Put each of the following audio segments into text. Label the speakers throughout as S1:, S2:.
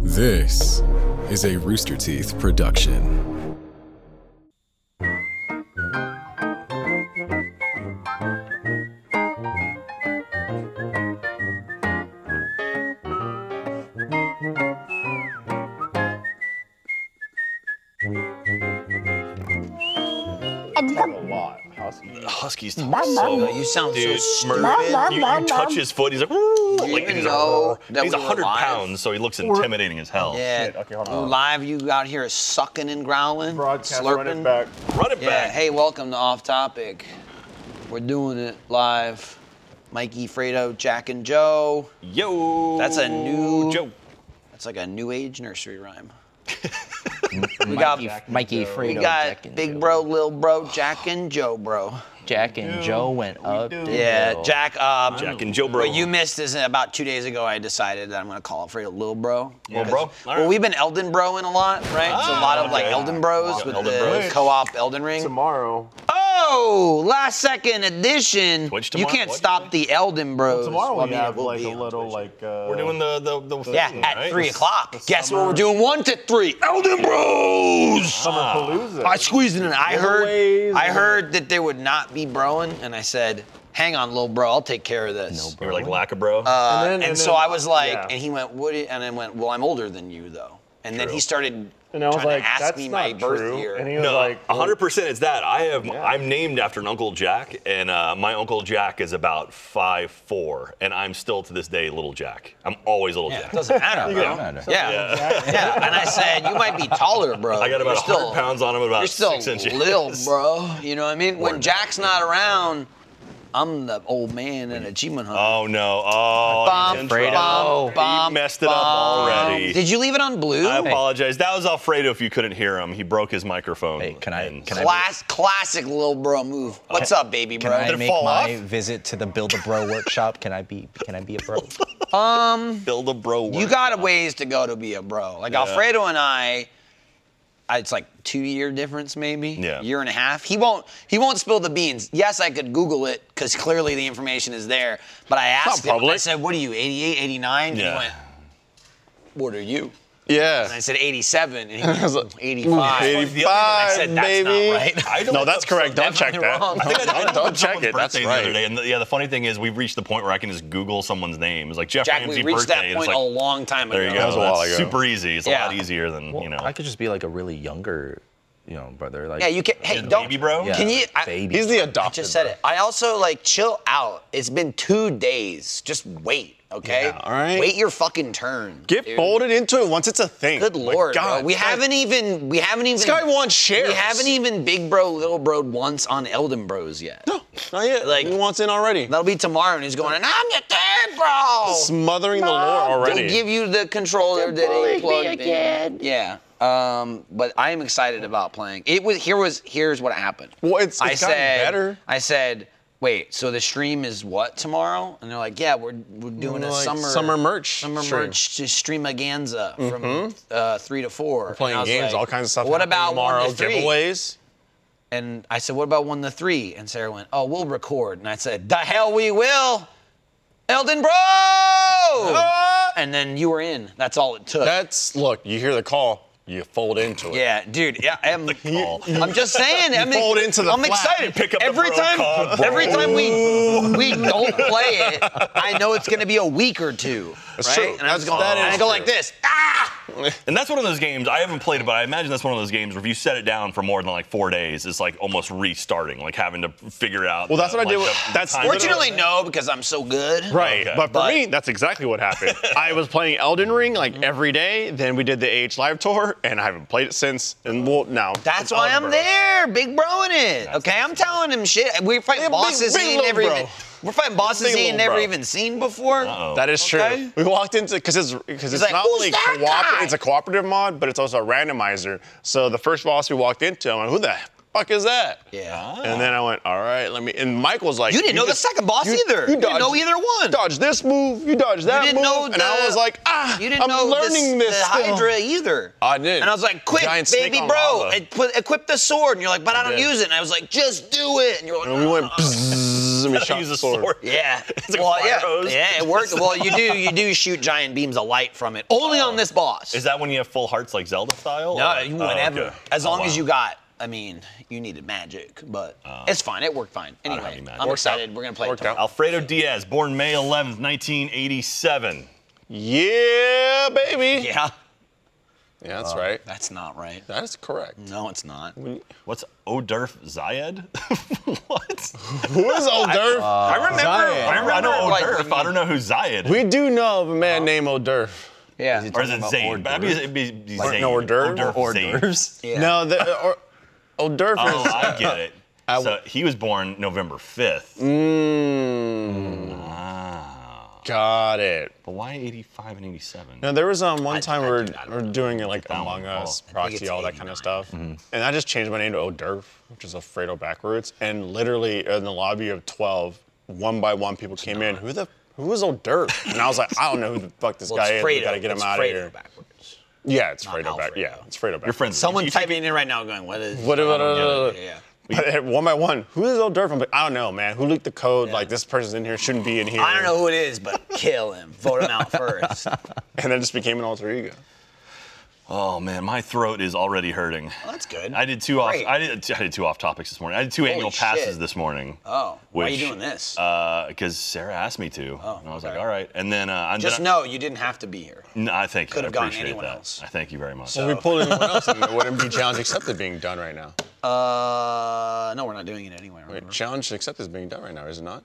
S1: This is a Rooster Teeth production.
S2: a lot. Husky.
S3: Huskies talk so
S4: You sound
S3: Dude,
S4: so
S3: Mervin,
S4: stupid.
S3: you, you touch his foot, he's like, "Ooh,"
S4: Do you
S3: like,
S4: even
S3: he's,
S4: know
S3: a,
S4: that
S3: he's
S4: we were
S3: 100
S4: live?
S3: pounds, so he looks intimidating as hell.
S4: Yeah.
S2: Oh, Shit, okay, hold
S4: You
S2: on.
S4: live, you out here sucking and growling,
S2: Broadcast, run
S4: slurping.
S2: it back.
S3: Run it
S4: Yeah.
S3: back.
S4: Hey, welcome to Off Topic. We're doing it live. Mikey, Fredo, Jack, and Joe.
S3: Yo.
S4: That's a new-
S3: joke.
S4: That's like a new age nursery rhyme. we got
S5: Mikey
S4: we
S5: Fredo, Jack
S4: got
S5: and
S4: Big
S5: Joe.
S4: Bro, Lil Bro, Jack, and Joe Bro.
S5: Jack and Joe went up.
S2: do.
S5: the
S4: Yeah,
S5: hill.
S4: Jack. Um,
S3: Jack and Joe Bro.
S4: What you missed is about two days ago. I decided that I'm gonna call it Fredo Lil Bro.
S3: Lil Bro?
S4: 'Cause-
S3: All
S4: Well,
S3: right.
S4: we've been Elden Broing a lot, right? so a lot of like
S3: okay.
S4: Elden Bros
S3: Yeah,
S4: with
S3: Elden
S4: the
S3: Bros.
S4: co-op Elden Ring.
S2: Tomorrow.
S4: Oh, last second edition.
S3: Twitch
S4: You
S3: tomorrow?
S4: can't
S3: What'd you
S4: stop
S3: say?
S4: the Elden Bros.
S2: Tomorrow we
S4: Well, I mean, it
S2: have
S4: will
S2: like
S4: be
S2: a
S4: on
S2: little
S4: Twitch.
S2: like. Uh,
S3: We're doing the the, the, the
S4: Yeah,
S3: thing,
S4: at
S3: right?
S4: three
S3: The-
S4: o'clock. Guess what
S2: summer-
S4: we're doing? One to three. Elden Bros.
S2: Summer
S6: Uh,
S2: Palooza.
S4: I squeezed it in. I
S2: Giveaways
S4: heard. I
S2: and-
S4: heard that they would not be broing, and I said, "Hang on, little bro, I'll take care of this."
S3: You were like Lackabro.
S4: Uh, and,
S2: then- and
S4: so
S2: then-
S4: I was like,
S2: yeah.
S4: and he went, "What?" i- And I went, "Well, I'm older than you, though." And then
S3: True.
S4: he started
S2: And I was
S4: trying
S2: like,
S4: to ask
S2: that's
S4: me
S2: not
S4: my birth
S2: true.
S4: year.
S2: And he was
S3: no,
S2: like, oh. well,
S3: 100% it's that. I have I'm named after an Uncle Jack and uh, my Uncle Jack is about five four, and I'm still to this day little Jack. I'm always little
S4: yeah, it
S3: Jack.
S4: doesn't matter, bro. Yeah. yeah, And I said, "You might be taller, bro."
S3: I got
S4: You're
S3: about 100
S4: still,
S3: pounds on him about
S4: You're still
S3: six inches.
S4: little, bro. You know what I mean?
S3: Or
S4: When
S3: not.
S4: Jack's not around, I'm the old man and achievement hunter.
S3: Oh no! Oh,
S4: Bum,
S3: Alfredo.
S4: bum, bum,
S3: he messed it up
S4: bum.
S3: already.
S4: Did you leave it on blue?
S3: I apologize. That was Alfredo. If you couldn't hear him, he broke his microphone.
S5: Hey, can I-
S3: and-
S5: can I-
S4: Class, classic little bro move. What's up, baby bro?
S5: Can I
S3: Did it
S5: make
S3: fall
S5: my
S3: off?
S5: visit to the Build a Bro workshop? Can I be? Can I be a bro?
S3: build a bro?
S4: you
S3: work?
S4: got a ways to go to be a bro. Like Alfredo and I, I- it's like two year difference maybe,
S3: Yeah.
S4: year and a half. He won't he won't spill the beans. Yes, I could Google it because clearly the information is there. But I
S3: not
S4: asked him. I
S3: public.
S4: said, "What are you, 88, 89?" And
S3: Yeah.
S4: he went, "What are you?" And I
S6: Yeah.
S4: said 87, and he was
S6: like,
S4: 85. The other thing I said, that's
S6: baby.
S4: not right.
S3: I don't
S6: No, that's correct. Don't check
S4: Am I
S6: that.
S4: wrong?
S3: I think I, I
S6: Don't-
S3: don't
S6: don't check it. That's
S3: birthday the other
S6: right.
S3: day, and the, yeah, the funny thing is, we've reached the point where I can just Google someone's name. It's like Jeff
S4: Jack,
S3: Ramsey
S4: we reached
S3: birthday.
S4: that
S3: It's
S4: point
S3: like,
S4: a long time ago.
S3: there you go.
S6: That was a while
S3: That's
S6: ago.
S3: super easy. It's a
S4: Yeah.
S3: lot easier than you know.
S7: I could just be like a really younger, you know, brother. Like
S4: Yeah, you can. Hey, don't.
S3: baby bro?
S7: Yeah,
S4: Can you? I,
S7: baby.
S6: He's the adopted.
S4: I just said it. I also like chill out. It's been two days. Just wait, okay?
S6: Yeah, all right.
S4: Wait your fucking turn.
S6: Get
S4: dude.
S6: folded into it once it's a thing.
S4: Good
S6: My
S4: lord,
S6: God,
S4: bro. We
S6: this guy-
S4: haven't even. We haven't even.
S6: This guy wants shares.
S4: We haven't even big bro, little bro once on Elden Bros yet.
S6: No, not
S4: Like-
S6: yet. Like, he wants in already.
S4: That'll be tomorrow, and he's going. And I'm your third bro.
S6: Smothering the lore already.
S4: They'll give you the controller that ain't plugged in. Yeah. Um, but I am excited about playing. It was here was here's what happened.
S6: Well, it's-
S4: I
S6: it's gotten
S4: said,
S6: better.
S4: I said, wait, so the stream is what tomorrow? And they're like, yeah, we're we're doing a
S6: Like
S4: summer
S6: summer merch
S4: summer
S6: stream. Mm-hmm.
S4: merch to streamaganza from uh, three to 4 We're
S6: Playing games, all kinds of stuff.
S4: What
S6: happening
S4: about
S6: tomorrow?
S4: One to three?
S6: Giveaways.
S4: And I said, what about one to three? And Sarah went, oh, we'll record. And I said, the hell we will. Elden Bro!
S6: Ah!
S4: And then you were in. That's all it took.
S6: That's look. You hear the call. You fold into it.
S4: yeah, dude. Yeah, I'm. I'm just saying. I'm,
S6: fold into the
S4: I'm
S6: flap,
S4: excited.
S3: pick up the
S4: every
S3: bro
S4: time.
S3: card.
S4: Every time we we don't play it, I know it's gonna be a week or two.
S6: That's
S4: right?
S6: true.
S4: And I was
S6: That's-
S4: going.
S6: that
S4: and I
S6: is
S4: go
S6: true.
S4: like this. Ah!
S3: And that's one of those games I haven't played, it, but I imagine that's one of those games where if you set it down for more than like four days, it's like almost restarting, like having to figure out.
S6: Well, that's
S3: the-
S6: what I did
S3: like,
S6: with-
S3: the
S6: that's
S3: time-
S4: Ah, Fortunately, no, because I'm so good.
S6: Right,
S3: Okay.
S6: but for
S4: But- Mm-hmm.
S6: me, that's exactly what happened. I was playing Elden Ring like every day. Then we did the AH Live tour, and I haven't played it since. And well, now
S4: That's
S6: it's
S4: why
S6: Elden
S4: I'm
S6: Ring.
S4: there, big broing it. okay, I'm telling him shit. We're fighting
S6: Yeah, big-
S4: bosses
S6: big
S4: he ain't
S6: little
S4: never
S6: bro.
S4: even. We're fighting bosses
S6: Big
S4: he ain't
S6: little
S4: never
S6: bro. Uh-huh.
S4: even seen before.
S3: Uh-oh.
S6: That is true.
S4: Okay.
S6: We walked into because it's because it's
S4: like,
S6: not
S4: "Who's
S6: only
S4: that
S6: cooperative,
S4: guy?"
S6: it's a cooperative mod, but it's also a randomizer. So the first boss we walked into, I'm like, who the fuck is that?
S4: Yeah.
S6: And then I went, all right, let me. And Mike was like,
S4: You didn't know the
S6: just-
S4: second boss either. You didn't know either one.
S6: Dodge this move, you dodge that
S4: didn't
S6: move,
S4: know
S6: and I
S4: the-
S6: was like, ah,
S4: You didn't
S6: I'm
S4: know
S6: learning
S4: this,
S6: this.
S4: the
S6: still."
S4: Hydra either.
S6: I did.
S4: And I was like, quick,
S6: Giant snake
S4: baby
S6: on
S4: bro,
S6: lava.
S4: e- put, equip the sword. And you're like, but I don't
S6: did.
S4: use it. And I was like, just do it. And you're like,
S6: And we went,
S4: "Ah."
S6: uses him as shot
S3: Use a
S6: sword.
S3: sword.
S4: Yeah.
S3: like
S4: well,
S3: fire
S4: yeah.
S3: hose.
S4: Yeah, it worked. Well, you do you do shoot giant beams of light from it. Only on this boss.
S3: Is that when you have full hearts like Zelda style?
S4: no,
S3: Or-
S4: you-
S3: Oh,
S4: whenever.
S3: okay.
S4: As
S3: Oh,
S4: long as
S3: wow. Uh,
S4: you got I mean, you needed magic, but it's fine. It worked fine.
S3: don't have
S4: Anyway,
S3: any magic.
S4: I'm
S3: Worked out.
S4: excited. We're gonna play it.
S6: Worked
S4: tomorrow.
S6: out.
S3: Alfredo Diaz, born May 11th, 1987.
S6: Yeah, baby.
S4: Yeah.
S6: Yeah, that's right.
S4: That's not right.
S6: That is correct.
S4: No, it's not.
S3: What's Oderf Zayed? what?
S6: Who is Odurf?
S4: Uh,
S3: I remember.
S6: Zayed.
S3: I, remember I know
S4: remember, like,
S3: Oderf. I don't know who Zayed.
S6: we do know of a man
S4: uh,
S6: named Odurf.
S4: Yeah.
S3: or is it Zayn? But I mean, it'd be it'd be Zayn.
S6: no, hors d'oeuvre? Hors
S3: Zayn.
S4: Yeah.
S6: No, the, uh, or, Odurf
S3: Oh,
S6: is.
S3: I get it.
S6: I
S3: so
S6: w-
S3: he was born November 5th.
S6: Mm,
S3: Wow.
S6: got it.
S3: Ah, But why 85 and 87?
S6: Now there was um one
S4: I-
S6: time
S4: I
S6: we were,
S4: do not
S6: we were doing like
S3: that
S6: Among
S3: one.
S6: Us,
S3: Oh.
S4: I think
S6: Proxy,
S4: it's Mm-hmm.
S6: all that kind
S4: 89.
S6: of stuff, and I just changed my name to Odurf, which is Alfredo backwards. And literally in the lobby of twelve, one by one, people came in. Who the who is Odurf? And I was like, I don't know who the fuck this
S4: Well,
S6: guy
S4: it's
S6: is.
S4: Fredo.
S6: We gotta get him
S4: It's
S6: out
S4: Fredo
S6: of here.
S4: backwards.
S6: Yeah, it's
S4: Not
S6: Fredo back.
S4: Alfredo.
S6: Yeah, it's Fredo back.
S3: Your friend's
S4: Someone
S3: you-
S4: typing in right now, going, "What is?"
S6: What, what,
S4: I don't
S6: what-
S4: get it. Yeah.
S6: But at one by one, who is Odurf? I'm like, I don't know, man. Who leaked the code?
S4: Yeah.
S6: Like this person's in here, shouldn't be in here.
S4: I don't know who it is, but kill him. Vote him out first. Well,
S6: And then just became an alter ego.
S3: Oh man, my throat is already hurting.
S4: that's good.
S3: I did two off.
S4: Great.
S3: I did. I did two off topics this morning. I did two annual
S4: shit.
S3: passes this morning.
S4: Oh, why are you
S3: which,
S4: doing this?
S3: Uh, Because Sarah asked me to, and I was like,
S4: Oh, okay.
S3: all right. And then uh, and
S4: Just
S3: then
S4: know you didn't have to be here.
S3: I, no, I thank you.
S4: Could've
S3: I
S4: gone
S3: appreciate
S4: anyone
S3: that.
S4: else.
S3: I thank you very much.
S6: So we pulled anyone else, and it wouldn't be challenge accepted being done right now.
S4: Uh, no, we're not doing it anyway.
S6: Wait,
S4: Remember?
S6: challenge accepted is being done right now, is it not?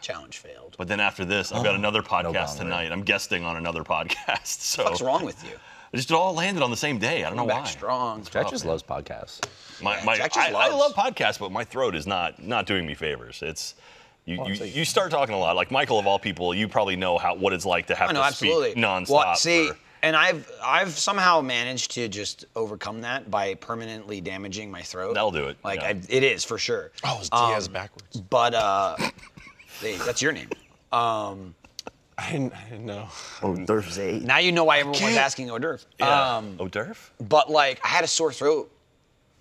S4: Challenge failed. What
S3: but then after this, I've got another podcast
S7: bother.
S3: tonight. I'm guesting on another podcast. So
S4: the fuck's wrong with you?
S3: Just it all landed on the same day. I don't know
S4: Back
S3: why.
S4: strong.
S7: Jack just loves podcasts.
S3: My,
S4: Yeah,
S3: my,
S4: Jack just
S3: I, I love
S4: loves-
S3: podcasts, but my throat is not not doing me favors. It's
S4: Oh,
S3: you, you, you start talking a lot. Like Michael, of all people, you probably know how what it's like to have
S4: I know,
S3: to
S4: Oh, absolutely.
S3: speak nonstop.
S4: Well, see,
S3: for-
S4: and I've I've somehow managed to just overcome that by permanently damaging my throat.
S3: That'll do it,
S4: Like
S3: yeah.
S4: I, it is for sure.
S6: Oh, it's
S4: Um,
S6: Diaz backwards.
S4: But uh, hey, that's your name. Um,
S6: I didn't, I didn't know.
S4: now you know why everyone was asking hors d'oeuvre.
S3: yeah.
S4: Um,
S3: oh, Durf?
S4: but like I had a sore throat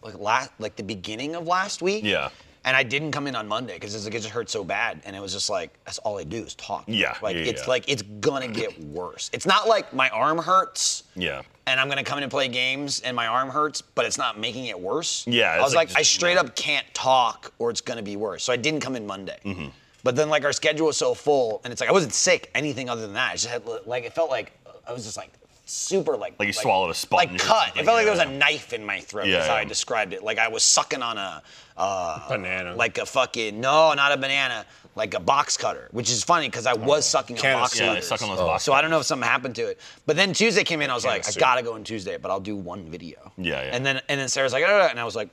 S4: like last like the beginning of last week.
S3: Yeah.
S4: And I didn't come in on Monday because it's like it just hurt so bad, and it was just like that's all I do is talk.
S3: Yeah,
S4: Like
S3: yeah,
S4: it's
S3: yeah.
S4: like it's gonna get worse. It's not like my arm hurts.
S3: Yeah.
S4: And I'm gonna come in and play games, and my arm hurts, but it's not making it worse.
S3: Yeah,
S4: I
S3: it's
S4: was
S3: like
S4: like, I
S3: just-
S4: straight up can't talk, or it's gonna be worse. So I didn't come in Monday.
S3: Mm-hmm.
S4: But then like our schedule was so full, and it's like I wasn't sick anything other than that. I just had like it felt like I was just like super like
S3: Like you swallowed a sponge
S4: like
S3: or
S4: cut.
S3: something,
S4: It felt like
S3: yeah,
S4: there was a
S3: yeah.
S4: knife in my throat.
S3: Yeah,
S4: is how
S3: yeah.
S4: I described it. Like I was sucking on a uh,
S6: Banana.
S4: like a fucking no, not a banana, like a box cutter. Which is funny because I was sucking on
S6: Oh. Can of
S4: box
S6: soup.
S3: Yeah, I
S4: cutters.
S3: suck on those box
S4: so I don't know if something happened to it. But then Tuesday came in, I was
S6: Can of
S4: like, I
S6: soup.
S4: gotta go on Tuesday, but I'll do one video.
S3: Yeah, yeah.
S4: And then and then Sarah's like, "Uh," and I was like,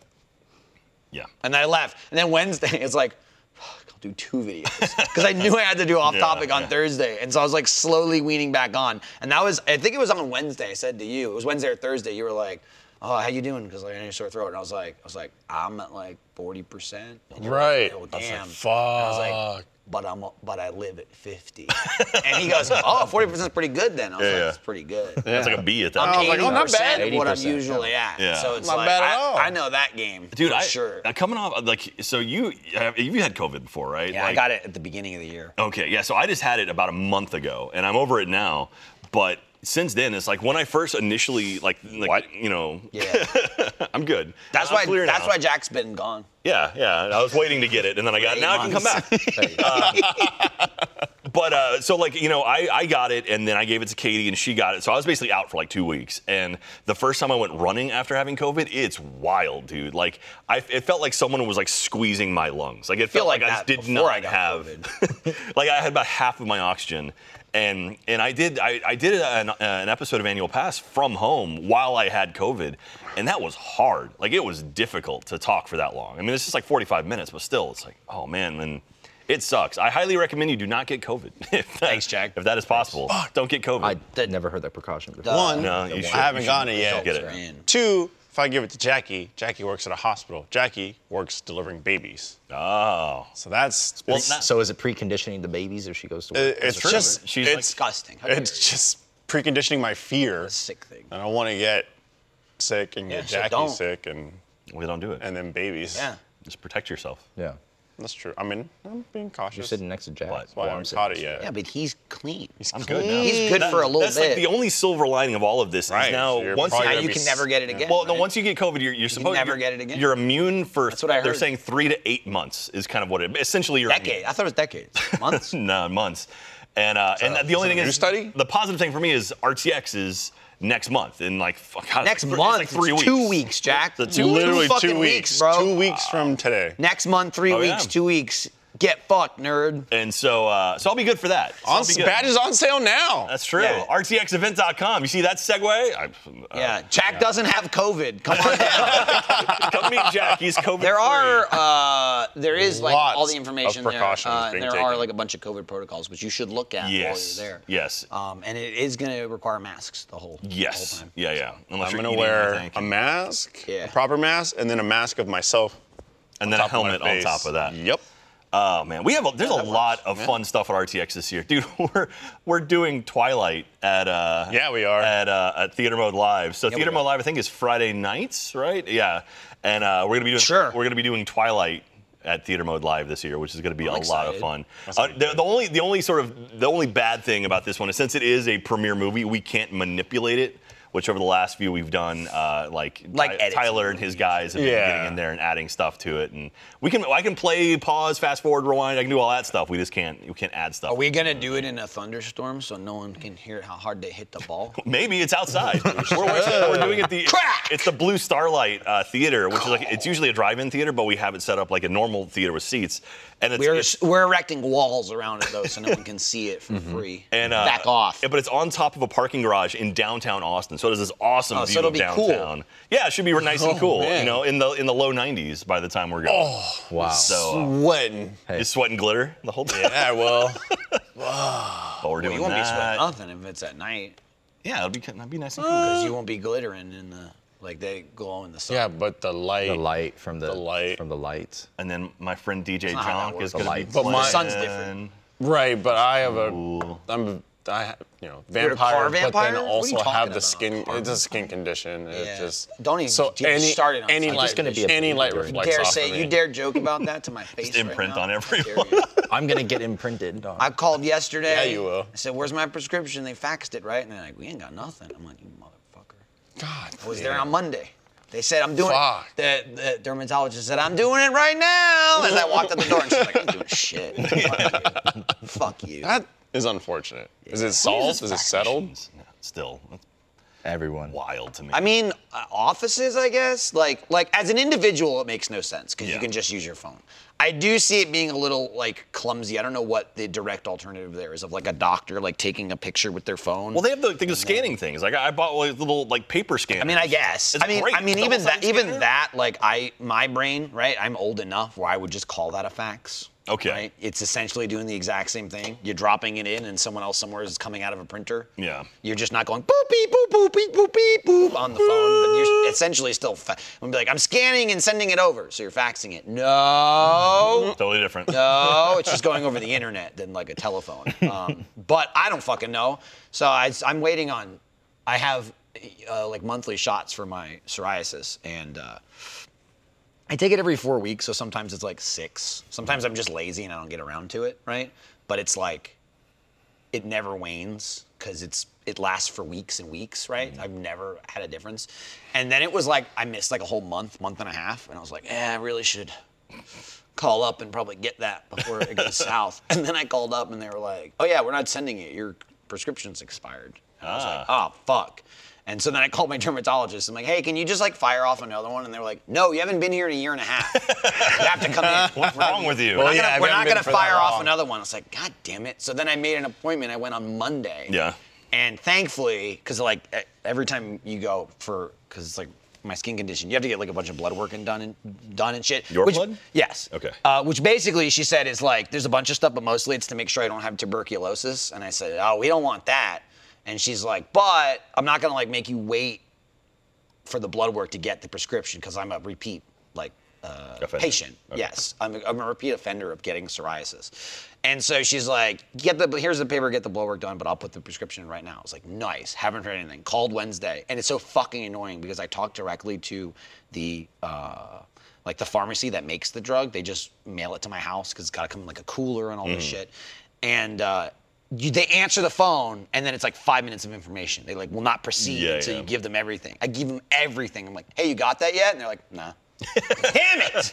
S3: Yeah.
S4: and I left. And then Wednesday, it's like, fuck, I'll do two videos. Because I knew I had to do off
S3: Yeah,
S4: topic on
S3: yeah.
S4: Thursday. And so I was like slowly weaning back on. And that was, I think it was on Wednesday, I said to you, it was Wednesday or Thursday, you were like, oh, how you doing? Because like, I had a sore throat. And I was like, I was like, I'm at like 40%. And you were
S6: Right.
S4: Like, oh,
S6: I was like,
S4: damn. And I was like,
S6: fuck.
S4: but I'm, but I live at 50. and he goes, oh, 40% is pretty good then. I was
S3: Yeah,
S4: like,
S3: yeah.
S4: it's pretty good.
S3: That's like a B at that.
S4: I'm
S6: I was like,
S4: 80%
S6: oh, not bad.
S4: of what I'm
S7: 80%,
S4: usually at.
S3: Yeah.
S4: So it's
S6: Not
S4: like,
S6: bad at
S4: I,
S6: all.
S4: I know that game.
S3: Dude,
S4: for
S3: I,
S4: sure.
S3: uh, coming off like so you have you had COVID before, right?
S4: Yeah, I
S3: Like-
S4: got it at the beginning of the year.
S3: Okay, yeah. So I just had it about a month ago, and I'm over it now. But since then, it's like when I first initially like like
S6: What?
S3: you know,
S4: Yeah,
S3: I'm good.
S4: that's
S3: I'm
S4: why.
S3: clear
S4: That's
S3: now.
S4: why Jack's been gone.
S3: Yeah, yeah. I was waiting to get it, and then I got.
S4: Eight
S3: it. Now I
S4: months.
S3: can come back. Uh, but uh, so like you know, I I got it, and then I gave it to Katie, and she got it. So I was basically out for like two weeks. And the first time I went running after having COVID, it's wild, dude. Like I, it felt like someone was like squeezing my lungs. Like it
S4: feel
S3: felt like,
S4: like
S3: I
S4: that
S3: did
S4: before
S3: not
S4: I got
S3: have. like I had about half of my oxygen. And, and I did I, I did an, uh, an episode of Annual Pass from home while I had COVID, and that was hard. Like it was difficult to talk for that long. I mean, it's just like 45 minutes, but still, it's like, oh man, and it sucks. I highly recommend you do not get COVID. if that-
S4: Thanks, Jack.
S3: If that is possible, don't get COVID.
S7: I never heard that precaution before.
S6: One,
S3: No, you
S6: I
S3: should- you
S6: haven't
S3: should-
S6: gotten it
S3: you should
S6: yet.
S3: get it.
S4: Man.
S6: Two, if I give it to Jackie, Jackie works at a hospital. Jackie works delivering babies.
S3: Oh,
S6: So that's
S3: Well,
S6: it's, uh,
S3: not-
S7: So is it preconditioning the babies if she goes to work?
S6: it's
S3: true.
S6: just
S3: She's like-
S6: it's,
S4: Disgusting. How dare you.
S6: it's just preconditioning my fear.
S4: sick thing.
S6: I don't want to get sick and
S4: Yeah,
S6: get
S4: so
S6: Jackie
S4: don't.
S6: sick and
S3: we don't do it.
S6: and then babies.
S4: Yeah.
S3: Just protect yourself.
S7: yeah.
S6: That's true. I mean, I'm being cautious.
S7: You're sitting next to Jack.
S3: What?
S7: That's
S6: Well,
S7: why
S6: I
S7: I'm
S6: haven't
S7: sitting
S6: caught it
S7: next
S6: yet.
S4: Yeah, but he's clean.
S3: I'm good now.
S4: He's good for a little
S3: That's
S4: bit.
S3: like the only silver lining of all of this
S6: Right,
S3: is now
S6: so you're
S3: once
S6: probably
S4: now
S6: gonna
S4: you
S6: be
S4: can
S6: s-
S4: never get it again.
S3: Well, no.
S4: right?
S3: Once you get COVID, you're, you're supposed
S4: never
S3: you're-
S4: get it again.
S3: You're immune for.
S4: That's what I
S3: They're
S4: heard.
S3: saying three to eight months is kind of what it. Essentially, you're immune.
S4: decade. I thought it was decades, months.
S3: no months. And uh, and the only
S6: it a
S3: thing
S6: new
S3: is
S6: study?
S3: the positive thing for me is RTX is next month in like fuck, God,
S4: Next
S3: it's like
S4: month,
S3: three
S4: it's
S3: weeks.
S4: two weeks, Jack.
S3: The two
S6: Literally
S4: fucking
S6: two
S4: weeks,
S6: weeks.
S4: bro.
S6: Two weeks from today.
S4: Next month, three
S3: Oh, yeah.
S4: weeks, two weeks. Get fucked, nerd.
S3: And so uh, so I'll be good for that. So I'll
S6: On,
S3: be good.
S6: badges on sale now.
S3: That's true.
S4: Yeah.
S3: RTXevent.com. You see that segue? I, uh,
S4: Yeah, Jack doesn't have COVID. Come on down.
S3: Come meet Jack. He's COVID.
S4: There are, uh, there is like
S6: Lots
S4: all the information
S6: of precautions
S4: there. Uh,
S6: being
S4: there
S6: taken.
S4: are like a bunch of COVID protocols, which you should look at
S3: Yes.
S4: while you're there.
S3: Yes.
S4: Um, and it is going to require masks the whole. The
S3: Yes.
S4: whole time.
S3: Yeah, yeah. Unless
S6: I'm
S3: you're
S6: gonna
S3: eating, I
S6: wear
S3: think.
S6: a mask,
S4: Yeah.
S6: a proper mask, and then a mask of myself.
S3: and then a
S6: top of my
S3: helmet on
S6: face.
S3: top of that.
S6: Yep.
S3: Oh man, we have a, there's a lot of fun stuff at RTX this year, dude. We're we're doing Twilight at uh,
S6: Yeah, we are.
S3: at uh, at Theater Mode Live. So Theater
S4: are.
S3: Mode Live, I think, is Friday nights, right? Yeah, and uh, we're gonna be doing
S4: Sure.
S3: we're gonna be doing Twilight at Theater Mode Live this year, which is gonna be a lot of
S4: excited.
S3: fun. Uh, the, the only the only sort of the only bad thing about this one is since it is a premiere movie, we can't manipulate it. Which over the last few we've done, uh, like,
S4: Like
S3: Ty-
S4: edits.
S3: Tyler and his guys have been
S6: Yeah.
S3: getting in there and adding stuff to it, and we can I can play, pause, fast forward, rewind. I can do all that stuff. We just can't we can't add stuff.
S4: Are we going to do it in a thunderstorm so no one can hear how hard they hit the ball?
S3: Maybe it's outside. we're, we're- we're doing it the it's the Blue Starlight uh, Theater, which is like it's usually a drive-in theater, but we have it set up like a normal theater with seats, and it's,
S4: We're,
S3: it's-
S4: we're erecting walls around it though, so no one can see it for free.
S3: and uh,
S4: back off.
S3: yeah, but it's on top of a parking garage in downtown Austin, so it is this awesome
S4: Oh, so
S3: view
S4: it'll
S3: of
S4: be cool. Oh,
S3: downtown. Yeah, it should be nice and cool. You know, in the in the low 90s by the time we're going.
S7: to you. Wow.
S3: So
S6: Sweating.
S4: Oh.
S3: uh, just sweat and glitter the whole time.
S6: Yeah, well,
S3: But we're doing
S4: you won't be
S3: that.
S4: sweating Oh, nothing if it's at night,
S3: Yeah, it'll be that'd be nice and cool.
S4: because you won't be glittering in the like they glow in the sun.
S6: yeah, but the light.
S7: the light from the,
S6: The light.
S7: from the lights.
S3: And then my friend DJ
S4: not how that
S3: Jonk is going to
S4: works.
S3: be
S7: Lights.
S6: But my-
S3: playing.
S4: Sun's different.
S6: Right, but I have a. I'm a. I have, you know,
S4: a car
S6: vampire, but
S4: vampire?
S6: then
S4: What are you
S6: also
S4: talking
S6: have the
S4: about?
S6: skin. It's a skin condition.
S4: Yeah.
S6: It just
S4: Don't even
S6: so
S4: get me
S6: any,
S4: started on
S6: any
S4: skin
S6: light.
S7: gonna be a
S6: any
S7: baby
S6: light
S7: during-
S6: reflects
S4: dare
S6: off
S4: say
S6: of me.
S4: you dare joke about that to my face. right
S3: imprint
S4: now.
S3: on
S4: I dare
S3: everyone.
S4: you.
S7: I'm gonna get imprinted. On.
S4: I called yesterday.
S6: Yeah, you will.
S4: I said, "Where's my prescription?" They faxed it right, and they're like, "We ain't got nothing." I'm like, "You motherfucker!"
S6: God,
S4: I was there on Monday. They said, "I'm doing."
S6: Fuck.
S4: It. The, the dermatologist said, "I'm doing it right now." As I walked out the door, and she's like, "I'm doing shit." Fuck you. Fuck you.
S6: that is unfortunate. Is it solved? Is it settled?
S3: No, still, that's
S7: Everyone.
S3: wild to me.
S4: I mean, uh, offices, I guess. Like, like as an individual, it makes no sense because
S3: Yeah.
S4: you can just use your phone. I do see it being a little like clumsy. I don't know what the direct alternative there is of like a doctor like taking a picture with their phone.
S3: well, they have the thing of scanning things. Like I I bought like, little like paper scanners.
S4: I mean, I guess.
S3: It's
S4: I mean,
S3: great.
S4: I mean,
S3: Double
S4: even that,
S3: sided
S4: even
S3: scanner.
S4: that, like I, my brain, right? I'm old enough where I would just call that a fax.
S3: Okay.
S4: Right? It's essentially doing the exact same thing. You're dropping it in, and someone else somewhere is coming out of a printer.
S3: Yeah.
S4: You're just not going boop beep boop boop beep boop beep boop on the phone, but you're essentially still. Fa- I'm be like, I'm scanning and sending it over, so you're faxing it. No.
S3: Totally different.
S4: No, it's just going over the internet than like a telephone. Um, but I don't fucking know. So I, am waiting on. I have uh, like monthly shots for my psoriasis, and uh, I take it every four weeks. So sometimes it's like six. Sometimes I'm just lazy and I don't get around to it, right? But it's like it never wanes because it's it lasts for weeks and weeks, right?
S3: Mm-hmm.
S4: I've never had a difference. And then it was like I missed like a whole month, month and a half, and I was like, eh, I really should call up and probably get that before it goes south. And then I called up and they were like, oh yeah, we're not sending it. Your prescription's expired. And I was like,
S3: Ah.
S4: oh fuck. And so then I called my dermatologist. I'm like, hey, can you just like fire off another one? And they were like, no, you haven't been here in a year and a half. you have to come in.
S3: What's wrong with you?
S4: We're not
S6: yeah,
S4: gonna,
S6: I've
S4: we're
S6: been
S4: not
S6: been
S4: gonna
S6: for that
S4: fire off
S6: long.
S4: another one. It's like, God damn it. So then I made an appointment. I went on Monday.
S3: Yeah.
S4: And thankfully, because like e- every time you go for, because it's like my skin condition, you have to get like a bunch of blood work and done and done and shit.
S3: Your
S4: which-
S3: blood?
S4: Yes.
S3: Okay.
S4: Uh, which basically she said is like there's a bunch of stuff, but mostly it's to make sure I don't have tuberculosis. And I said, oh, we don't want that. And she's like, but I'm not gonna like make you wait for the blood work to get the prescription because I'm a repeat like uh,
S3: Offender.
S4: patient. Yes, I'm a, I'm a repeat offender of getting psoriasis. And so she's like, get the here's the paper, get the blood work done, but I'll put the prescription in right now. I was like, nice, haven't heard anything. Called Wednesday, and it's so fucking annoying because I talked directly to the. Uh, like the pharmacy that makes the drug, they just mail it to my house because it's got to come in like a cooler and all this shit. And uh, you, they answer the phone, and then it's like five minutes of information. They like will not proceed
S3: Yeah,
S4: until
S3: yeah.
S4: you give them everything. I give them everything. I'm like, hey, you got that yet? And they're like, nah. Damn it!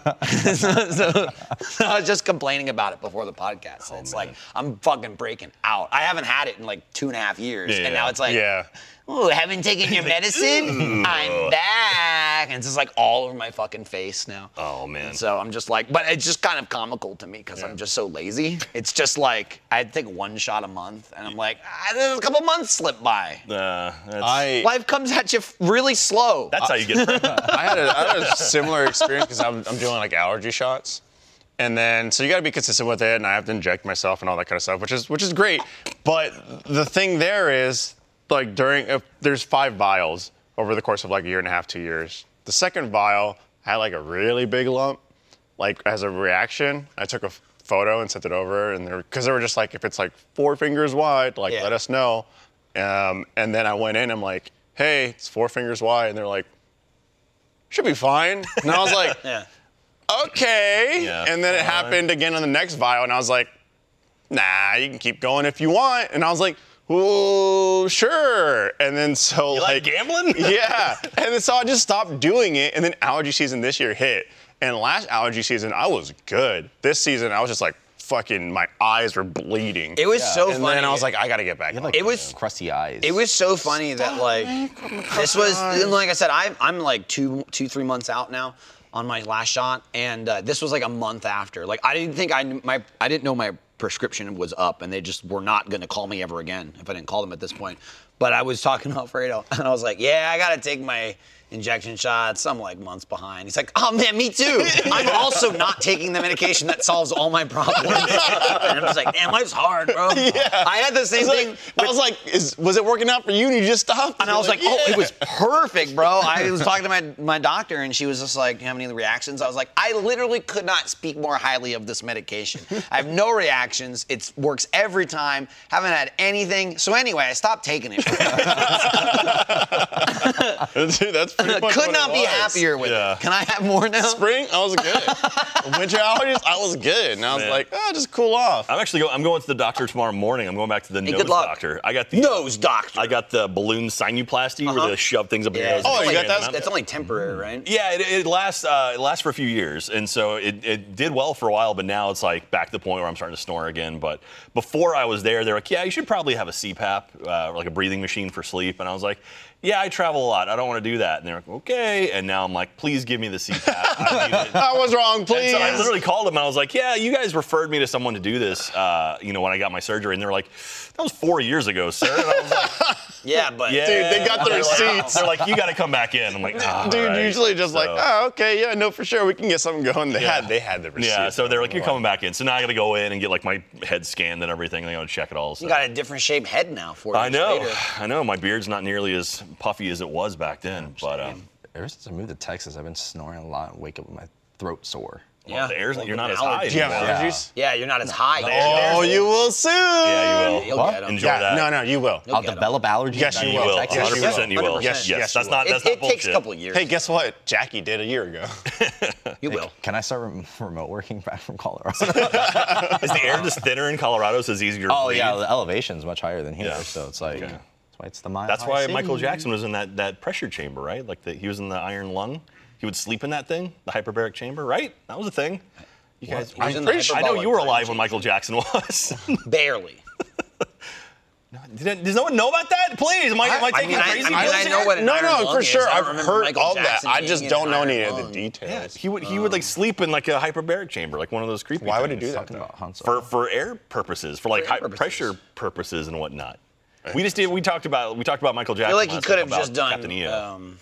S4: so, so- so I was just complaining about it before the podcast.
S3: Oh,
S4: it's like I'm fucking breaking out. I haven't had it in like two and a half years,
S3: Yeah,
S4: and now
S3: yeah.
S4: it's like,
S6: Yeah.
S4: Ooh, haven't taken your medicine? I'm back. And it's just like all over my fucking face now.
S3: Oh, man.
S4: And so I'm just like, but it's just kind of comical to me because I'm just so lazy. It's just like I take one shot a month, and I'm like, ah, then a couple months slip by.
S3: Uh, that's,
S6: I
S4: Life comes at you f- really slow.
S3: that's how you get.
S6: I had a, I had a similar experience because I'm, I'm doing like allergy shots, and then so you got to be consistent with it, and I have to inject myself and all that kind of stuff, which is which is great. But the thing there is like during if there's five vials over the course of like a year and a half, two years. The second vial had like a really big lump, like as a reaction. I took a f- photo and sent it over, and they're because they were just like if it's like four fingers wide, like
S4: Yeah.
S6: let us know. Um, and then I went in, I'm like, hey, it's four fingers wide, and they're like should be fine. And I was like,
S4: yeah.
S6: okay.
S3: Yeah.
S6: And then it
S3: Uh,
S4: Uh-huh.
S6: happened again on the next vial, and I was like, nah, you can keep going if you want. And I was like, oh, sure. And then so
S3: You like gambling?
S6: yeah. And then so I just stopped doing it. And then allergy season this year hit. And last allergy season, I was good. This season, I was just like, fucking, my eyes were bleeding.
S4: It was so
S6: and
S4: funny.
S6: then I was like, I gotta get back. on
S4: it was
S7: crusty eyes.
S4: It was so funny that like this was and like I said I'm I'm like two two three months out now on my last shot and uh, this was like a month after like I didn't think I kn- my I didn't know my prescription was up and they just were not going to call me ever again if I didn't call them at this point but I was talking to Alfredo and I was like yeah I got to take my injection shots I'm like months behind he's like oh man me too I'm also not taking the medication that solves all my problems and I'm just like damn life's hard bro I had the same
S6: I was
S4: thing
S6: like, I was like is, was it working out for you? And you just stopped?
S4: and I was like, oh,
S6: "Yeah."
S4: it was perfect, bro. I was talking to my, my doctor, and she was just like, do you have any reactions? I was like, I literally could not speak more highly of this medication. I have no reactions. It works every time. Haven't had anything. So anyway, I stopped taking it.
S6: Dude, that's pretty much what
S4: could
S6: it
S4: not be
S6: was.
S4: happier with
S3: Yeah.
S4: it. Can I have more now?
S6: Spring, I was good. Winter allergies, I was good. And I was
S3: Man.
S6: like, oh, just cool off.
S3: I'm actually going. I'm going to the doctor tomorrow morning. I'm going back to the nose
S4: good luck.
S3: doctor. I got the
S4: Nose doctor.
S3: I got the balloon sinuplasty where
S4: Uh-huh.
S3: they shove things up your nose. and
S6: Oh, you
S3: expand
S6: got that?
S3: them out.
S4: That's only
S3: Mm.
S4: temporary, right?
S3: Yeah, it, it lasts uh, it lasts for a few years, and so it, it did well for a while. But now it's like back to the point where I'm starting to snore again. But before I was there, they're like, "Yeah, you should probably have a CPAP, uh, or like a breathing machine for sleep." And I was like, "Yeah, I travel a lot. I don't want to do that." And they're like, "Okay." And now I'm like, "Please give me the CPAP." I need it.
S6: I was wrong,
S3: And
S6: please.
S3: so I literally called them and I was like, "Yeah, you guys referred me to someone to do this, uh, you know, when I got my surgery." And they're like, "That was four years ago, sir." And I was like,
S4: Yeah, but
S3: "Yeah."
S6: they got the
S3: They're like-
S6: receipts.
S3: they're like, "You got to come back in." I'm like, "Ah,
S6: Dude,
S3: all right."
S6: usually just like,
S3: So-
S6: oh, okay, yeah, no, for sure, we can get something going. They had, they had the receipt.
S3: Yeah, so they're like, you're coming back in. So now I got to go in and get like my head scanned and everything. I got to check it all. So.
S4: you got a different shaped head now. For
S3: I know, I know. My beard's not nearly as puffy as it was back then, but um,
S7: Ever since I moved to Texas, I've been snoring a lot and wake up with my throat sore.
S3: well, the air's you're not as high.
S6: Do you have
S3: anymore.
S7: Yeah.
S6: allergies?
S4: Yeah, you're not as high.
S6: Oh, you will soon.
S4: Uh,
S3: Yeah, you will.
S4: You'll get 'em.
S3: Enjoy
S6: Yeah,
S3: that.
S6: no, no, you will.
S7: I'll
S4: get 'em.
S7: develop allergies.
S6: Yes,
S7: when I
S6: you
S7: move to
S6: will.
S7: Texas.
S6: Yes, you
S3: 100% you will.
S4: 100%.
S3: Yes, yes.
S6: Yes,
S3: That's
S6: you
S3: not
S6: will.
S3: that's
S4: it
S3: not
S4: it takes a
S3: bullshit.
S4: couple years.
S6: Hey, guess what? Jackie did a year ago.
S4: you will.
S7: Can I start rem- remote working back from Colorado?
S3: Is the air just thinner in Colorado, so it's easier to
S7: oh
S3: breathe?
S7: yeah, the elevation's much higher than here,
S3: Yeah.
S7: so it's like that's why it's the mile.
S3: That's
S7: high
S3: why
S7: city.
S3: Michael Jackson was in that that pressure chamber, right? Like the, he was in the iron lung. He would sleep in that thing, the hyperbaric chamber, right? That was a thing. You guys,
S4: He was in the
S3: pretty sure- I know
S4: hyperbolic
S3: you were
S4: pressure
S3: alive when Michael Jackson was.
S4: Barely.
S3: Did- Does no one know about that? Please, am I, am I
S4: I
S3: taking
S4: mean, I-
S3: crazy?
S4: I mean,
S3: pills
S4: I
S3: here?
S4: know what an
S6: no,
S4: iron
S6: no,
S4: lung
S6: for
S4: is.
S6: sure.
S4: I
S6: I've
S4: remember
S6: heard
S4: Michael
S6: all
S4: Jackson
S6: that. I
S4: being
S6: just
S4: an
S6: don't know
S4: iron
S6: any of the
S4: lung.
S3: Yeah,
S6: details.
S3: he would he would like sleep in like a hyperbaric chamber, like one of those creepy.
S6: Why would he
S3: things.
S6: do that?
S7: talking about Han Solo.
S3: For for air purposes, for like
S4: For air
S3: high
S4: purposes.
S3: pressure purposes and whatnot. We just did. We talked about we talked about Michael
S4: I
S3: Jackson.
S4: feel like he
S3: last
S4: could
S3: week
S4: have
S3: about
S4: just done
S3: Captain EO.
S4: um,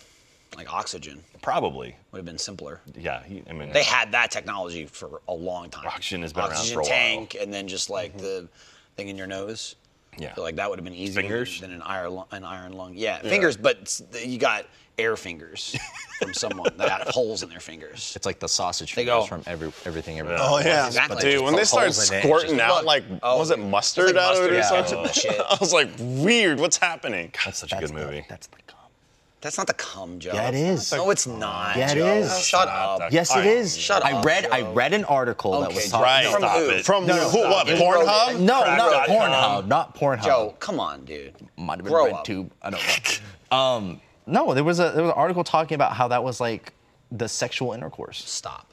S4: like oxygen.
S3: Probably.
S4: Would have been simpler.
S3: Yeah. He, I mean.
S4: They had that technology for a long time.
S3: Oxygen has been around
S4: Oxygen
S3: for a while.
S4: tank, and then just like the thing in your nose.
S3: Yeah.
S4: I feel like that would have been easier than-
S3: Fingers?
S4: than an iron lung, an iron lung. Yeah, fingers, but s- you got air fingers from someone that had holes in their fingers.
S7: It's like the sausage
S4: They
S7: fingers
S4: go-
S7: from every everything everywhere.
S6: Oh yeah,
S4: Exactly.
S6: dude. When they
S7: Just
S6: started
S7: holes in it, just
S6: squirting out
S4: look.
S6: like,
S4: Oh,
S6: was it
S4: it's like
S6: mustard out of
S4: mustard,
S6: it or
S4: yeah.
S6: something?
S4: Oh, shit.
S6: I was like, weird. What's happening?
S3: that's such a good movie.
S7: that's the comp.
S4: That's not the cum joke.
S5: Yeah, it is.
S4: No, it's not.
S5: Yeah, it
S4: Joe.
S5: is.
S4: Shut
S6: Stop
S4: up.
S6: that.
S5: Yes, it
S6: I-
S5: is.
S4: Shut
S5: I
S4: up,
S5: read. I
S4: Joe.
S5: read an article that
S4: Okay,
S5: was
S4: Joe.
S5: talking.
S3: Right.
S4: From
S3: stop
S4: who?
S3: it.
S6: From who? What?
S4: it.
S6: Pornhub?
S5: No, not
S3: Crack.com.
S5: Pornhub. Not Pornhub.
S4: Um, Joe, come on, dude.
S5: might have been
S4: Grow
S5: red
S4: up.
S5: tube. I don't know. um, no, there was a there was an article talking about how that was like the sexual intercourse.
S4: Stop.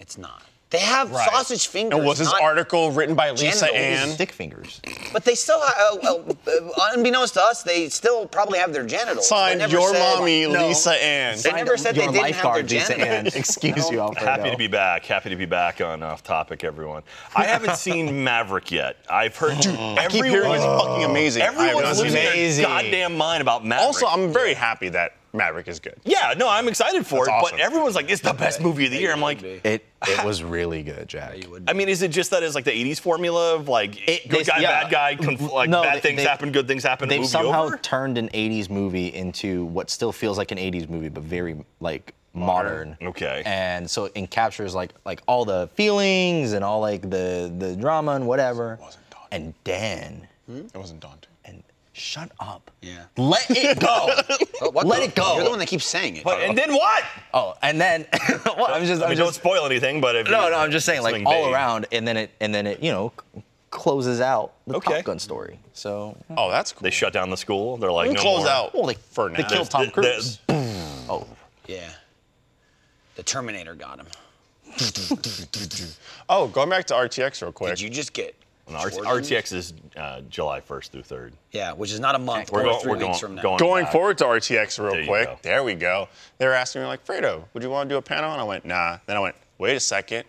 S4: It's not. They have
S6: Right.
S4: sausage fingers.
S6: And was this
S4: not-
S6: article written by Lisa
S4: genitals.
S6: Ann?
S5: Stick fingers.
S4: But they still, ha- uh, well, uh, unbeknownst to us, they still probably have their genitals. They
S6: Signed
S4: never
S6: your
S4: said-
S6: mommy,
S5: No.
S6: Lisa Ann.
S4: They never said they
S5: Your
S4: didn't have their
S5: lifeguard, Lisa Ann.
S4: genitals.
S5: Excuse you, Alfredo.
S3: Happy to be back. Happy to be back on Off Topic, everyone. I haven't seen Maverick yet. I've heard dude,
S6: I keep hearing it's fucking amazing. I have not
S3: everyone's
S6: seen
S3: losing
S6: it.
S5: Amazing.
S3: their goddamn mind about Maverick.
S6: Also, I'm very happy that Maverick is good.
S3: yeah, no, I'm excited for
S6: That's
S3: it.
S6: awesome.
S3: But everyone's like, it's the best movie of the year. I'm like,
S7: It it was really good, Jack.
S3: I mean, is it just that it's like the '80s formula of like
S5: It-
S3: good
S5: they-
S3: guy,
S5: yeah.
S3: bad guy, conf- like
S5: No,
S3: bad
S5: they-
S3: things
S5: they-
S3: happen, good things happen,
S5: They've
S3: movie
S5: somehow
S3: over?
S5: turned an '80s movie into what still feels like an '80s movie, but very like modern.
S3: Okay.
S5: And so it captures like like all the feelings and all like the the drama and whatever.
S6: wasn't done.
S5: And Dan
S6: It wasn't daunting.
S5: and shut up.
S4: Yeah.
S5: Let it go.
S4: But what
S5: Let
S4: the-
S5: it go.
S4: You're the one that keeps saying it.
S3: But and then what?
S5: Oh, and then well, I'm just
S3: I
S5: I'm
S3: mean, don't
S5: just
S3: spoil anything. But if
S5: no
S3: you-
S5: no I'm just saying like
S3: something
S5: all
S3: vague.
S5: around, and then it and then it you know c- closes out the
S3: Okay.
S5: Top Gun story. So
S6: Oh, that's cool.
S3: They shut down the school. They're like,
S6: Who
S3: no
S6: closed
S3: more.
S6: out
S5: well, they
S6: for
S5: they
S6: now.
S5: killed Tom
S3: The- the-
S5: Cruise. oh,
S4: yeah. The Terminator got him.
S6: Oh, going back to RTX real quick.
S4: Did you just get?
S3: No, R-
S4: Jordan?
S3: RTX is uh, July 1st through 3rd.
S4: Yeah, which is not a month.
S3: We're
S4: or
S3: going-
S4: 3
S3: we're
S4: weeks
S3: going-
S4: from now.
S3: going-
S6: going
S3: back.
S6: forward to RTX real
S3: There you
S6: quick.
S3: go.
S6: There we go. They were asking me like, Fredo, would you want to do a panel? And I went, nah. Then I went, wait a second.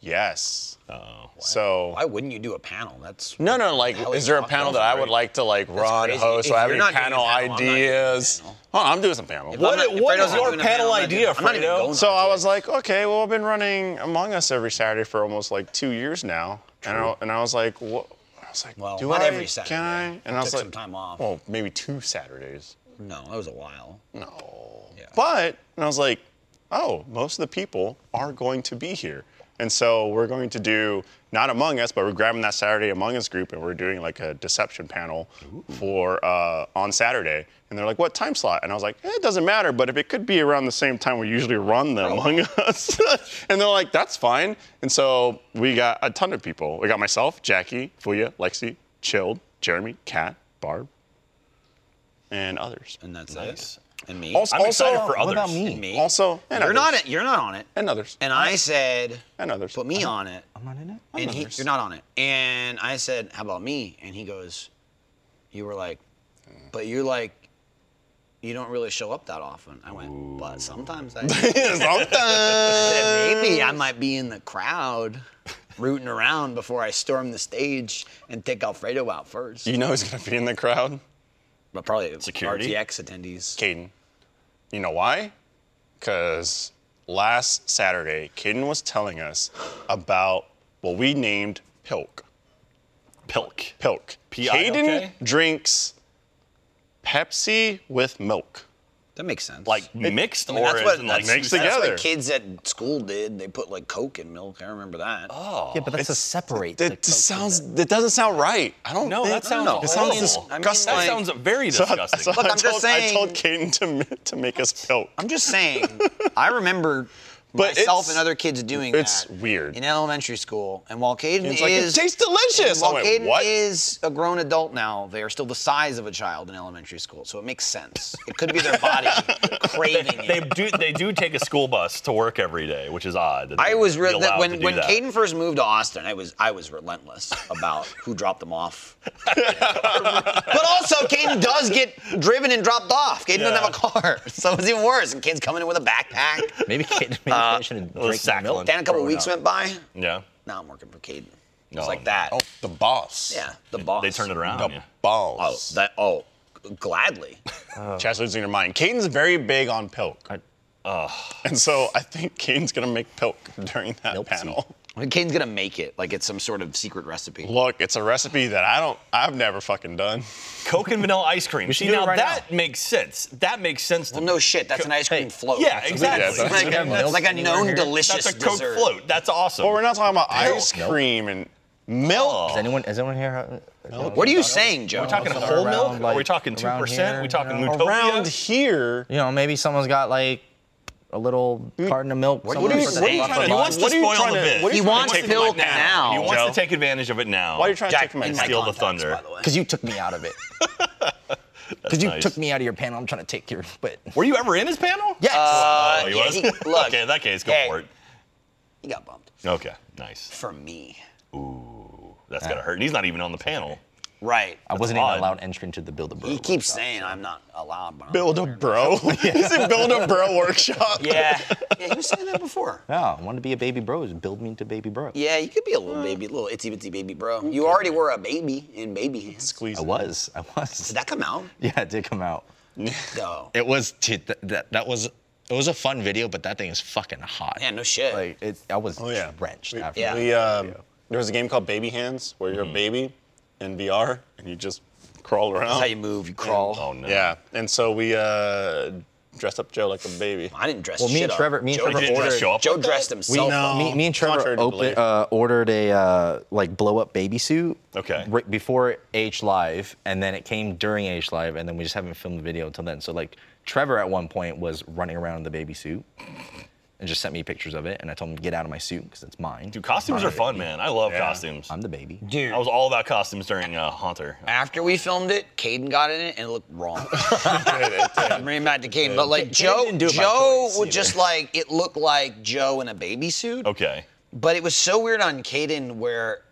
S6: Yes.
S3: Oh.
S6: So
S4: Why wouldn't you do a panel? That's
S6: no, no. Like,
S4: Hell,
S6: is there a
S4: fuck,
S6: panel
S4: that
S6: that I
S4: was
S6: would
S4: great.
S6: like to like run,
S4: crazy.
S6: host?
S4: If
S6: So I have
S4: you're
S6: any
S4: not doing a
S6: panel
S4: panel, I'm not doing a
S6: ideas?
S4: panel.
S6: Hold on, I'm doing some panel.
S4: I'm
S3: What,
S4: not- if
S3: what
S4: Fredo's
S3: is
S4: not
S3: your
S4: doing a
S3: panel
S4: panel, I'm not
S3: idea,
S4: doing- I'm not even
S3: Fredo?
S4: going
S6: So I was like, okay, well, I've been running Among Us every Saturday for almost like two years now, and I, and I was like, what? I was like,
S4: Well,
S6: do
S4: not
S6: I?
S4: every Saturday.
S6: Can I? And I was
S4: Took
S6: like,
S4: some time off.
S6: Well, maybe two Saturdays.
S4: no, that was a while.
S6: No.
S4: Yeah.
S6: But and I was like, oh, most of the people are going to be here. And so we're going to do not Among Us, but we're grabbing that Saturday Among Us group and we're doing like a deception panel for uh, on Saturday. And they're like, what time slot? And I was like, eh, it doesn't matter, but if it could be around the same time we usually run the Among Us. and they're like, that's fine. And so we got a ton of people. We got myself, Jackie, Fuya, Lexi, Chilled, Jeremy, Kat, Barb, and others.
S4: And that's
S3: Nice.
S4: it. And me.
S6: Also,
S3: I'm excited
S6: also-
S3: for
S5: what
S3: others.
S5: about me?
S4: me.
S6: Also, and
S4: you're not
S6: others.
S4: it. You're not on it.
S6: And others.
S4: And I said,
S6: And others.
S4: put me on it.
S5: I'm not in it.
S4: and he, you're not on it. And I said, how about me? And he goes, you were like, but you're like, you don't really show up that often. I went, but sometimes I. do."
S6: Sometimes.
S4: said, maybe I might be in the crowd, rooting around before I storm the stage and take Alfredo out first.
S6: you know who's gonna be in the crowd?
S4: But probably
S3: Security?
S4: RTX attendees.
S6: Caden. You know why? Because last Saturday, Caden was telling us about what we named Pilk.
S3: Pilk.
S6: Pilk.
S3: P-I-L-K?
S6: Caden drinks Pepsi with milk.
S4: That makes sense.
S3: Like mixed
S4: I mean,
S3: or
S4: that's what
S3: in, like
S6: mixed
S3: two
S4: that's
S6: together.
S4: what kids at school did. They put like Coke in milk. I remember that.
S6: Oh.
S5: Yeah, but that's to separate. the
S6: That
S5: Coke from
S6: sounds. That doesn't sound right. I don't.
S3: No,
S6: think-
S3: that sounds
S4: no,
S6: It sounds
S3: horrible.
S4: I mean,
S6: disgusting.
S4: like-
S3: That sounds very disgusting.
S6: So
S4: Look,
S6: I
S4: I'm just
S6: told-
S4: saying-
S6: I told Caden to mi- to make us Pilk.
S4: I'm just saying. I remember
S6: But
S4: myself
S6: it's-
S4: and other kids doing
S6: it's
S4: that
S6: weird.
S4: in elementary school. And while Caden
S6: It's
S4: is
S6: like, it tastes delicious.
S4: While
S6: I went,
S4: Caden
S6: "What?"
S4: is a grown adult now, they are still the size of a child in elementary school, so it makes sense. It could be their body craving it.
S3: they do they do take a school bus to work every day, which is odd. that
S4: I
S3: they'd
S4: was
S3: be
S4: re-
S3: allowed
S4: that
S3: to
S4: when
S3: do
S4: when
S3: that.
S4: Caden first moved to Austin, I was I was relentless about who dropped them off. but also, Caden does get driven and dropped off. Caden doesn't
S3: Yeah.
S4: have a car, so it's even worse. And Caden's coming in with a backpack.
S5: the- Maybe Kate. Maybe
S4: uh,
S5: I shouldn't drink the
S3: sack
S5: milk.
S3: lunch.
S4: Then a couple
S3: Growing
S4: weeks
S3: up.
S4: went by.
S3: yeah,
S4: Now I'm working for Caden. It's
S3: No,
S4: like that.
S6: Oh, the boss.
S4: Yeah, the boss.
S3: they turned it around.
S6: The
S3: yeah.
S4: Oh,
S6: boss.
S4: that. Oh, gladly.
S6: Chad's losing her mind. Caden's very big on Pilk. And so I think Caden's gonna make Pilk during that
S5: Nope.
S6: panel.
S4: I mean, Caden's gonna make it. Like it's some sort of secret recipe.
S6: Look, it's a recipe that I don't, I've never fucking done.
S3: Coke and vanilla ice cream. See
S5: do it
S3: now
S5: right
S3: that makes sense. That makes sense to
S4: Well,
S3: me.
S4: no shit. That's an ice cream float.
S3: Yeah,
S6: Yeah,
S3: exactly.
S6: that's-
S4: Like,
S5: Does it have
S4: like
S5: milk
S4: a
S5: anywhere
S4: known
S5: here?
S4: delicious
S3: That's a Coke
S4: dessert.
S3: float. That's awesome.
S6: But we're not talking about ice
S5: Nope. Oh.
S6: cream and
S3: Milk.
S5: Is anyone is anyone here? uh,
S4: What are you saying, Joe?
S3: We're talking whole milk? Are we talking two percent? Are we talking
S5: you know?
S3: Nutopia?
S6: Around here,
S5: You know, maybe someone's got like a little carton of milk.
S4: Mm. what
S5: What
S4: do
S5: are
S4: you-
S5: you,
S4: what do you-
S3: He wants to
S6: What are you
S3: spoil
S6: trying
S3: the
S6: to-
S3: bit.
S6: what are you
S4: He wants
S3: Take the mic
S4: milk now,
S3: He wants
S6: Joe.
S3: to take advantage of it now.
S6: Why are you trying
S4: Jack,
S6: to take my
S4: in
S3: and
S4: my
S3: steal the
S4: contacts,
S3: thunder?
S4: by the way.
S5: Because you took me out of it. Because you
S3: nice.
S5: took me out of your panel. I'm trying to take your. But
S3: Were you ever in his panel?
S5: yes.
S4: uh,
S3: Oh, he
S4: yeah,
S3: was?
S4: he- look.
S3: okay, in that case, go
S4: Hey.
S3: for it.
S4: He got bumped
S3: Okay, nice.
S4: for me.
S3: Ooh, that's gotta hurt. And he's not even on the panel.
S4: Right.
S5: I wasn't even
S3: odd.
S5: allowed entry into the build a
S4: He keeps saying I'm not allowed. But I'm
S6: build a bro. He's in build a bro workshop.
S4: Yeah. yeah, he was saying that before.
S5: No, I wanted to be a baby bro. Just build me into baby bro.
S4: Yeah, you could be a little baby, little itsy bitsy baby bro. You already were a baby in baby hands.
S6: Squeeze.
S5: I
S6: it.
S5: was. I was.
S4: Did that come out?
S5: yeah, it did come out.
S4: No.
S7: It was dude, that, that that was it was a fun video, but that thing is fucking hot.
S4: Yeah, no shit.
S5: Like it, I was
S6: Oh yeah.
S5: drenched
S6: We,
S5: after.
S4: Yeah.
S6: we, um, there was a game called Baby Hands where you're a baby in VR and you just crawl around.
S4: That's how you move, you crawl.
S3: Oh no.
S6: Yeah, and so we uh, dressed up Joe like a baby.
S4: I didn't dress
S5: Well, me
S4: shit
S5: and
S4: up.
S5: Trevor- me and
S4: Joe
S5: Trevor
S4: didn't dress-
S3: ordered- show up
S4: Joe
S3: like that?
S4: dressed himself.
S6: know.
S4: up.
S5: Me, me and Trevor
S6: Contrary to
S5: open,
S6: belief.
S5: uh, ordered a uh, like blow up baby suit.
S3: Okay.
S5: Right before H Live, and then it came during H Live, and then we just haven't filmed the video until then. So like Trevor at one point was running around in the baby suit, and just sent me pictures of it, and I told him to get out of my suit because it's mine.
S3: Dude, costumes are fun, man. I love costumes.
S5: I'm the baby.
S3: I was all about costumes during uh, Haunter.
S4: After we filmed it, Caden got in it and it looked wrong. I'm really mad to Caden, but like Joe,
S5: didn't do it by
S4: Joe
S5: choice
S4: would just like it looked like Joe in a baby suit.
S3: Okay.
S4: But it was so weird on Caden where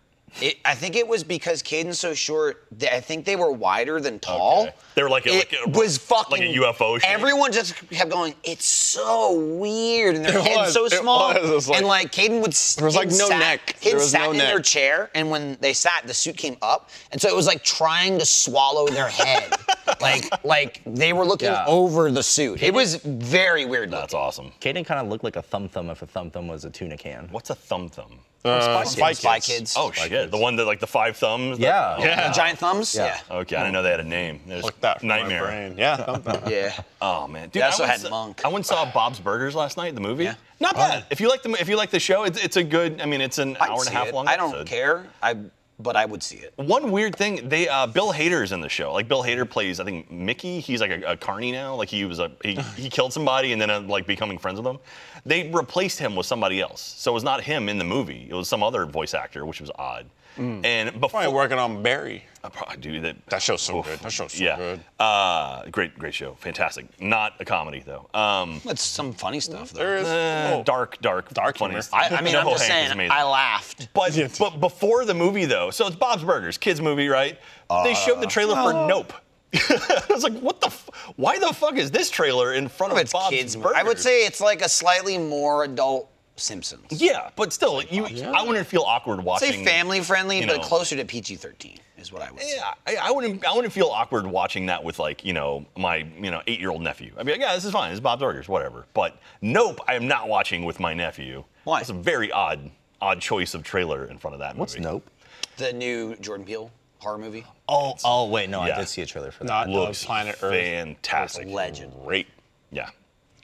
S4: it, I think it was because Caden's so short that I think they were wider than tall.
S3: Okay. They were like a-
S4: it
S3: like a-
S4: was
S3: like a
S4: fucking
S3: UFO shape.
S4: Everyone just kept going. It's so weird, and their
S6: It
S4: head's
S6: was,
S4: so
S6: it
S4: small.
S6: was, it was like-
S4: and like Caden would
S6: There was, like, no neck.
S4: Caden
S6: There was
S4: sat
S6: no
S4: in
S6: neck.
S4: their chair, and when they sat, the suit came up, and so it was like trying to swallow their head. like like they were looking
S5: Yeah.
S4: over the suit. It was very weird.
S3: That's
S4: looking.
S3: awesome.
S5: Caden kind of looked like a thumb thumb if a thumb thumb was a tuna can.
S3: What's a thumb thumb?
S6: Uh,
S4: Spy Kids. Spy Kids.
S3: Oh shit. The one that like the five thumbs? that-
S5: Yeah.
S3: Oh,
S6: Yeah.
S4: Giant thumbs. yeah.
S3: Okay, I didn't know they had a name. It was
S6: Fuck that. from my
S3: nightmare.
S6: brain. Yeah. something.
S4: Yeah.
S3: Oh man, dude,
S4: They also
S3: I went
S4: had
S3: s-
S4: Monk.
S3: I went and saw Bob's Burgers last night, the movie.
S4: Yeah.
S3: Not bad. If you like the mo- if you like the show, it's, it's a good. I mean, it's an
S4: I'd
S3: hour and a
S4: see
S3: half
S4: it.
S3: long.
S4: I don't
S3: episode.
S4: care. I but I would see it.
S3: One weird thing, they uh, Bill Hader's in the show. Like Bill Hader plays, I think Mickey. He's like a, a carny now. Like he was a he, he killed somebody and then uh, like becoming friends with them. They replaced him with somebody else, so it was not him in the movie. It was some other voice actor, which was odd. And before
S6: Mm. Probably working on Barry.
S3: Uh, pro- dude, that,
S6: That show's so good. That show's so
S3: yeah.
S6: good.
S3: Uh, great, great show. Fantastic. Not a comedy though. Um,
S4: It's some funny stuff though.
S6: There is.
S3: uh,
S6: oh,
S3: dark, dark, dark funny.
S6: humor.
S3: stuff.
S4: I, I mean, I'm
S3: No,
S4: just
S3: Hank is
S4: saying.
S3: amazing.
S4: I laughed.
S3: But, but before the movie though, so it's Bob's Burgers, kids movie, right?
S5: Uh,
S3: they showed the trailer for Nope. I was like, what the? F- why the fuck is this trailer in front of
S4: It's
S3: Bob's
S4: kids.
S3: Burgers?
S4: I would say it's like a slightly more adult Simpsons.
S3: Yeah, but still, you, I wouldn't feel awkward watching.
S4: Say family friendly,
S3: you
S4: but
S3: know.
S4: closer to PG-13 is what I would say.
S3: Yeah, I, I wouldn't. I wouldn't feel awkward watching that with like you know my you know eight year old nephew. I'd be like, yeah, this is fine. This is Bob Burgers, whatever. But nope, I am not watching with my nephew.
S4: Why?
S3: It's a very odd, odd choice of trailer in front of that
S5: What's
S3: movie.
S5: nope?
S4: The new Jordan Peele horror movie.
S5: Oh, oh wait, no,
S3: Yeah.
S5: I did see a trailer for that.
S6: Not
S3: Looks
S6: of planet Earth.
S3: fantastic.
S4: Legend.
S6: Great.
S3: Yeah,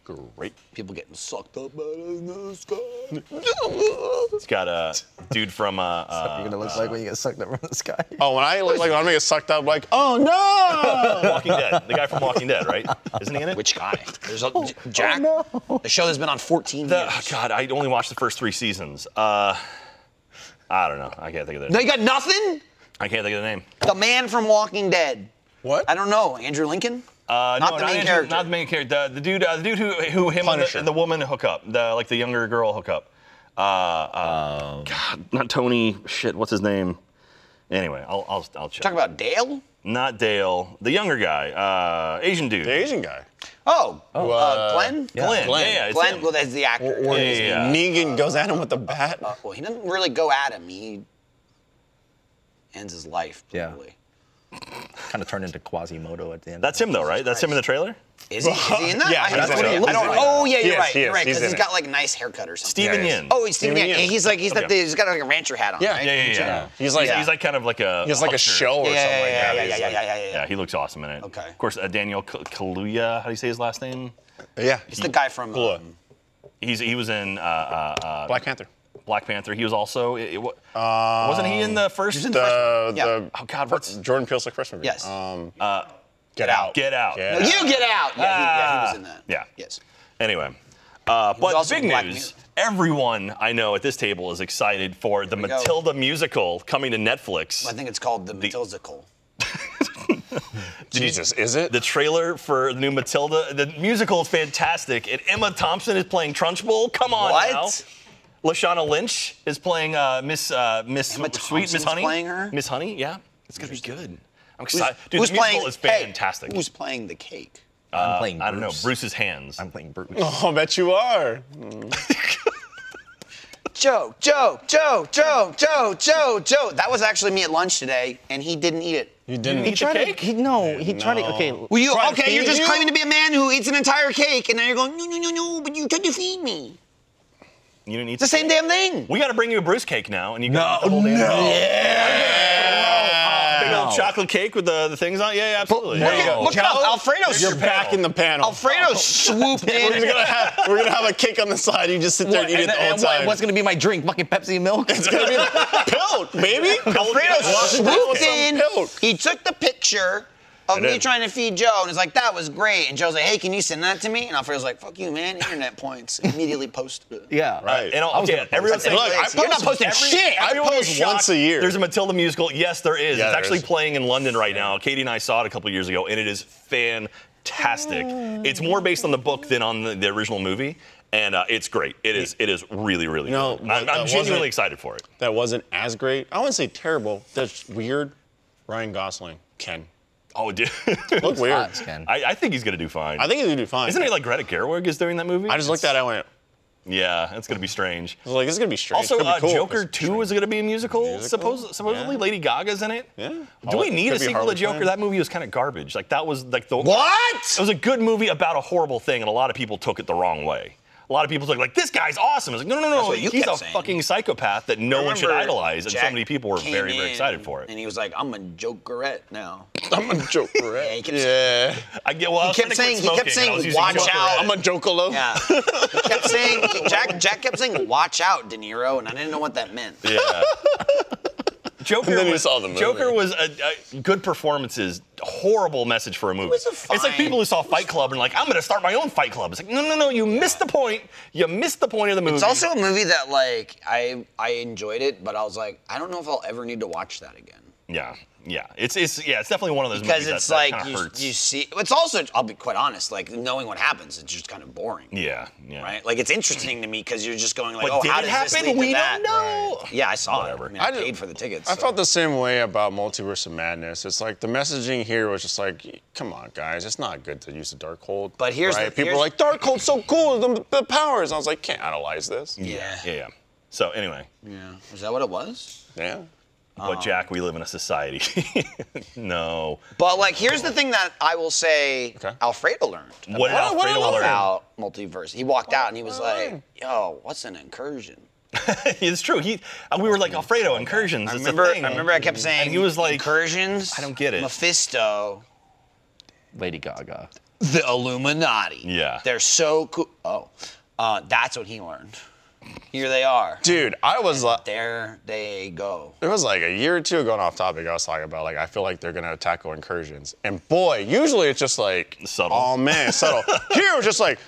S6: Great.
S4: People getting sucked up out of the sky.
S3: it's got a dude from uh, uh,
S5: You're gonna look like when you get sucked up from the sky.
S6: Oh, when I look like I'm gonna get sucked up, like, oh no!
S3: Walking Dead. The guy from Walking Dead, right? Isn't he in it?
S4: Which guy? There's a, J- Jack. The show that's been on 14
S3: Oh, the,
S4: years.
S3: Ah, God, I only watched the first three seasons. Uh, I don't know. I can't think of the.
S4: They got nothing.
S3: I can't think of the name.
S4: The man from Walking Dead.
S6: what?
S4: I don't know. Andrew Lincoln.
S3: Uh,
S4: Not
S3: no,
S4: the main
S3: Andrew-
S4: character.
S3: Not the main character. The, the dude, uh, the dude who, who him and the,
S6: Punisher.
S3: and the woman hook up. The like the younger girl hook up. Uh, uh,
S4: Um,
S3: God, not Tony. Shit, what's his name? Anyway, I'll I'll, I'll check.
S4: Talk about Dale.
S3: not Dale. The younger guy, uh, Asian dude.
S6: The Asian guy.
S4: Oh, uh,
S6: uh,
S4: Glenn.
S3: Glenn. Yeah, yeah, it's
S4: Glenn.
S3: him.
S4: Well, that's the actor.
S6: Or
S3: Yeah, yeah, yeah.
S6: Negan goes at him with the bat.
S4: well, he doesn't really go at him. He ends his life.
S5: Yeah.
S4: Probably.
S5: kind of turned into Quasimodo at the end.
S3: That's him though, right? That's him in the trailer.
S4: Is he? Is he in that?
S6: Yeah,
S4: I,
S6: he's
S4: that's
S6: in
S4: what
S6: it.
S4: he- I don't.
S6: He's in it.
S4: Oh yeah,
S6: He
S4: you're
S6: is,
S4: right.
S6: he
S4: You're
S6: is,
S4: right,
S6: he's
S4: because
S6: in
S4: he's
S6: it.
S4: got like a nice haircut or something.
S3: Steven
S6: Yeah, yeah.
S3: Yin.
S4: Oh, he's Steven
S6: Steven
S4: Yeun.
S6: Yeun.
S4: He's like he's got
S3: Okay.
S4: he's got like a rancher hat on.
S6: Yeah.
S4: right?
S3: yeah, yeah, yeah.
S6: He's like
S3: He's like kind of like a.
S6: he has like a
S3: usher.
S6: show or
S4: Yeah,
S6: something like
S4: yeah,
S6: that.
S4: yeah, yeah,
S6: He's
S4: yeah,
S6: like-
S4: yeah, yeah, yeah,
S3: Yeah, he looks awesome in it.
S4: Okay.
S3: Of course, uh, Daniel K- Kaluuya. How do you say his last name?
S6: yeah.
S4: It's the guy from.
S6: Cool.
S4: um,
S3: He's he was in. Uh, uh, uh,
S6: Black Panther.
S3: Black Panther. He was also. It, it, wa- wasn't he in the first?
S4: Um, in the first-
S6: Uh, The,
S4: Yeah.
S6: the
S3: Oh, God, what's-
S6: Jordan Peele's like first movie?
S4: Yes.
S6: Um, get out.
S3: Get Out.
S6: Get
S4: No,
S6: Out.
S4: you get out. Yeah, he, yeah, he was in
S3: Ah,
S4: that.
S3: yeah.
S4: Yes.
S3: Anyway, uh, but
S4: also
S3: big
S4: in Black
S3: news.
S4: Mirror.
S3: Everyone I know at this table is excited for the
S4: we go.
S3: Matilda musical coming to Netflix.
S4: I think it's called the Matildical.
S6: Jesus, is it?
S3: The trailer for the new Matilda, the musical is fantastic, and Emma Thompson is playing Trunchbull. Come on
S4: What?
S3: now. Lashana Lynch is playing uh, Miss uh, Miss
S4: Emma
S3: Sweet Miss
S4: Thompson's
S3: Honey.
S4: playing her?
S3: Miss Honey, yeah. It's gonna be good. I'm
S4: Who's-
S3: excited. Dude,
S4: who's
S3: the musical
S4: playing-
S3: is
S4: hey,
S3: fantastic.
S4: who's playing the cake?
S5: I'm playing.
S3: I don't know.
S5: Bruce.
S3: Bruce's hands.
S5: I'm playing Bruce.
S6: oh, I bet you are.
S4: Joe, Joe, Joe, Joe, Joe, Joe, Joe. That was actually me at lunch today, and he didn't eat it.
S6: You didn't.
S5: He tried to.
S3: cake?
S5: He, no, he tried to. Okay.
S4: Well, you
S6: Trying to
S4: okay? You're
S6: feed
S4: just
S6: you?
S4: claiming to be a man who eats an entire cake, and now you're going, no, no, no, no, but you tried to feed me.
S3: you don't need
S4: It's the same damn thing.
S3: We gotta bring you a Bruce cake now, and you got the whole damn thing.
S6: Yeah.
S3: Oh, Big old chocolate cake with the, the things on. it? Yeah, yeah, absolutely.
S6: There
S3: Yeah.
S6: you go.
S4: look at
S6: Alfredo's
S3: There's
S6: you're
S3: your
S6: back
S3: panel.
S6: in the panel.
S4: Alfredo swooped
S6: We're
S4: in.
S6: gonna have we're gonna have a cake on the side. You just sit there
S5: What-
S6: and eat it
S5: and-
S6: the whole
S5: and what-
S6: time.
S5: what's gonna be my drink? Fucking Pepsi milk.
S6: It's gonna be like, pilled, baby.
S4: Alfredo swooped in.
S6: Pilled.
S4: He took the picture of
S6: I
S4: me
S6: did.
S4: trying to feed Joe, and he's like, "That was great." And Joe's like, "Hey, can you send that to me?" And Alfredo's like, "Fuck you, man. Internet points." Immediately post.
S5: yeah.
S6: Right.
S3: And I'll, yeah, everyone's saying,
S6: Look, I
S3: "Hey,
S6: post,
S4: You're not posting shit. I
S3: everyone
S6: post
S3: was shocked.
S6: once a year.
S3: There's a Matilda musical. Yes, there is.
S6: Yeah,
S3: it's
S6: there
S3: actually
S6: is.
S3: playing in London right now. Katie and I saw it a couple years ago, and it is fantastic. It's more based on the book than on the, the original movie, and uh, it's great. It is. It is really, really.
S6: No,
S3: good. I'm,
S6: but that
S3: I'm genuinely
S6: wasn't-
S3: excited for it.
S6: that wasn't as great. I wouldn't say terrible. That's weird. Ryan Gosling, Ken.
S3: Oh, dude.
S6: Look weird.
S5: Hot, Ken.
S3: I, I think he's gonna do fine.
S6: I think he's gonna do fine.
S3: Isn't it like Greta Gerwig is doing that movie?
S6: I just looked at it. I went.
S3: Yeah, that's gonna be strange.
S6: I was like, this is gonna be strange.
S3: Also,
S6: Could be
S3: uh,
S6: cool.
S3: Joker
S6: It's
S3: 2 is going to be a musical.
S6: Musical?
S3: Suppos- supposedly,
S6: Yeah.
S3: Lady Gaga's in it.
S6: Yeah.
S3: Do
S6: Harley-
S3: we need a
S6: could be
S3: sequel
S6: Harley
S3: to Joker?
S6: Quinn.
S3: That movie was kind of garbage. Like that was like the
S4: What?
S3: It was a good movie about a horrible thing, and a lot of people took it the wrong way. A lot of people took like this guy's awesome. It's like no, no, no, no.
S4: what you
S3: He's
S4: kept
S3: a
S4: saying.
S3: fucking psychopath that no one should
S4: remember
S3: idolize, and so
S4: Jack
S3: many people were
S4: came
S3: very, very
S4: in,
S3: excited for it.
S4: And he was like, "I'm a Jokerette now."
S6: I'm a Joker.
S4: Yeah, he kept-
S6: yeah.
S3: I get well. I was
S4: kept
S3: trying to
S4: saying-
S3: quit
S4: he kept
S3: smoking,
S4: saying,
S3: I was using
S4: "Watch
S3: Joker
S4: out,
S3: Red.
S6: I'm a Jokolo.
S4: Yeah. He kept saying Jack Jack kept saying watch out, De Niro, and I didn't know what that meant.
S3: Yeah. Joker,
S6: And then you
S3: was,
S6: saw the movie.
S3: Joker was a, a good performances, horrible message for a movie.
S4: was a
S3: it's like
S4: fine-
S3: people who saw Fight Club and like, I'm gonna start my own Fight Club. It's like, no, no, no, you missed the point. You missed the point of the movie.
S4: It's also a movie that like I I enjoyed it, but I was like, I don't know if I'll ever need to watch that again.
S3: yeah, yeah. It's it's yeah. It's definitely one of those
S4: Because
S3: movies that-
S4: it's
S3: that,
S4: like
S3: kinda
S4: you,
S3: hurts.
S4: you see it's also I'll be quite honest, like knowing what happens, it's just kind of boring.
S3: yeah, yeah.
S4: Right? Like it's interesting to me because you're just going like,
S3: But
S4: oh,
S3: did it
S4: how does this
S3: happen?
S4: lead to
S3: We don't
S4: that?
S3: know.
S4: Right. Yeah, I saw
S3: Whatever.
S4: it. I, mean, I,
S6: did-
S4: paid for the tickets.
S6: I
S4: so-
S6: felt the same way about Multiverse of Madness. It's like the messaging here was just like, come on, guys, it's not good to use the Darkhold.
S4: But here's the-
S6: right? people
S4: here's-
S6: are like, Darkhold's so cool, the, the powers. I was like, can't analyze this. Yeah.
S4: Yeah.
S3: yeah, yeah. So anyway,
S4: Yeah. Is that what it was? Um.
S3: but Jack, we live in a society. no.
S4: But like, here's the thing that I will say,
S6: Okay.
S4: Alfredo learned
S3: What did
S6: What- what
S3: Alfredo
S6: I learned?
S3: learn?
S4: about multiverse. He walked out and he was like, "Yo, what's an incursion?"
S3: it's true. He and we were like Alfredo incursions.
S4: I
S3: it's a
S4: remember,
S3: thing.
S4: I remember, I kept saying
S3: And he was like,
S4: "Incursions."
S3: I don't get it.
S4: Mephisto,
S5: Lady Gaga.
S4: the Illuminati.
S3: Yeah.
S4: they're so cool. Oh, uh, that's what he learned. Here they are.
S6: Dude, I was uh, like,
S4: There they go.
S6: it was like a year or two ago, and off topic, I was talking about like, I feel like they're gonna tackle incursions, and boy, usually it's just like
S3: Subtle.
S6: Oh man, subtle. Here it was just like,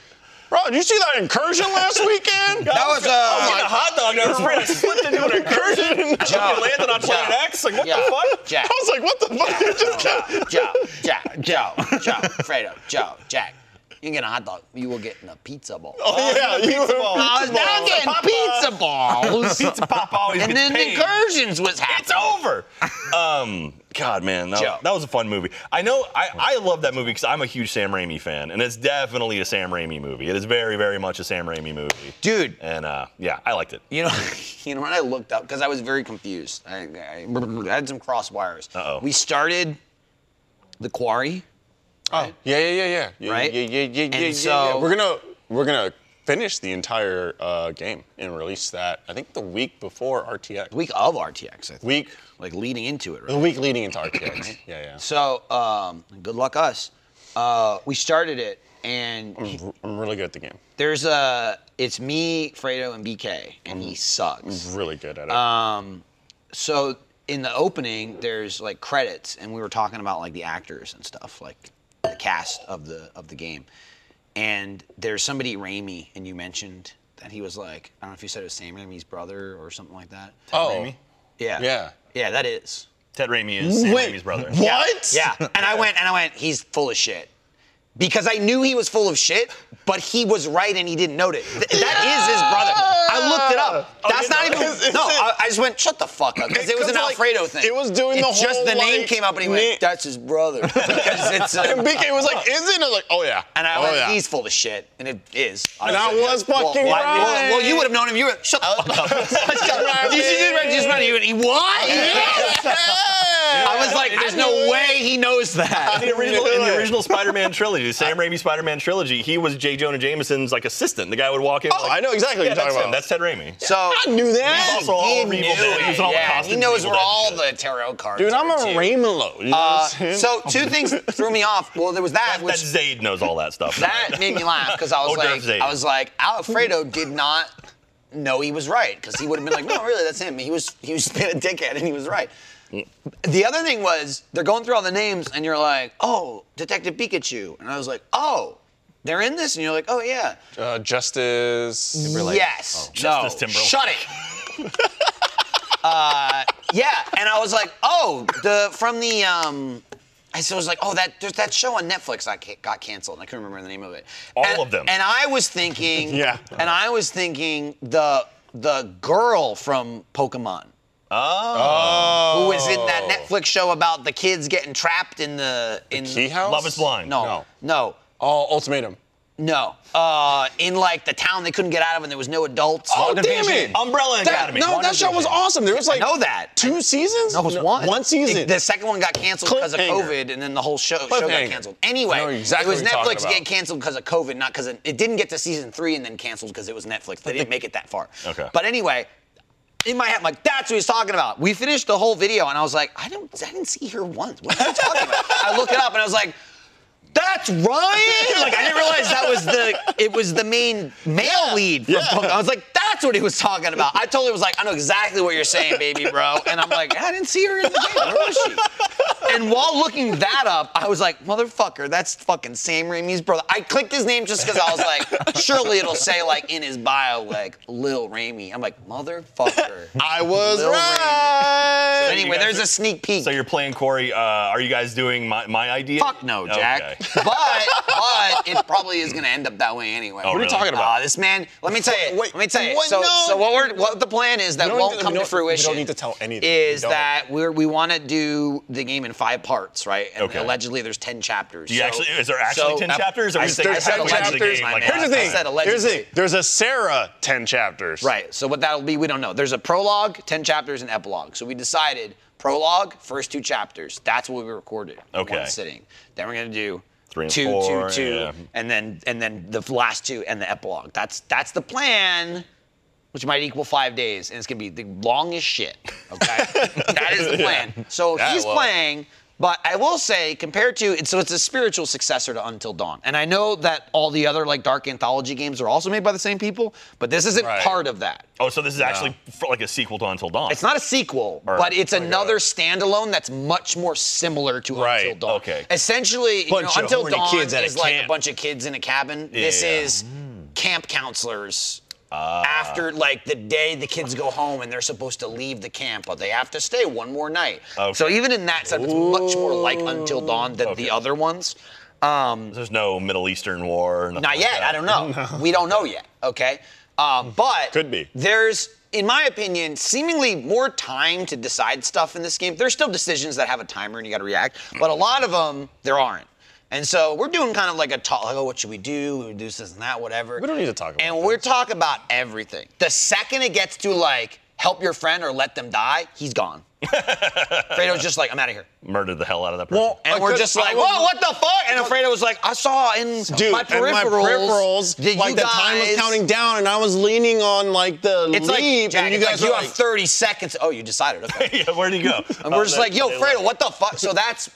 S6: bro, did you see that incursion last weekend?
S3: Oh,
S6: oh,
S4: That was
S3: I'm
S4: uh,
S3: getting a hot dog now. I slipped into an incursion. I
S4: Jack.
S3: landed on planet
S4: Jack.
S3: X. Like what
S4: Yeah. Oh,
S3: the fuck?
S4: Jack.
S6: I was like, what the fuck? You just kept-
S4: Joe, Joe, Joe, Joe, Fredo, Joe, Jack. You can get a hot dog. You will get a pizza ball.
S6: oh yeah, you were.
S4: I was now getting pizza balls.
S3: Pizza Pop always
S4: and
S3: gets
S4: then
S3: paid.
S4: incursions was happening.
S3: It's over. Um, God, man, that,
S4: Joe.
S3: that was a fun movie. I know I, I love that movie because I'm a huge Sam Raimi fan, and it's definitely a Sam Raimi movie. It is very, very much a Sam Raimi movie.
S4: Dude,
S3: And uh, yeah, I liked it.
S4: you know, you know when I looked up because I was very confused. I, I, I had some cross wires.
S3: Uh-oh.
S4: We started the quarry.
S6: Oh, yeah, yeah, yeah, yeah. yeah.
S4: Right?
S6: Yeah, yeah, yeah, yeah, yeah, yeah.
S4: so-
S6: We're gonna we're gonna finish the entire uh, game and release that. I think the week before RTX.
S4: Week of RTX, I think.
S6: Week.
S4: Like leading into it, right?
S6: The week leading into RTX. yeah, yeah.
S4: So, um, good luck us. Uh, we started it, and
S3: Mm.
S4: he-
S6: I'm, I'm really good at the game.
S4: there's a it's me, Fredo, and BK, and he sucks.
S6: Really good at it.
S4: Uh, So in the opening, there's like credits, and we were talking about like the actors and stuff, like the cast of the of the game. And there's somebody Raimi, and you mentioned that he was like I don't know if you said it was Sam Raimi's brother or something like that.
S6: oh,
S3: Raimi?
S4: Yeah.
S6: yeah.
S4: Yeah, that is.
S3: Ted Raimi is Sam
S6: Wait,
S3: Raimi's brother.
S6: What?
S4: Yeah. And I went and I went, he's full of shit. Because I knew he was full of shit, but he was right and he didn't note it. Th- that is his brother. I looked it up. That's
S6: Oh, you
S4: not even.
S6: know, it's- it's
S4: no,
S6: it.
S4: I, I just went, shut the fuck up. Because it was an
S6: 'Cause, like,
S4: Alfredo thing.
S6: it was doing the
S4: It's just
S6: whole,
S4: the name
S6: like,
S4: came up and he went,
S6: ni-
S4: that's his brother. Because it's uh, a,
S6: And BK was like, is it? And I was like, oh yeah.
S4: and I
S6: oh,
S4: went,
S6: yeah.
S4: he's full of shit. And it is.
S6: And I
S4: obviously.
S6: was
S4: Well,
S6: fucking Oh,
S4: well,
S6: right.
S4: Well, well, you would have known him. You would shut the fuck up.
S6: right,
S4: You see,
S6: man.
S4: just read it, you went, he what?
S6: Yeah.
S4: I was like, there's no way he knows that.
S3: In the original, in the original Spider-Man trilogy, the Sam Raimi Spider-Man trilogy, he was J. Jonah Jameson's like assistant. The guy would walk in.
S6: Oh,
S3: like,
S6: I know exactly
S3: Yeah,
S6: what you're
S3: that's
S6: talking
S3: him.
S6: about.
S3: That's Ted Raimi.
S4: So
S6: I knew that.
S3: He's also all Evil Dead. He's all
S4: yeah,
S3: Constantine
S4: he knows
S3: Evil
S4: where
S3: Dead
S4: all
S3: shit.
S4: the tarot cards
S6: Dude, I'm
S4: are,
S6: a
S4: too.
S6: Raymelo. You know
S4: Uh,
S6: what I'm saying?
S4: so two things threw me off. Well, there was that,
S3: That
S4: which
S3: Zayd knows all that stuff.
S4: that made me laugh because I was
S3: Oh, Darth
S4: like,
S3: Vader.
S4: I was like, Alfredo did not know he was right because he would have been like, no, really, that's him. He was he was being a dickhead and he was right. The other thing was they're going through all the names and you're like, oh, Detective Pikachu, and I was like, oh, they're in this, and you're like, oh yeah,
S6: uh, Justice.
S4: yes,
S3: Justice
S4: no,
S3: Timberlake.
S4: shut it. Uh, Yeah, and I was like, oh, the from the um, I so I was like, oh, that there's that show on Netflix I ca- got canceled, and I couldn't remember the name of it.
S3: All
S4: And-
S3: of them.
S4: And I was thinking,
S6: Yeah.
S4: and I was thinking the the girl from Pokemon
S6: Oh.
S4: who was in that Netflix show about the kids getting trapped in the in
S6: Key House?
S3: Love is Blind.
S4: No, no,
S6: No.
S4: no.
S6: Oh, Ultimatum.
S4: Uh, in like the town they couldn't get out of, and there was no adults.
S6: Oh, damn it.
S3: Umbrella
S6: That,
S3: Academy.
S6: no, that show was awesome. There was like
S4: know that.
S6: two seasons.
S4: No, it was one.
S6: One season.
S4: It- the second one got canceled because of
S6: Cliffhanger.
S4: COVID, and then the whole show, show got
S6: Cliffhanger.
S4: canceled.
S6: I know
S4: Anyway,
S6: exactly
S4: it was
S6: what you're
S4: Netflix
S6: talking
S4: get
S6: about.
S4: canceled because of COVID, not because it, it didn't get to season three and then canceled because it was Netflix. They didn't make it that far.
S3: Okay.
S4: But anyway. In my head, I'm like, that's what he's talking about. We finished the whole video, and I was like, I don't, I didn't see her once. What are you talking about? I looked it up, and I was like, that's Ryan. Like I didn't realize that was the, it was the main male lead from Pokemon. I was like, that's what he was talking about. I totally was like, I know exactly what you're saying, baby, bro. And I'm like, I didn't see her in the game. Where was she? And while looking that up, I was like, motherfucker, that's fucking Sam Raimi's brother. I clicked his name just because I was like, surely it'll say like in his bio like Lil Raimi. I'm like, motherfucker.
S6: I was
S4: Lil Wayne.
S6: right.
S4: But anyway, there's a sneak peek.
S3: So you're playing Corey. Uh, are you guys doing my, my idea?
S4: Fuck no, Jack.
S3: Okay.
S4: But but it probably is gonna end up that way anyway.
S3: What are you Oh, really? talking
S4: Aw,
S6: about?
S4: this man. Let me tell you.
S6: Wait,
S4: let me tell you.
S6: what?
S4: So,
S6: No.
S4: so what we're what the plan is that
S6: don't
S4: won't
S6: need to-
S4: come
S6: we
S4: to
S6: don't- we don't
S4: fruition.
S6: need to tell anything.
S4: Is
S6: We don't.
S4: that we're, we want to do the game in five parts, right? And
S3: Okay.
S4: allegedly there's ten chapters.
S3: Do you
S4: So-
S3: actually? Is there actually
S4: so-
S3: ten chapters? Or are
S4: I-
S3: we saying
S4: I said
S3: halfway through the
S4: chapters,
S3: game,
S4: my
S3: like,
S4: man.
S6: Here's the thing.
S4: I said
S6: Here's the
S4: allegedly.
S6: thing. There's a Sarah 10 chapters.
S4: Right. So what that'll be, we don't know. There's a prologue, ten chapters, and epilogue. So we decided prologue, first two chapters. That's what we recorded. in
S3: Okay.
S4: One sitting. Then we're gonna do
S3: Three and
S4: two, two,
S3: four,
S4: two,
S3: yeah.
S4: and then and then the last two and the epilogue. That's that's the plan. Which might equal five days, and it's gonna be the longest shit. Okay, that is the plan. So
S6: That
S4: he's
S6: was-
S4: playing, but I will say, compared to, it's, so it's a spiritual successor to Until Dawn, and I know that all the other like dark anthology games are also made by the same people, but this isn't
S6: Right.
S4: part of that.
S3: Oh, so this is actually f- like a sequel to Until Dawn.
S4: It's not a sequel,
S3: Or-
S4: but it's
S3: I got
S4: another
S3: it.
S4: standalone that's much more similar to
S6: Right,
S4: Until Dawn.
S3: okay.
S4: Essentially, you know,
S6: Bunch of
S4: Until
S6: horny
S4: Dawn
S6: kids at a
S4: is like a
S6: camp.
S4: bunch of kids in a cabin. This
S3: Yeah.
S4: is camp counselors. After like the day the kids go home and they're supposed to leave the camp, but they have to stay one more night.
S3: Okay.
S4: So even in that sense, it's much more like Until Dawn than the other ones. Um,
S3: There's no Middle Eastern war. nothing
S4: not
S3: like
S4: yet.
S3: that.
S4: I don't know. We don't know yet. Okay. Uh, but
S6: Hmm. Could be.
S4: There's, in my opinion, seemingly more time to decide stuff in this game. There's still decisions that have a timer and you got to react, but a lot of them there aren't. And so we're doing kind of like a talk, like, oh, what should we do? We do this and that, whatever.
S6: We don't need to talk about
S4: And
S6: this.
S4: we're talking about everything. The second it gets to like help your friend or let them die, he's gone. Fredo's just like, I'm out of here.
S3: Murdered the hell out of that person.
S4: And
S6: I
S4: we're
S3: uh,
S6: could-
S4: just
S6: I
S4: like,
S6: would-
S4: whoa, what the fuck? And Alfredo was like, I saw in
S6: Dude,
S4: my
S6: and my
S4: peripherals, that
S6: peripherals,
S4: you
S6: like the time was
S4: guys-
S6: counting down, and I was leaning on like the
S4: It's like,
S6: leap,
S4: Jack,
S6: and you
S4: it's
S6: guys
S4: like, you
S6: were
S4: have 30 seconds. Oh, you decided. Okay.
S3: yeah, where'd he go? Uh,
S4: And we're just like, yo, Fredo, what the fuck? So that's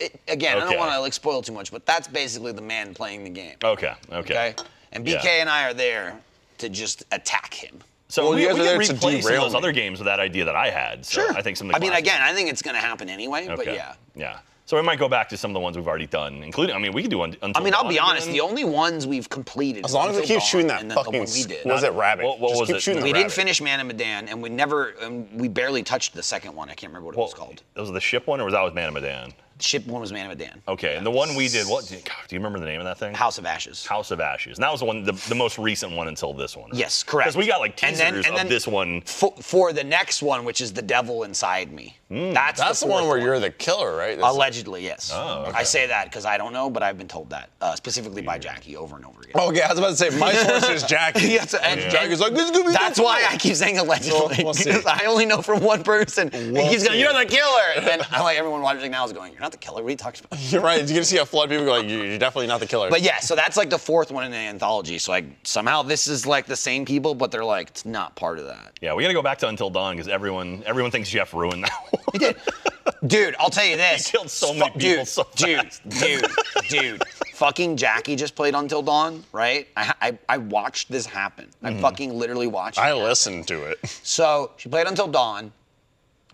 S4: it, again, I
S3: Okay.
S4: don't want to like spoil too much, but that's basically the man playing the game.
S3: Okay. Okay.
S4: And BK
S3: Yeah.
S4: and I are there to just attack him.
S3: So
S6: Well,
S3: we,
S6: you
S3: we
S6: guys are
S3: can
S6: there to
S3: replay some of
S6: derail
S3: those
S6: me.
S3: other games with that idea that I had. So I think some. Of the
S4: I mean,
S3: classics-
S4: again, I think it's going to happen anyway, but yeah.
S3: Yeah. So we might go back to some of the ones we've already done, including. I mean, we could do one.
S4: I mean, I'll be honest. The only ones we've completed.
S6: As long
S4: is
S6: as we
S4: Until
S6: keep shooting
S4: Dawn
S6: that
S4: and then the
S6: fucking
S4: one we did.
S6: was it rabbit?
S3: What- what
S6: Just
S3: was
S6: keep
S3: it?
S6: shooting
S4: we
S6: the
S4: didn't
S6: rabbit.
S4: finish Man and Medan, and we never, and we barely touched the second one. I can't remember what it was called.
S3: Was it the ship one, or was that with Man of Medan?
S4: Ship one was Man and
S6: Oh.
S4: Medan.
S3: Okay, and the one we did. What? God, do you remember the name of that thing?
S4: House of Ashes.
S3: House of Ashes. And that was the one, the, the most recent one until this one. right?
S4: Yes, correct.
S3: 'Cause we got like teasers
S4: And then- and then-
S3: of this one.
S4: For, for the next one, which is the devil inside me. that's
S6: Hmm. That's the
S4: fourth
S6: one where you're the Oh, killer, right? That's-
S4: Allegedly, yes. I say that because I don't know, but I've been told that uh, specifically by Jackie over and over again.
S6: Okay, I was about to say my source is Jackie.
S4: Yes, and-
S6: And Jackie's like, this is gonna be
S4: That's why I keep saying allegedly
S6: We'll- we'll see.
S4: because I only know from one person. he keeps going,
S6: see.
S4: "You're the killer," and then I like everyone watching now is going, "You're not the killer." What are you talking about?
S6: You're right. You're gonna see a flood of people go like, "You- you're definitely not the killer.
S4: But yeah, so that's like the fourth one in the anthology. So like somehow this is like the same people, but they're like it's not part of that.
S3: Yeah, we gotta go back to Until Dawn because everyone everyone thinks Jeff ruined that one.
S4: He did, dude. I'll tell you this.
S3: He killed so many
S4: Fuck-
S3: people
S4: dude,
S3: so fast.
S4: Dude, dude, dude. Fucking Jackie just played Until Dawn, right? I I, I watched this happen. I fucking literally watched.
S6: I
S4: it.
S6: listened to it.
S4: So she played until dawn.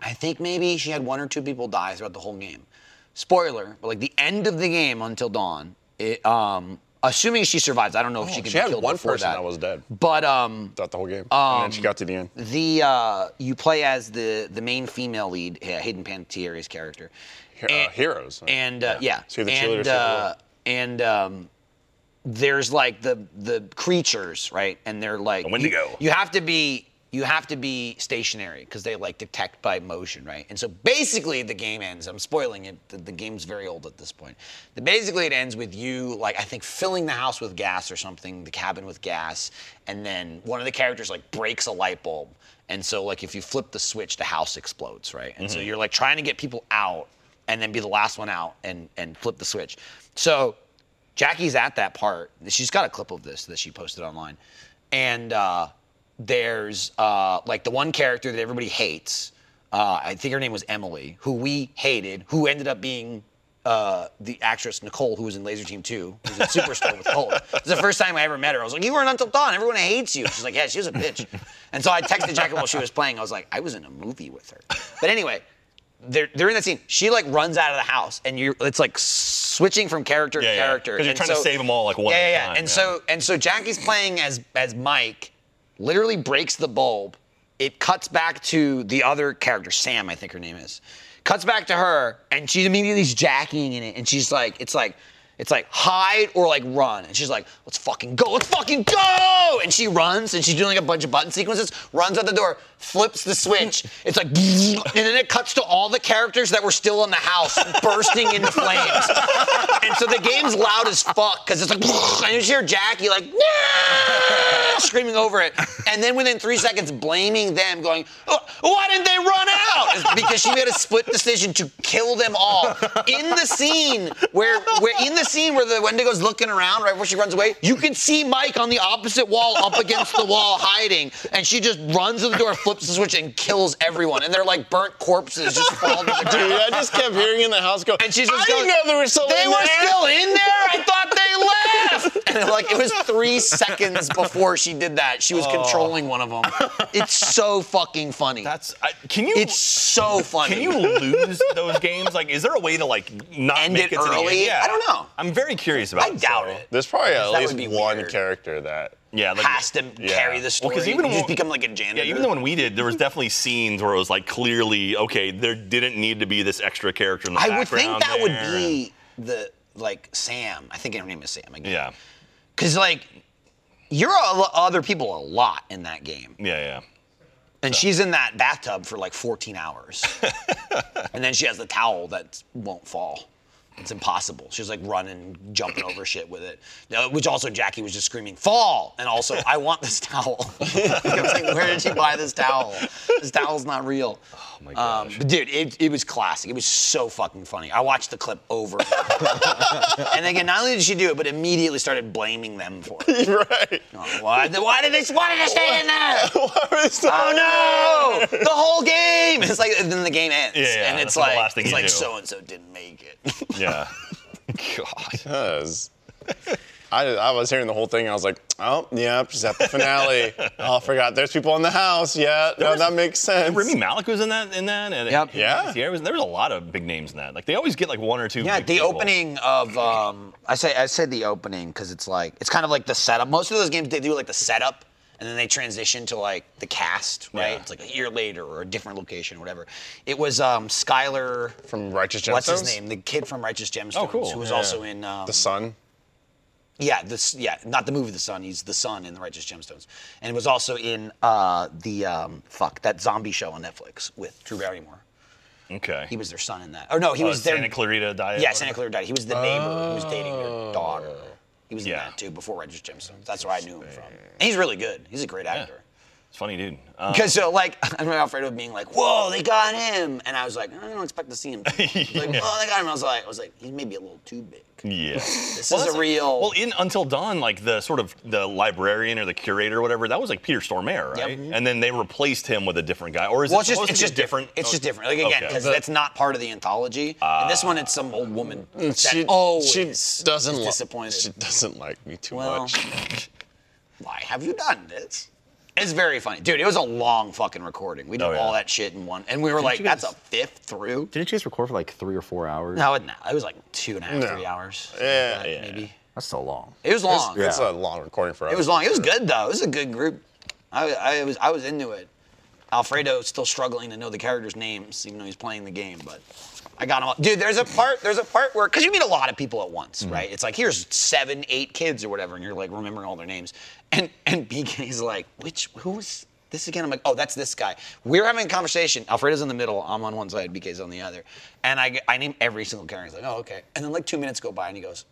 S4: I think maybe she had one or two people die throughout the whole game. Spoiler, but like the end of the game until dawn, it, um, assuming she survives, I don't know if she could
S6: Oh, She
S4: be
S6: had
S4: killed
S6: one
S4: before
S6: person
S4: that. Um,
S6: that was dead
S4: But um,
S6: throughout the whole game, and then she got to the end.
S4: the uh, you play as the the main female lead, uh, Hayden Panettieri's character.
S6: Her- uh, heroes.
S4: And uh, yeah.
S6: So you're the cheerleader,
S4: and
S6: so you're the
S4: uh, and um, there's like the the creatures, right? And they're like
S3: The Wendigo.
S4: You, you have to be you have to be stationary because they like detect by motion, right? And so basically the game ends. I'm spoiling it. The, the game's very old at this point. The, basically it ends with you like I think filling the house with gas or something, the cabin with gas, and then one of the characters like breaks a light bulb. And so like if you flip the switch, the house explodes, right? And so
S3: Mm-hmm.
S4: you're like trying to get people out and then be the last one out and and flip the switch. So Jackie's at that part. She's got a clip of this that she posted online, and uh, there's uh, like the one character that everybody hates. Uh, I think her name was Emily, who we hated, who ended up being uh, the actress Nicole, who was in Laser Team 2, who was in Superstore with Cold. It's the first time I ever met her. I was like, "You were in Until Dawn. Everyone hates you." She's like, "Yeah, she was a bitch." And so I texted Jackie while she was playing. I was like, "I was in a movie with her." But anyway, they're, they're in that scene. She like runs out of the house, and you are it's like switching from character
S3: Yeah,
S4: to
S3: yeah.
S4: character.
S3: 'Cause you're
S4: And
S3: trying to save 'em all, like, one
S4: Yeah,
S3: at a
S4: yeah, yeah.
S3: time,
S4: And
S3: yeah.
S4: so and so Jackie's playing as as Mike, literally breaks the bulb. It cuts back to the other character, Sam, I think her name is. Cuts back to her, and she immediately is jacking in it, and she's like, it's like. It's like hide or like run. And she's like, let's fucking go, let's fucking go! And she runs and she's doing like a bunch of button sequences, runs out the door, flips the switch. It's like, and then it cuts to all the characters that were still in the house bursting into flames. And so the game's loud as fuck because it's like, and you hear Jackie like, "Nah!" screaming over it. And then within three seconds, blaming them, going, "Oh, why didn't they run out? It's because she made a split decision to kill them all. In the scene where, where in the scene where the Wendigo's looking around, right where she runs away, you can see Mike on the opposite wall up against the wall hiding. And she just runs to the door, flips the switch, and kills everyone. And they're like burnt corpses just falling to the ground.
S6: Dude, I just kept hearing in the house go.
S4: And she's just
S6: I
S4: going,
S6: didn't know there was still
S4: They
S6: in
S4: were
S6: there."
S4: still in there. I thought they left. And like it was three seconds before she did that. She
S3: Oh.
S4: was controlling one of them. It's so fucking funny.
S3: That's I, can you
S4: it's so funny.
S3: can you lose those games? Like, is there a way to like not
S4: End
S3: make
S4: it
S3: it, to the end?
S4: early?
S3: Yeah.
S4: I don't know.
S3: I'm very curious about.
S4: I doubt
S3: so-
S4: it.
S6: There's probably at
S4: that
S6: least
S4: would be
S6: one
S4: weird.
S6: character that.
S3: Yeah, like,
S4: Has to carry the
S3: Well,
S4: story.
S3: 'cause
S4: you just
S3: when-
S4: become like a janitor.
S3: Yeah, even though when we did, there was definitely scenes where it was like clearly, okay, there didn't need to be this extra character in the
S4: I would think
S3: background
S4: that would
S3: there,
S4: be the like Sam. I think her name is Sam again.
S3: and- yeah,
S4: Cause like you're a- other people a lot in that game.
S3: yeah, yeah.
S4: And she's in that bathtub for like 14 hours. and then she has the towel that won't fall. It's impossible. She was like running, jumping over shit with it. No, Which also Jackie was just screaming, fall! And also, I want this towel. I was like, where did she buy this towel? This towel's not real. Oh my gosh. but dude, it, it was classic. It was so fucking funny. I watched the clip over. and over. and again, not only did she do it, but immediately started blaming them for it. Oh,
S6: right.
S4: why, why did this, why did it stay in there?
S6: Why are they still-
S4: oh no, the whole game. It's like and then the game ends,
S3: Yeah, yeah,
S4: and
S3: that's
S4: it's
S3: the
S4: like
S3: last thing
S4: it's
S3: you
S4: like
S3: do.
S4: so and so didn't make it.
S3: Yeah.
S6: Because I, I was hearing the whole thing. I was like, oh, yeah, she's at the finale. oh, I forgot. There's people in the house. Yeah, no,
S3: was-
S6: that makes sense.
S3: Remy Malik was in that. In that. And
S4: Yep.
S3: and
S6: Yeah.
S3: Sierra was- there was a lot of big names in that. Like they always get like one or two.
S4: yeah,
S3: big
S4: the
S3: people.
S4: opening of um, I say I said the opening because it's like it's kind of like the setup. Most of those games they do like the setup. And then they transition to like the cast, right?
S3: Yeah.
S4: It's like a year later or a different location or whatever. It was um, Skyler
S6: From Righteous
S4: What's his
S6: Gemstones?
S4: name? The kid from Righteous Gemstones,
S3: Oh, cool.
S4: who was
S3: Yeah.
S4: also in um,
S6: The sun.
S4: Yeah, this yeah, not the movie The Sun. He's the Sun in The Righteous Gemstones, and it was also in uh, the um, fuck that zombie show on Netflix with Drew Barrymore.
S3: Okay.
S4: He was their son in that. Oh no, he
S3: Uh,
S4: was their
S3: Santa Clarita Diet.
S4: Yeah, Santa Clarita Diet. He was the neighbor who was dating their daughter. He was in
S3: Oh. Yeah.
S4: that too before Righteous Gemstones. That's where I knew him from. And he's really good. He's a great actor.
S3: It's funny, dude. Um,
S4: Because so like I remember Alfredo being like, "Whoa, they got him," and I was like, "I don't expect to see him." I was Like, oh, they got him. I was like, I was like, he's maybe a little too big.
S3: yeah.
S4: This
S3: Well,
S4: is
S3: that's
S4: a
S3: like-
S4: real.
S3: Well, in Until Dawn, like the sort of the librarian or the curator or whatever, that was like Peter Stormare, right? And then they replaced him with a different guy, or is
S4: Mm-hmm. Well,
S3: it
S4: it's just
S3: supposed
S4: it's
S3: to be Oh,
S4: just different. It's just
S3: Okay.
S4: different. Like again,
S3: Okay.
S4: because that's not part of the anthology. and this one, it's some old woman that
S6: Mm, She,
S4: always
S6: she doesn't
S4: is
S6: li-
S4: disappointed.
S6: She doesn't like me too
S4: Well,
S6: much.
S4: Why have you done this? It's very funny, dude. It was a long fucking recording. We did
S3: Oh, yeah.
S4: all that shit in one, and we were like, "That's a fifth through."
S5: Didn't you guys record for like three or four hours?
S4: No, it, no, it was like two and a half,
S6: No.
S4: three hours. something
S6: Yeah,
S4: like that,
S6: yeah.
S4: maybe.
S5: That's so long.
S4: It was long.
S6: It's a long recording for us.
S4: It was long. It was good though. It was a good group. I, I was I was into it. Alfredo is still struggling to know the characters' names, even though he's playing the game. But I got him. all- Dude, there's a part. There's a part where because you meet a lot of people at once,
S6: Mm-hmm.
S4: right? It's like here's seven, eight kids or whatever, and you're like remembering all their names. And and BK's like, which who was this again? I'm like, oh, that's this guy. We're having a conversation. Alfredo's in the middle. I'm on one side. BK's on the other. And I I name every single character. He's like, oh, okay. And then like two minutes go by, and he goes,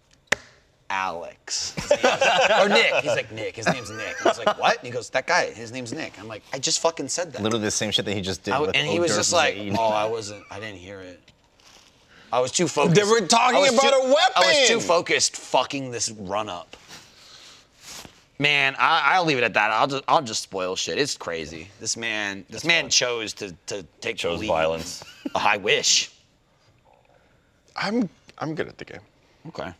S4: Alex. His name is- or Nick. He's like, Nick. His name's Nick. And I was like, what? And he goes, that guy, his name's Nick. I'm like, I just fucking said that.
S5: Literally the same shit that Oh, he just did.
S4: I w-
S5: with
S4: and he
S5: Old
S4: was
S5: Dirk
S4: just like,
S5: Zane.
S4: oh, I wasn't, I didn't hear it. I was too focused.
S6: They were talking
S4: I was
S6: about a
S4: I was too
S6: weapon!
S4: focused fucking this run up. Man, I, I'll leave it at that. I'll just, I'll just spoil shit. It's crazy. This man, this man chose to, to take the
S3: Chose
S4: lead.
S3: violence.
S4: I wish.
S6: I'm, I'm good at the game.
S4: Okay.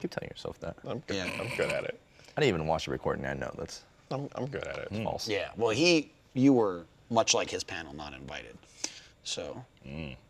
S5: Keep telling yourself that. I
S6: I'm good,
S4: Yeah.
S6: I'm good at it.
S5: didn't even watch the recording. I know that's
S6: I'm, I'm good at it.
S4: Mm.
S5: false.
S4: Yeah. Well, he, you were much like his panel, not invited. So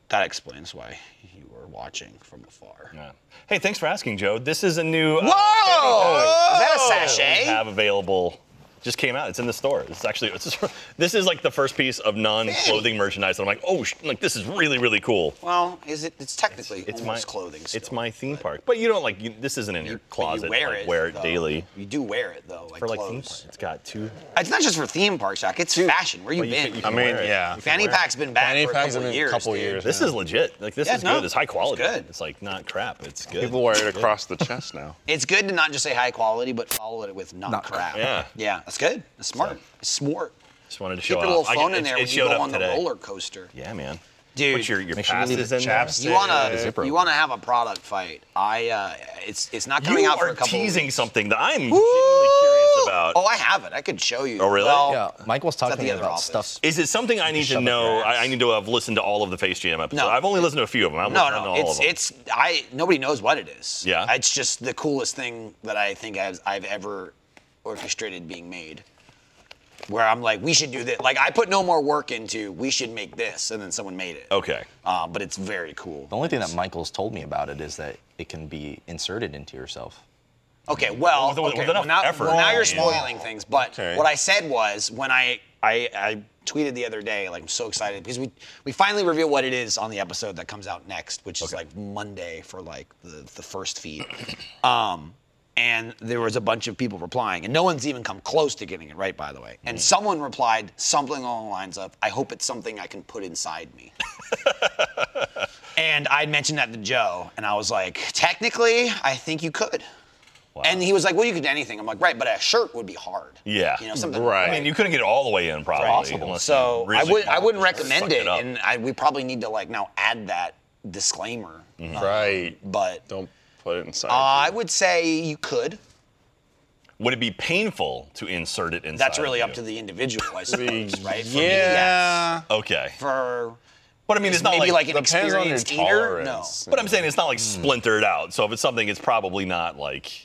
S4: that explains why you were watching from afar.
S3: Yeah. Hey, thanks for asking, Joe. This is a new. uh, Oh!
S4: Whoa! Is that a
S3: we
S4: sachet?
S3: have available. Just came out. It's in the store. It's actually it's, this is like the first piece of non-clothing merchandise that I'm like, oh, sh-, like this is really really cool.
S4: Well, is it? It's technically it's, almost
S3: my
S4: clothing.
S3: It's
S4: still,
S3: my theme park, but you don't like you, this isn't in your
S4: but you
S3: closet. like, wear it
S4: though.
S3: daily
S4: You do wear it though, like
S3: for like theme park.
S4: clothes.
S3: It's got two.
S4: It's not just for theme parks, Jack. It's fashion. Where you
S3: you
S4: been?
S3: can- you
S6: I
S3: can
S6: mean,
S3: wear it.
S6: yeah.
S4: fanny pack's been back
S6: Fanny
S4: for a
S6: packs
S4: couple
S6: have been
S4: years.
S6: couple
S4: dude.
S6: years.
S3: This is legit. Like this
S4: Yeah,
S3: is
S4: no,
S3: good. It's high
S4: it's
S3: quality.
S4: good.
S3: It's like not crap. It's good.
S6: People wear it across the chest now.
S4: It's good to not just say high quality, but follow it with not, crap.
S3: Yeah.
S4: Yeah, that's good. That's smart. It's smart.
S3: Just wanted to show
S4: Keep
S3: up.
S4: a little
S3: I-
S4: phone
S3: it-
S4: in there
S3: it
S4: when you
S3: showed
S4: go
S3: up
S4: on
S3: today.
S4: the roller coaster.
S3: Yeah, man.
S4: Dude.
S3: Put your your
S5: Make sure you
S3: passes
S5: leave
S3: in
S5: the
S3: there.
S6: chapstick.
S4: You wanna
S6: Yeah,
S5: zipper
S4: you
S5: open.
S4: wanna have a product fight? I uh, it's it's not coming
S3: You
S4: out for
S3: are
S4: a couple.
S3: teasing
S4: Of
S3: something that I'm genuinely curious about.
S4: Oh, I have it. I could show you.
S3: Oh, really?
S4: Well,
S5: Yeah, Mike was
S4: at
S5: talking
S4: the other
S5: about
S4: office.
S5: stuff.
S3: Is it something I need to
S5: shove up
S3: know?
S5: your ass.
S3: I, I need to have listened to all of the Face Jam episodes.
S4: No.
S3: I've only listened to a few of them. I've
S4: No,
S3: listened to
S4: no,
S3: all of
S4: it's
S3: them.
S4: it's I nobody knows what it is.
S3: Yeah.
S4: It's just the coolest thing that I think I've I've ever orchestrated being made. Where I'm like, we should do this. Like I put no more work into we should make this, and then someone made it.
S3: okay.
S4: Uh, but it's very cool.
S5: The only thing that Michael's told me about it is that it can be inserted into yourself.
S4: Okay, well,
S3: With- with-
S4: okay,
S3: with
S4: well,
S3: enough
S4: now,
S3: effort.
S4: well, now you're
S3: Yeah.
S4: spoiling things. But
S6: Okay.
S4: what I said was when I, I I tweeted the other day, like I'm so excited because we we finally reveal what it is on the episode that comes out next, which is like Monday for like the the first feed. Um, and there was a bunch of people replying, and no one's even come close to getting it right, by the way.
S3: Mm.
S4: And someone replied something along the lines of, "I hope it's something I can put inside me." And I mentioned that to Joe, and I was like, technically, I think you could. And he was like, well, you could do anything. I'm like, right, but a shirt would be hard.
S3: Yeah.
S4: You know, something.
S6: Right.
S3: I mean, you couldn't get it all the way in, probably. unless
S4: So
S3: you really
S4: I would I wouldn't
S3: fucked
S4: recommend it,
S3: up.
S4: and I, we probably need to like now add that disclaimer.
S3: Mm-hmm.
S4: Uh,
S6: Right.
S4: But
S6: Don't put it inside.
S4: I would say you could.
S3: would it be painful to insert it inside?
S4: That's really
S3: of
S4: up to
S3: you?
S4: the individual, I suppose, right? For me, yes.
S6: Mm, yeah.
S3: Okay.
S4: For
S3: But I mean, it's not
S4: maybe like,
S3: like.
S4: an
S6: Depends on your
S4: experienced eater. No.
S6: tolerance.
S3: But I'm saying it's not like splintered out. So if it's something, it's probably not like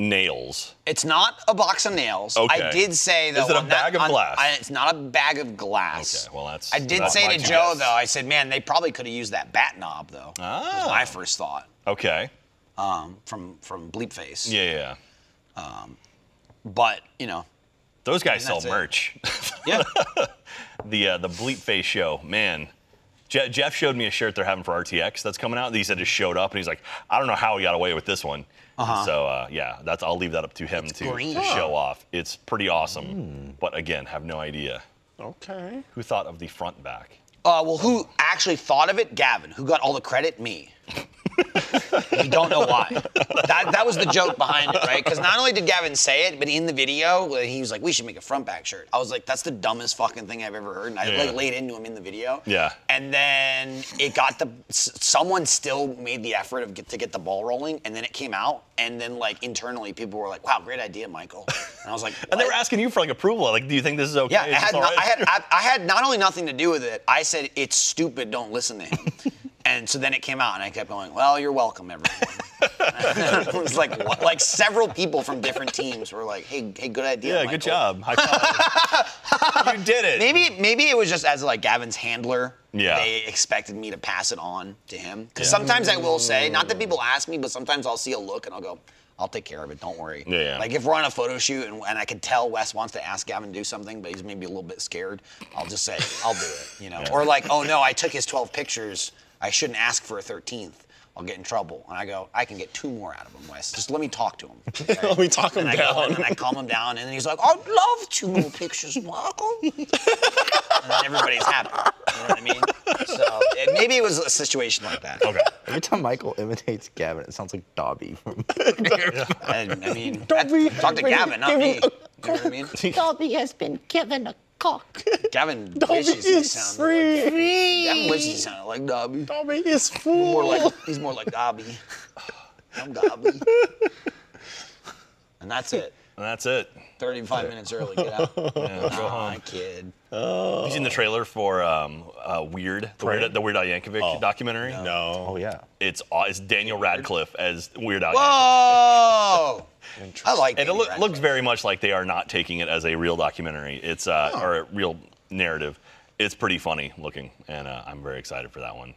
S3: nails.
S4: It's not a box of nails.
S3: Okay.
S4: I did say though.
S3: Is it a
S4: on that-
S3: bag of
S4: on-
S3: glass?
S4: I- it's not a bag of glass.
S3: Okay, well, that's-
S4: I did
S3: that's
S4: say
S3: my
S4: to
S3: two
S4: Joe
S3: guesses.
S4: though. I said, man, they probably could have used that bat knob though. That
S3: Ah.
S4: was my first thought
S3: Okay.
S4: um, from from Bleepface. Um,
S3: Yeah, yeah, yeah.
S4: But you know,
S3: Those guys sell
S4: that's it.
S3: merch.
S4: yeah.
S3: the uh, the Bleep Face show, man. Je- Jeff showed me a shirt they're having for RTX that's coming out. He said just showed up, and he's like, I don't know how he got away with this one. So uh, yeah, that's I'll leave that up to him to,
S4: Uh-huh. green.
S3: to show off. It's pretty awesome, but again, have no idea
S6: Okay.
S3: who thought of the front and back.
S4: Uh, well, who actually thought of it? Gavin. Who got all the credit? Me. we don't know why. That, that was the joke behind it, right? Because not only did Gavin say it, but in the video, when he was like, we should make a front back shirt. I was like, that's the dumbest fucking thing I've ever heard. And I
S3: Yeah.
S4: like laid into him in the video.
S3: Yeah.
S4: And then it got the, s- someone still made the effort of get, to get the ball rolling. And then it came out. And then like internally, people were like, wow, great idea, Michael. And I was like,
S3: And they were
S4: "What?"
S3: asking you for like approval. Like, do you think this is okay?
S4: Yeah, I
S3: Is this
S4: had,
S3: all
S4: no-
S3: right?"
S4: I, had I, I had not only nothing to do with it, I said, it's stupid, don't listen to him. and so then it came out, and I kept going, well, you're welcome, everyone. it was like, what? like several people from different teams were like, hey, hey good idea.
S3: yeah, good
S4: Michael."
S3: job. High five. you did it.
S4: Maybe, maybe it was just as like Gavin's handler.
S3: Yeah.
S4: They expected me to pass it on to him. Because sometimes I will say, not that people ask me, but sometimes I'll see a look and I'll go, I'll take care of it. Don't worry.
S3: Yeah, yeah.
S4: Like if we're on a photo shoot and, and I can tell Wes wants to ask Gavin to do something, but he's maybe a little bit scared, I'll just say, I'll do it. You know. Or like, oh no, I took his 12 pictures. I shouldn't ask for a 13th. I'll get in trouble. And I go, I can get two more out of him, Wes. Just let me talk to him.
S3: Oh,
S4: okay?"
S6: Let me talk him
S4: and I Go in
S6: down.
S4: and I calm him down, and then he's like, "I'd love two more pictures, Michael." and then everybody's happy. You know what I mean? So it, maybe it was a situation like that. Okay.
S5: Every time Michael imitates Gavin, it sounds like Dobby from
S4: I, I mean, that- talk to Gavin, not me. You know what I mean?
S8: Dobby has been given a cock.
S4: Gavin wishes he sounded like Gavin wishes he sounded like Dobby. Dobby is fool. More like he's more like Dobby. I'm Dobby. And that's it.
S3: And that's it.
S4: 35 minutes early. Get out. Nah, kid.
S3: You seen the trailer for um, uh, Weird, the Weird, the Weird Al Yankovic documentary?
S6: No.
S5: Oh yeah.
S3: It's aw- it's Daniel Radcliffe as Weird Al. Yankovic.
S4: Whoa! I like
S3: And it
S4: Danny
S3: look,
S4: Radcliffe.
S3: looks very much like they are not taking it as a real documentary. It's uh, or a real narrative. It's pretty funny looking, and uh, I'm very excited for that one.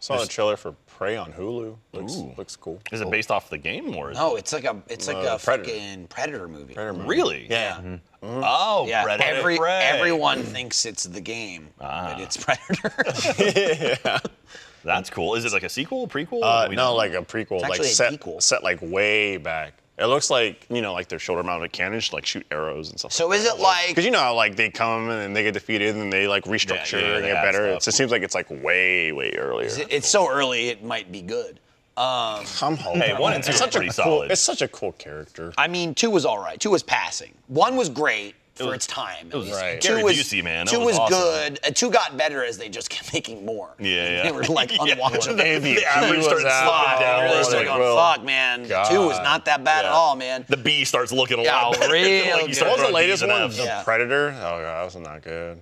S6: Saw the trailer for Prey on Hulu. Looks,
S3: Oow.
S6: looks cool.
S3: Is it based off the game or is
S4: No, it's like a it's like
S6: Uh,
S4: a
S6: Predator.
S4: fucking predator movie.
S6: Predator
S3: it
S6: movie.
S3: really?
S4: Yeah.
S3: Oh,
S4: Yeah.
S3: Predator
S4: Every,
S3: Prey. Ah.
S4: everyone thinks it's the game, but it's Predator.
S3: That's cool. Is it like a sequel, prequel?
S6: Uh,
S3: Do we
S6: no,
S3: know?
S6: like a prequel, like
S4: actually a
S6: set,
S4: sequel.
S6: set like way back. It looks like you know, like their shoulder-mounted cannons like shoot arrows and stuff.
S4: so is it like
S6: Because you know how like they come and then they get defeated and they like restructure
S3: yeah,
S6: and
S3: they
S6: get
S3: add
S6: better.
S3: stuff.
S6: It just seems like it's like way, way earlier.
S4: it- it's so early it might be good. Um,
S6: I'm home.
S3: Hey, one and two
S6: it's
S3: are
S6: such a
S3: pretty
S6: cool,
S3: solid.
S6: It's such a cool character.
S4: I mean, two was all right. Two was passing. One was great for
S3: was-
S4: its time. It
S3: was
S6: right.
S4: Two
S3: Gary
S4: was
S3: Busey, man. That
S4: Two
S3: was
S4: was,
S3: awesome.
S4: good. Uh, two got better as they just kept making more.
S3: Yeah, yeah.
S4: They were like
S3: Yeah.
S4: unwatchable.
S3: They-
S6: Maybe
S3: the average
S6: was
S3: started
S6: out,
S3: sliding
S4: Fuck,
S3: down
S4: really
S3: low.
S6: was
S4: started
S6: like,
S4: going,
S6: well,
S4: fuck, man. Two was
S6: God.
S4: not that bad at all, man.
S3: the bee starts looking a
S4: Yeah,
S3: lot better.
S4: real
S3: Like you
S4: good.
S3: start
S6: What was the
S3: throwing Bs
S6: latest
S3: and
S6: one?
S3: Fs.
S6: The
S4: Yeah.
S6: Predator. Oh god, that was not good.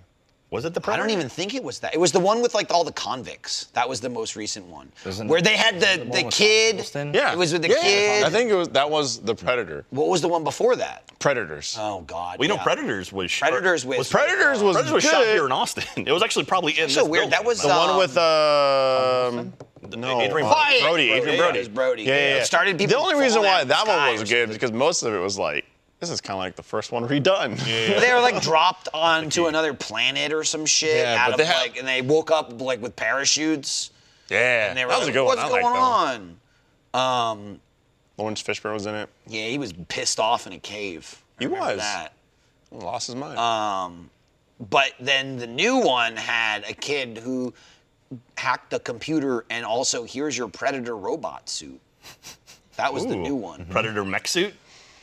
S3: Was it the
S4: I
S3: Predator?
S4: don't even think it was that. It was the one with like all the convicts. That was the most recent one,
S5: Isn't-
S4: where they had the
S5: the one
S4: the,
S5: with
S4: kid.
S5: Wilson?
S6: Yeah,
S4: it was with the
S6: yeah.
S4: kid.
S6: I think it was that was the Predator.
S4: What was the one before that?
S6: Predators.
S4: Oh God.
S3: We know
S4: yeah.
S3: Predators was shot-
S4: Predators was-
S6: Predators was
S3: Predators was shot
S6: good.
S3: here in Austin. It was actually probably in
S4: So
S3: this
S4: weird. That
S3: building,
S4: was
S3: by the way.
S6: One
S4: um,
S6: with um, no,
S3: Adrian
S6: uh,
S3: Quiet!
S6: Brody, Adrian
S3: Yeah,
S6: Brody.
S4: it was Brody.
S6: Yeah, yeah,
S4: It
S6: yeah.
S4: started people
S6: The only reason
S4: falling out
S6: why
S4: of
S6: that
S4: the sky
S6: one
S4: or
S6: was good because most of it was like this is kind of like the first one redone. Yeah,
S4: They were like dropped onto another planet or some shit.
S6: Yeah,
S4: out
S6: but
S4: of,
S6: they had-
S4: like, and they woke up like with parachutes.
S6: yeah.
S4: And they were
S6: that was
S4: like,
S6: a good
S4: What's
S6: one. I
S4: going
S6: liked that one.
S4: on? Um,
S6: Lawrence Fishburne was in it.
S4: yeah, he was pissed off in a cave. I
S6: He
S4: remember
S6: was.
S4: That. Um,
S6: Lost his mind.
S4: But then the new one had a kid who hacked the computer and also here's your predator robot suit. That was the new one.
S3: Predator mech suit.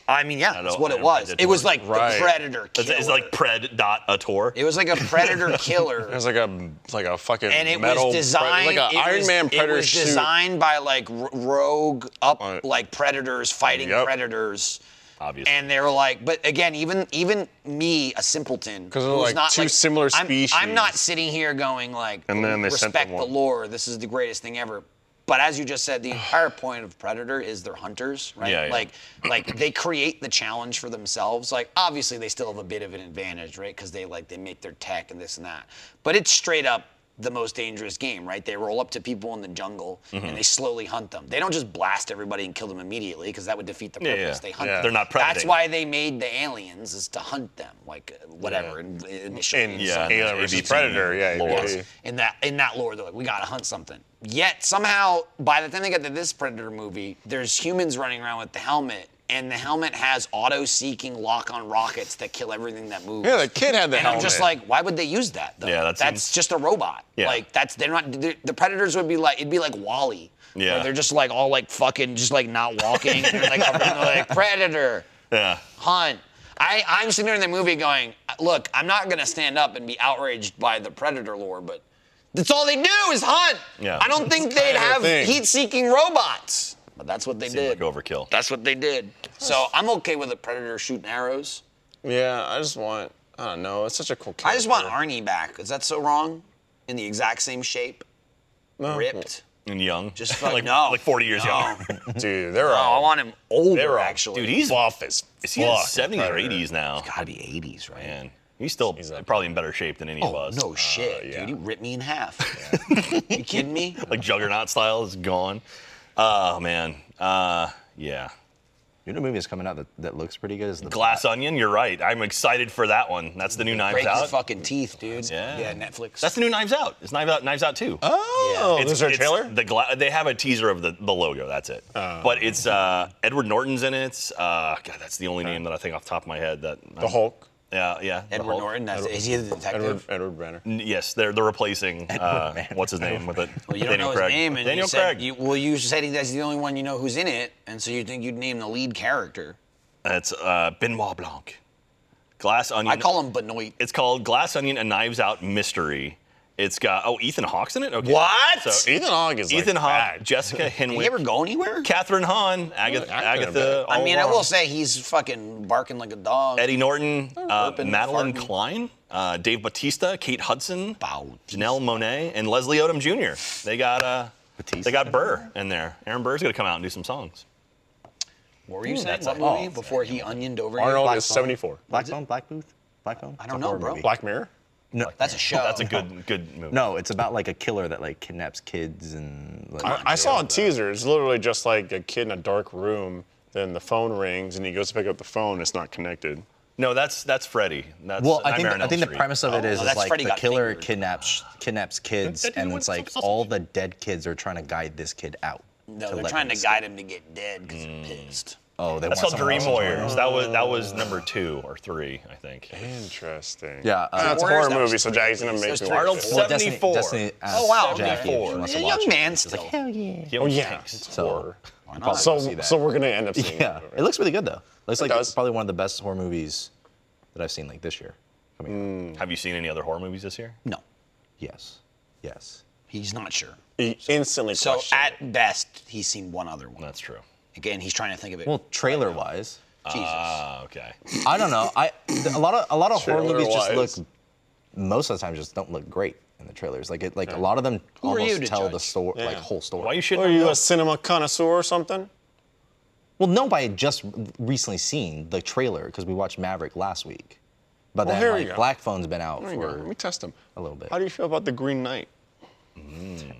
S4: I mean, yeah,
S3: I
S4: that's
S3: don't-
S4: what
S3: I
S4: it
S3: don't mind
S4: was.
S3: that
S4: It was
S3: one.
S4: like
S6: Right.
S4: the predator
S3: It's,
S4: killer.
S3: it's like pred dot a tor.
S4: it was like a predator killer.
S6: It was like a it's like a fucking
S4: and it
S6: metal
S4: was
S6: pre-
S4: designed
S6: like
S4: it
S6: an Iron
S4: was-
S6: Man predator
S4: It was
S6: suit.
S4: designed by like r- rogue up
S6: Uh,
S4: like predators fighting
S6: yep.
S4: predators.
S3: Obviously.
S4: And they were like, but again, even even me, a simpleton,
S6: 'Cause they're
S4: who's
S6: like
S4: not
S6: two
S4: like-
S6: similar
S4: I'm- I'm
S6: species.
S4: not sitting here going like,
S6: And then they sent
S4: respect
S6: the
S4: the
S6: one.
S4: lore. This is the greatest thing ever. But as you just said, the entire point of predator is they're hunters, right?
S3: Yeah, yeah.
S4: Like, like they create the challenge for themselves. Like, obviously they still have a bit of an advantage, right? Because they like they make their tech and this and that. But it's straight up the most dangerous game, right? They roll up to people in the jungle
S3: Mm-hmm.
S4: and they slowly hunt them. They don't just blast everybody and kill them immediately because that would defeat the
S3: Yeah,
S4: purpose.
S3: yeah.
S4: They hunt.
S6: Yeah.
S4: Them.
S6: They're
S3: not
S4: That's
S3: predating.
S4: why they made the aliens is to hunt them, like uh, whatever. in- initially.
S6: in
S3: Yeah, and
S6: Alien
S3: there's
S6: versus
S3: ABT
S6: Predator. Yeah,
S3: lore.
S6: yeah, yeah.
S4: Yes. In that in that lore, they're like, we gotta hunt something. Yet somehow, by the time they get to this Predator movie, there's humans running around with the helmet, and the helmet has auto-seeking lock-on rockets that kill everything that moves.
S6: Yeah, the kid had the
S4: and I'm just
S6: helmet.
S4: like, why would they use that? Though?
S3: Yeah, that
S4: that's
S3: seems-
S4: just a robot.
S3: Yeah.
S4: Like that's they're not they're, the Predators would be like it'd be like Wally.
S3: Yeah.
S4: they're just like all like fucking just like not walking. and they're like, up and they're like Predator
S3: Yeah.
S4: hunt. I, I'm sitting there in the movie going, look, I'm not gonna stand up and be outraged by the predator lore, but that's all they do is hunt.
S3: Yeah.
S4: I don't think they'd
S6: kinda their
S4: have
S6: thing.
S4: heat-seeking robots, but that's what they
S3: Seemed like
S4: did.
S3: overkill.
S4: that's what they did. So I'm okay with a predator shooting arrows.
S6: Yeah, I just want. I don't know. It's such a cool.
S4: I just want
S6: character.
S4: Arnie back. Is that so wrong? In the exact same shape, ripped.
S3: And young.
S4: Just fuck-
S3: like
S4: no.
S3: like 40 years
S4: No.
S3: young.
S6: Dude, they're
S4: Oh, I
S6: all.
S4: want him older,
S6: They're all-
S4: actually.
S3: Dude, he's
S6: buff as
S3: is he in
S6: fuck,
S3: his 70s or
S6: Predator.
S3: 80s now?
S4: gotta be 80s, right?
S3: Man, he's still probably in better shape than any of
S4: Oh,
S3: us.
S4: no shit,
S6: yeah.
S4: dude. He ripped me in half. you kidding me?
S3: Like Juggernaut style is gone. Oh man. Uh, yeah.
S5: You know, a movie that's coming out that, that looks pretty good is the
S3: Glass Onion. You're right. I'm excited for that one. That's the new Knives
S4: Break his
S3: Out.
S4: fucking teeth, dude.
S3: Yeah.
S4: Netflix.
S3: That's the new Knives Out. It's Knives Out. Knives Out too.
S6: Oh,
S3: It's-
S6: is there a
S3: it's
S6: trailer? Oh.
S3: The gla- they have a teaser of the, the logo. That's it. But it's uh, Edward Norton's in it. Uh, God, that's the only name that I think off the top of my head. That
S6: The Hulk.
S3: Yeah, yeah. the
S4: Edward
S3: Hulk.
S4: Norton. That's, is he the detective?
S6: Edward, Edward Brenner.
S3: N- Yes, they're they're replacing uh, what's his name with it.
S4: Well, you don't
S3: Daniel
S4: know his
S3: Craig.
S4: name, and
S3: Daniel
S4: you said
S3: Craig.
S4: you, well, you said he- that's the only one you know who's in it, and so you think you'd name the lead character.
S3: It's uh, Benoit Blanc. Glass Onion.
S4: I call him Benoit.
S3: It's called Glass Onion: A Knives Out Mystery. It's got oh Ethan Hawke's in it. Okay.
S4: What?
S3: So
S6: Ethan Hawke is like
S3: Ethan Hawke,
S6: bad.
S3: Jessica
S4: Did
S3: Henwick,
S4: he ever go anywhere?
S3: Catherine Hahn, Agatha.
S6: Really? I could've
S3: Agatha
S4: I
S3: all
S4: mean, I
S3: along.
S4: will say he's fucking barking like a dog.
S3: Eddie Norton, uh,
S4: Urban
S3: Madeline
S4: farting.
S3: Klein, uh, Dave Batista, Kate Hudson,
S4: Bautista.
S3: Janelle Monet, and Leslie Odom Jr. They got uh, they got Burr in there. Aaron Burr's gonna come out and do some songs.
S4: What were you saying?
S5: that's
S4: What
S5: a-
S4: movie?
S5: oh.
S4: Before he onioned over you?
S6: Arnold
S5: Black
S6: is
S5: Phone.
S6: 74.
S5: Black Phone, Black Booth, Black Phone.
S4: I don't know, bro.
S5: Black-
S6: Black Mirror.
S4: That's a show.
S3: That's a good good movie.
S5: no, it's about like a killer that like kidnaps kids and. Like,
S6: I, I saw a teaser. It's literally just like a kid in a dark room. Then the phone rings and he goes to pick up the phone. It's not connected.
S3: no, that's that's Freddy. That's
S5: Well, I think
S3: Nightmare
S5: the,
S3: on
S5: I think the
S3: Elm Street.
S5: premise of it is,
S4: no,
S5: is
S4: Oh, that's
S5: like
S4: Freddy
S5: the
S4: got
S5: kidnaps
S4: fingered.
S5: kidnaps kidnaps kids,
S3: That- that
S5: and
S3: dude
S5: it's
S3: went
S5: like
S3: so- so-
S5: all the dead kids are trying to guide this kid out.
S4: No, they're
S5: let
S4: trying
S5: him
S4: to
S5: escape.
S4: guide him to get dead because they're pissed.
S5: Oh, they
S3: That's
S5: want
S3: called
S5: someone
S3: Dream
S5: else to join
S3: Warriors.
S5: them.
S3: That was that was number two or three, I think.
S6: Oh, Interesting.
S5: Yeah, uh,
S6: that's a
S4: Warriors,
S6: horror
S4: that was
S6: movie, so Jackie's gonna
S4: It
S6: make
S4: was
S6: me
S4: three.
S6: watch
S3: Arnold
S6: it.
S5: Well, Destiny,
S3: Seventy-four.
S5: Destiny asked
S4: Oh, wow,
S5: Jackie if she
S3: Jackie.
S5: wants
S4: A
S5: to
S4: young
S5: watch it.
S4: man still.
S8: Hell yeah.
S3: He
S6: Oh
S3: owns
S6: yeah.
S3: tanks.
S6: it's
S5: So-
S6: horror.
S5: not? We'll see
S6: So,
S5: that.
S6: so we're gonna end up seeing
S5: Yeah,
S6: that, right?
S5: it looks pretty good though. Looks like
S6: does.
S5: probably one of the best horror movies that I've seen like this year. Coming out.
S3: Have you seen any other horror movies this year?
S4: No,
S5: Yes, yes.
S4: he's not sure.
S6: He instantly
S4: So
S6: questioned it.
S4: at best, he's seen one other one.
S3: That's true.
S4: Again, he's trying to think of it.
S5: Well, trailer wise,
S4: Jesus.
S6: uh,
S3: Ah, okay.
S5: I don't know. I th- a lot of a lot of horror movies just
S6: Trailer-wise.
S5: look most of the time just don't look great in the trailers. Like it, like a lot of them
S4: Who are you
S5: almost
S4: to
S5: tell the
S4: judge?
S5: story, like whole story.
S3: Why you shitting?
S6: Are
S3: on
S6: you
S3: that?
S6: a cinema connoisseur or something?
S5: Well, no, by just recently seen the trailer because we watched Maverick last week. But
S6: Well,
S5: then
S6: here we
S5: like
S6: go.
S5: Black Phone's been out
S6: There you go. Let
S5: for
S6: me test him.
S5: a little bit.
S6: How do you feel about the Green Knight?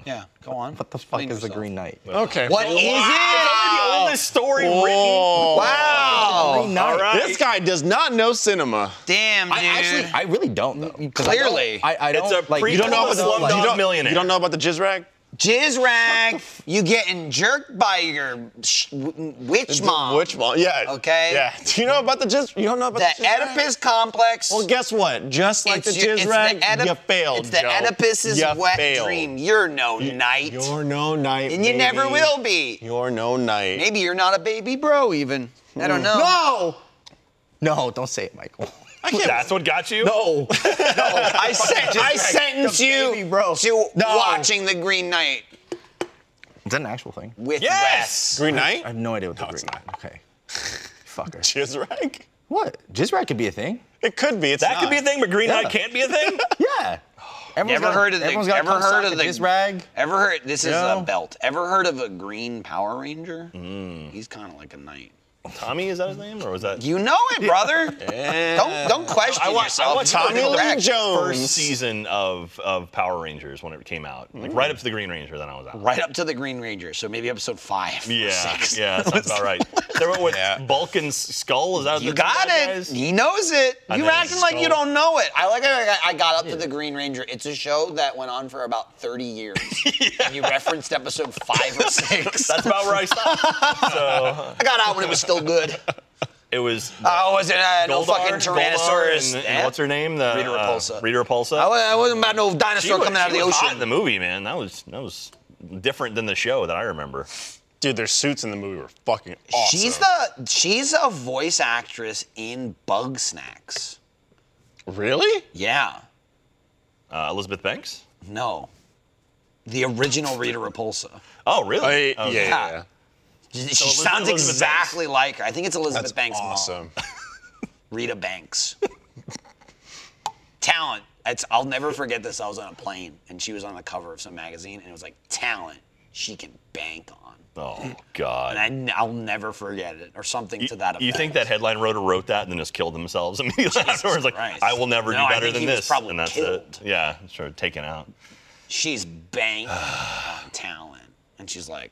S4: yeah, go on.
S5: what the fuck is the Green Knight?
S6: Okay.
S4: What is
S3: The
S4: it?
S3: oldest story written.
S6: Whoa.
S4: Wow.
S5: Green Knight.
S6: This guy does not know cinema.
S4: Damn, dude.
S5: I actually, I really don't though. 'cause I don't-
S4: Clearly.
S5: I, I
S3: It's
S5: don't
S3: a
S5: like.
S3: prequel
S5: you don't know
S3: to
S5: if it's
S3: Slumdog
S5: like,
S6: you don't,
S3: Millionaire.
S6: You don't know about the jizz rag?
S4: Jizz rag, you getting jerked by your sh- w- witch mom.
S6: Which one? Yeah.
S4: Okay.
S6: Yeah. Do you know about the jizz? You don't know about
S4: The
S6: the, jizz rag?
S4: Oedipus complex.
S6: Well, guess what? Just like the
S4: your-
S6: jizz rag,
S4: Oedip-
S6: you failed.
S4: It's the
S6: Joe.
S4: Oedipus's
S6: You
S4: wet
S6: failed.
S4: dream. You're no knight.
S6: You're no knight.
S4: and you never
S6: baby.
S4: will be.
S6: You're no knight.
S4: Maybe you're not a baby bro, even. I
S6: Hmm.
S4: don't know.
S5: No! No, don't say it, Michael.
S6: I can't.
S3: That's what got you?
S5: No.
S4: I, sent, I sentence you
S5: baby bro.
S4: to
S5: No.
S4: watching The Green Knight
S5: It's an actual thing.
S4: with
S3: Yes!
S4: Wes.
S6: Green knight.
S5: I have no idea what the
S6: No, it's
S5: green. Okay. Fucker.
S6: Jizz rag.
S5: What? Jizz rag could be a thing.
S6: It could be. It's
S3: That
S6: not.
S3: could be a thing, but Green
S5: Yeah.
S3: Eye can't be a thing?
S5: Yeah. Everyone's
S4: Ever heard of the-
S5: everyone's gotta
S4: ever
S5: come
S4: heard of
S5: suck a
S4: the-
S5: jizz rag?
S4: Ever heard? This is
S5: No.
S4: a belt. Ever heard of a green Power Ranger?
S3: Mm.
S4: He's kind of like a knight.
S3: Tommy, is that his name? Or was that
S4: You know it, brother. Don't don't question
S3: I watched,
S4: yourself.
S3: I watched
S6: Tommy
S3: the
S6: Lee
S3: correct
S6: Jones.
S3: first season of, of Power Rangers when it came out. Like right up to the Green Ranger, then I was out.
S4: right up to the Green Ranger. So maybe episode five. or
S3: Yeah,
S4: six.
S3: yeah, that sounds about right. They were with Balkan's skull. Is that
S4: You
S3: the
S4: got
S3: bad
S4: it.
S3: guys?
S4: He knows it.
S3: I
S4: you
S3: know,
S4: acting
S3: it's
S4: like you
S3: dope.
S4: don't know it. I like. I, I got up to the Green Ranger. It's a show that went on for about 30 years, and you referenced episode five or six.
S3: That's about where I stopped. so
S4: I got out when it was still good.
S3: it was.
S4: Oh, was it uh, no
S3: Goldar-
S4: fucking
S3: Goldar
S4: Tyrannosaurus?
S3: and,
S4: eh?
S3: and what's her name? The,
S4: Rita
S3: uh,
S4: Repulsa.
S3: Rita Repulsa.
S4: I wa- I wasn't about no
S3: She
S4: dinosaur
S3: was-
S4: coming out of
S3: she
S4: the
S3: was hot
S4: ocean.
S3: in the movie, man. That was that was different than the show that I remember.
S6: Dude, their suits in the movie were fucking awesome.
S4: She's the she's a voice actress in Bug Snacks.
S6: Really?
S4: Yeah.
S3: Uh, Elizabeth Banks.
S4: No. The original Rita Repulsa.
S3: Oh, really?
S6: I, yeah,
S3: Okay.
S6: yeah, yeah.
S4: She
S3: Eliz-
S4: sounds
S3: Elizabeth
S4: exactly like her. I think it's Elizabeth
S6: That's
S4: Banks' mom.
S6: awesome.
S4: Rita Banks. talent. It's, I'll never forget this. I was on a plane and she was on the cover of some magazine and it was like talent she can bank on.
S3: Oh God.
S4: And I, will never forget it or something
S3: You-
S4: to that effect.
S3: You think that headline writer wrote that and then just killed themselves immediately afterwards? Like,
S4: Christ.
S3: I will never
S4: No,
S3: do
S4: I
S3: better
S4: think
S3: than
S4: he was
S3: this.
S4: probably
S3: and that's
S4: killed.
S3: it. Yeah, sort of taken out.
S4: she's banked on talent. And she's like,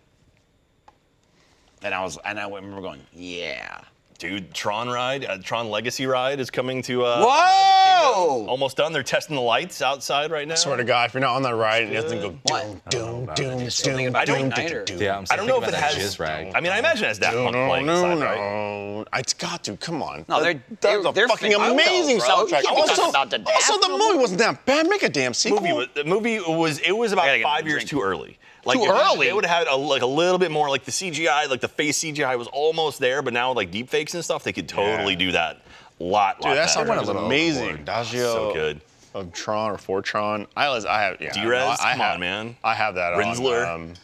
S4: and I was, and I remember going, yeah.
S3: Dude, Tron Ride, uh, Tron Legacy Ride is coming to. Uh,
S4: Whoa!
S3: Almost done. They're testing the lights outside right now.
S6: Swear to God, if you're not on that ride, it doesn't go doom,
S4: What?
S6: doom, doom,
S4: something
S6: doom,
S4: about
S6: doom,
S4: Igniter.
S6: doom, doom.
S5: Yeah, I'm
S3: I don't know if
S5: thinking
S3: it
S5: about that
S3: has.
S5: jizz rag.
S3: I mean, I imagine it has Daft
S6: No,
S3: Punk
S6: no,
S3: playing
S6: no,
S3: inside, right?
S6: no. It's got to. Come on.
S4: No, they're- they're-
S6: that was a
S4: they're
S6: fucking
S4: phenomenal,
S6: amazing
S4: bro. You
S6: soundtrack.
S4: can't be
S6: Also,
S4: talking about the Daft
S6: also, the
S4: Punk.
S6: movie wasn't that bad. Make a damn sequel.
S3: movie was, the movie was it was
S4: I
S3: about
S4: gotta get
S3: five
S4: a
S3: years
S4: drink.
S3: too early. Like
S4: Too
S3: if they-
S4: early?
S3: They would have had a, like a little bit more like the CGI, like the face CGI was almost there, but now with, like deep fakes and stuff, they could totally do that. Lot, lot
S6: Dude, that
S3: better.
S6: soundtrack was amazing. Adagio
S3: So good.
S6: Of Tron or Fortron. I was. I have. Yeah. I
S3: Drez?
S6: know, I, I
S3: Come
S6: have,
S3: on, man.
S6: I have that
S3: Rinsler.
S6: on. Um,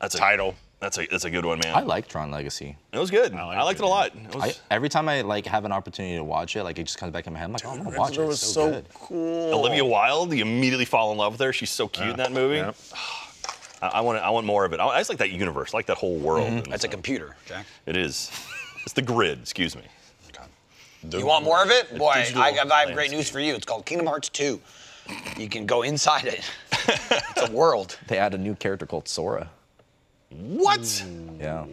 S3: That's a
S6: title.
S3: That's a that's a good one, man.
S5: I like Tron Legacy.
S3: it was good. I,
S6: like
S3: liked
S6: it,
S3: it a lot. It was,
S5: I, every time I like have an opportunity to watch it, like it just comes back in my head. I'm like, oh, I'm gonna watch it.
S6: Rinsler
S5: It's
S6: was
S5: so,
S6: so,
S5: good.
S6: cool.
S3: Olivia Wilde, you immediately fall in love with her. She's so cute in that movie.
S6: yeah.
S3: I, I want I want more of it. I, I just like that universe, I like that whole world.
S4: That's a computer, Jack.
S3: It is. It's the grid. Excuse me.
S4: You want more of it? Boy,
S3: digital
S4: I, I have great
S3: landscape.
S4: news for you. It's called Kingdom Hearts 2. You can go inside it. It's a world.
S5: They add a new character called Sora.
S3: What?
S5: Yeah.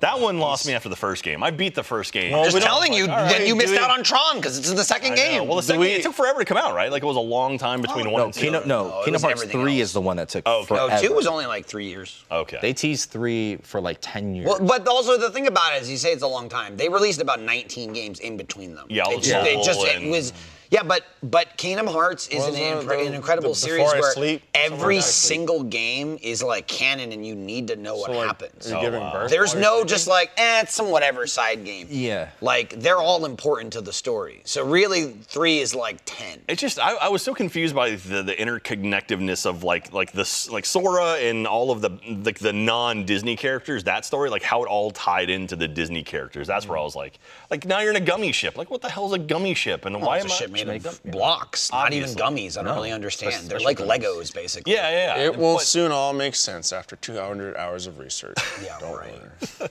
S3: That one lost me after the first game. I beat the first game.
S4: I'm just
S6: we don't-
S4: telling you,
S6: all right,
S4: then you
S6: do
S4: missed
S6: we-
S4: out on Tron because it's in the second
S3: I know.
S4: game. Oh,
S3: Well, the second,
S6: we-
S3: it took forever to come out, right? Like it was a long time between one
S5: No,
S3: and two.
S5: Kingdom, no,
S4: it was
S5: Kingdom Hearts
S4: everything
S5: 3
S4: else.
S5: is the one that took
S3: Oh, okay. No,
S4: no,
S5: forever.
S4: two was only like three years.
S3: Okay.
S5: They teased 3 for like 10 years.
S4: Well, but also the thing about it is, you say it's a long time. They released about 19 games in between them.
S3: Yeah, all
S4: it
S3: the
S4: just, it
S3: mobile
S4: just it
S3: and-
S4: was. Yeah, but but Kingdom Hearts is an,
S6: Wasn't it
S4: impre-
S6: the-
S4: an incredible
S6: the
S4: series
S6: Before I
S4: where
S6: Sleep?
S4: every
S6: Somewhere I Sleep.
S4: single game is like canon, and you need to know what
S6: So, like,
S4: happens.
S3: Oh,
S6: you're giving birth
S4: There's
S6: while you're
S4: no
S6: sleeping?
S4: just like eh, it's some whatever side game.
S5: Yeah.
S4: like they're all important to the story. So really, three is like ten.
S3: It's just I, I was so confused by the, the interconnectiveness of like like this like Sora and all of the like the non Disney characters that story like how it all tied into the Disney characters. That's where I was like like now you're in a gummy ship. Like what the hell is a gummy ship and why
S4: Oh, It's
S3: am
S4: a
S3: I?
S4: shit made of blocks, not even gummies. I don't really understand. They're like Legos, basically.
S3: yeah, yeah, yeah.
S6: It will
S3: But-
S6: soon all make sense after 200 hours of research.
S4: Yeah,
S6: Don't
S4: right.
S6: worry.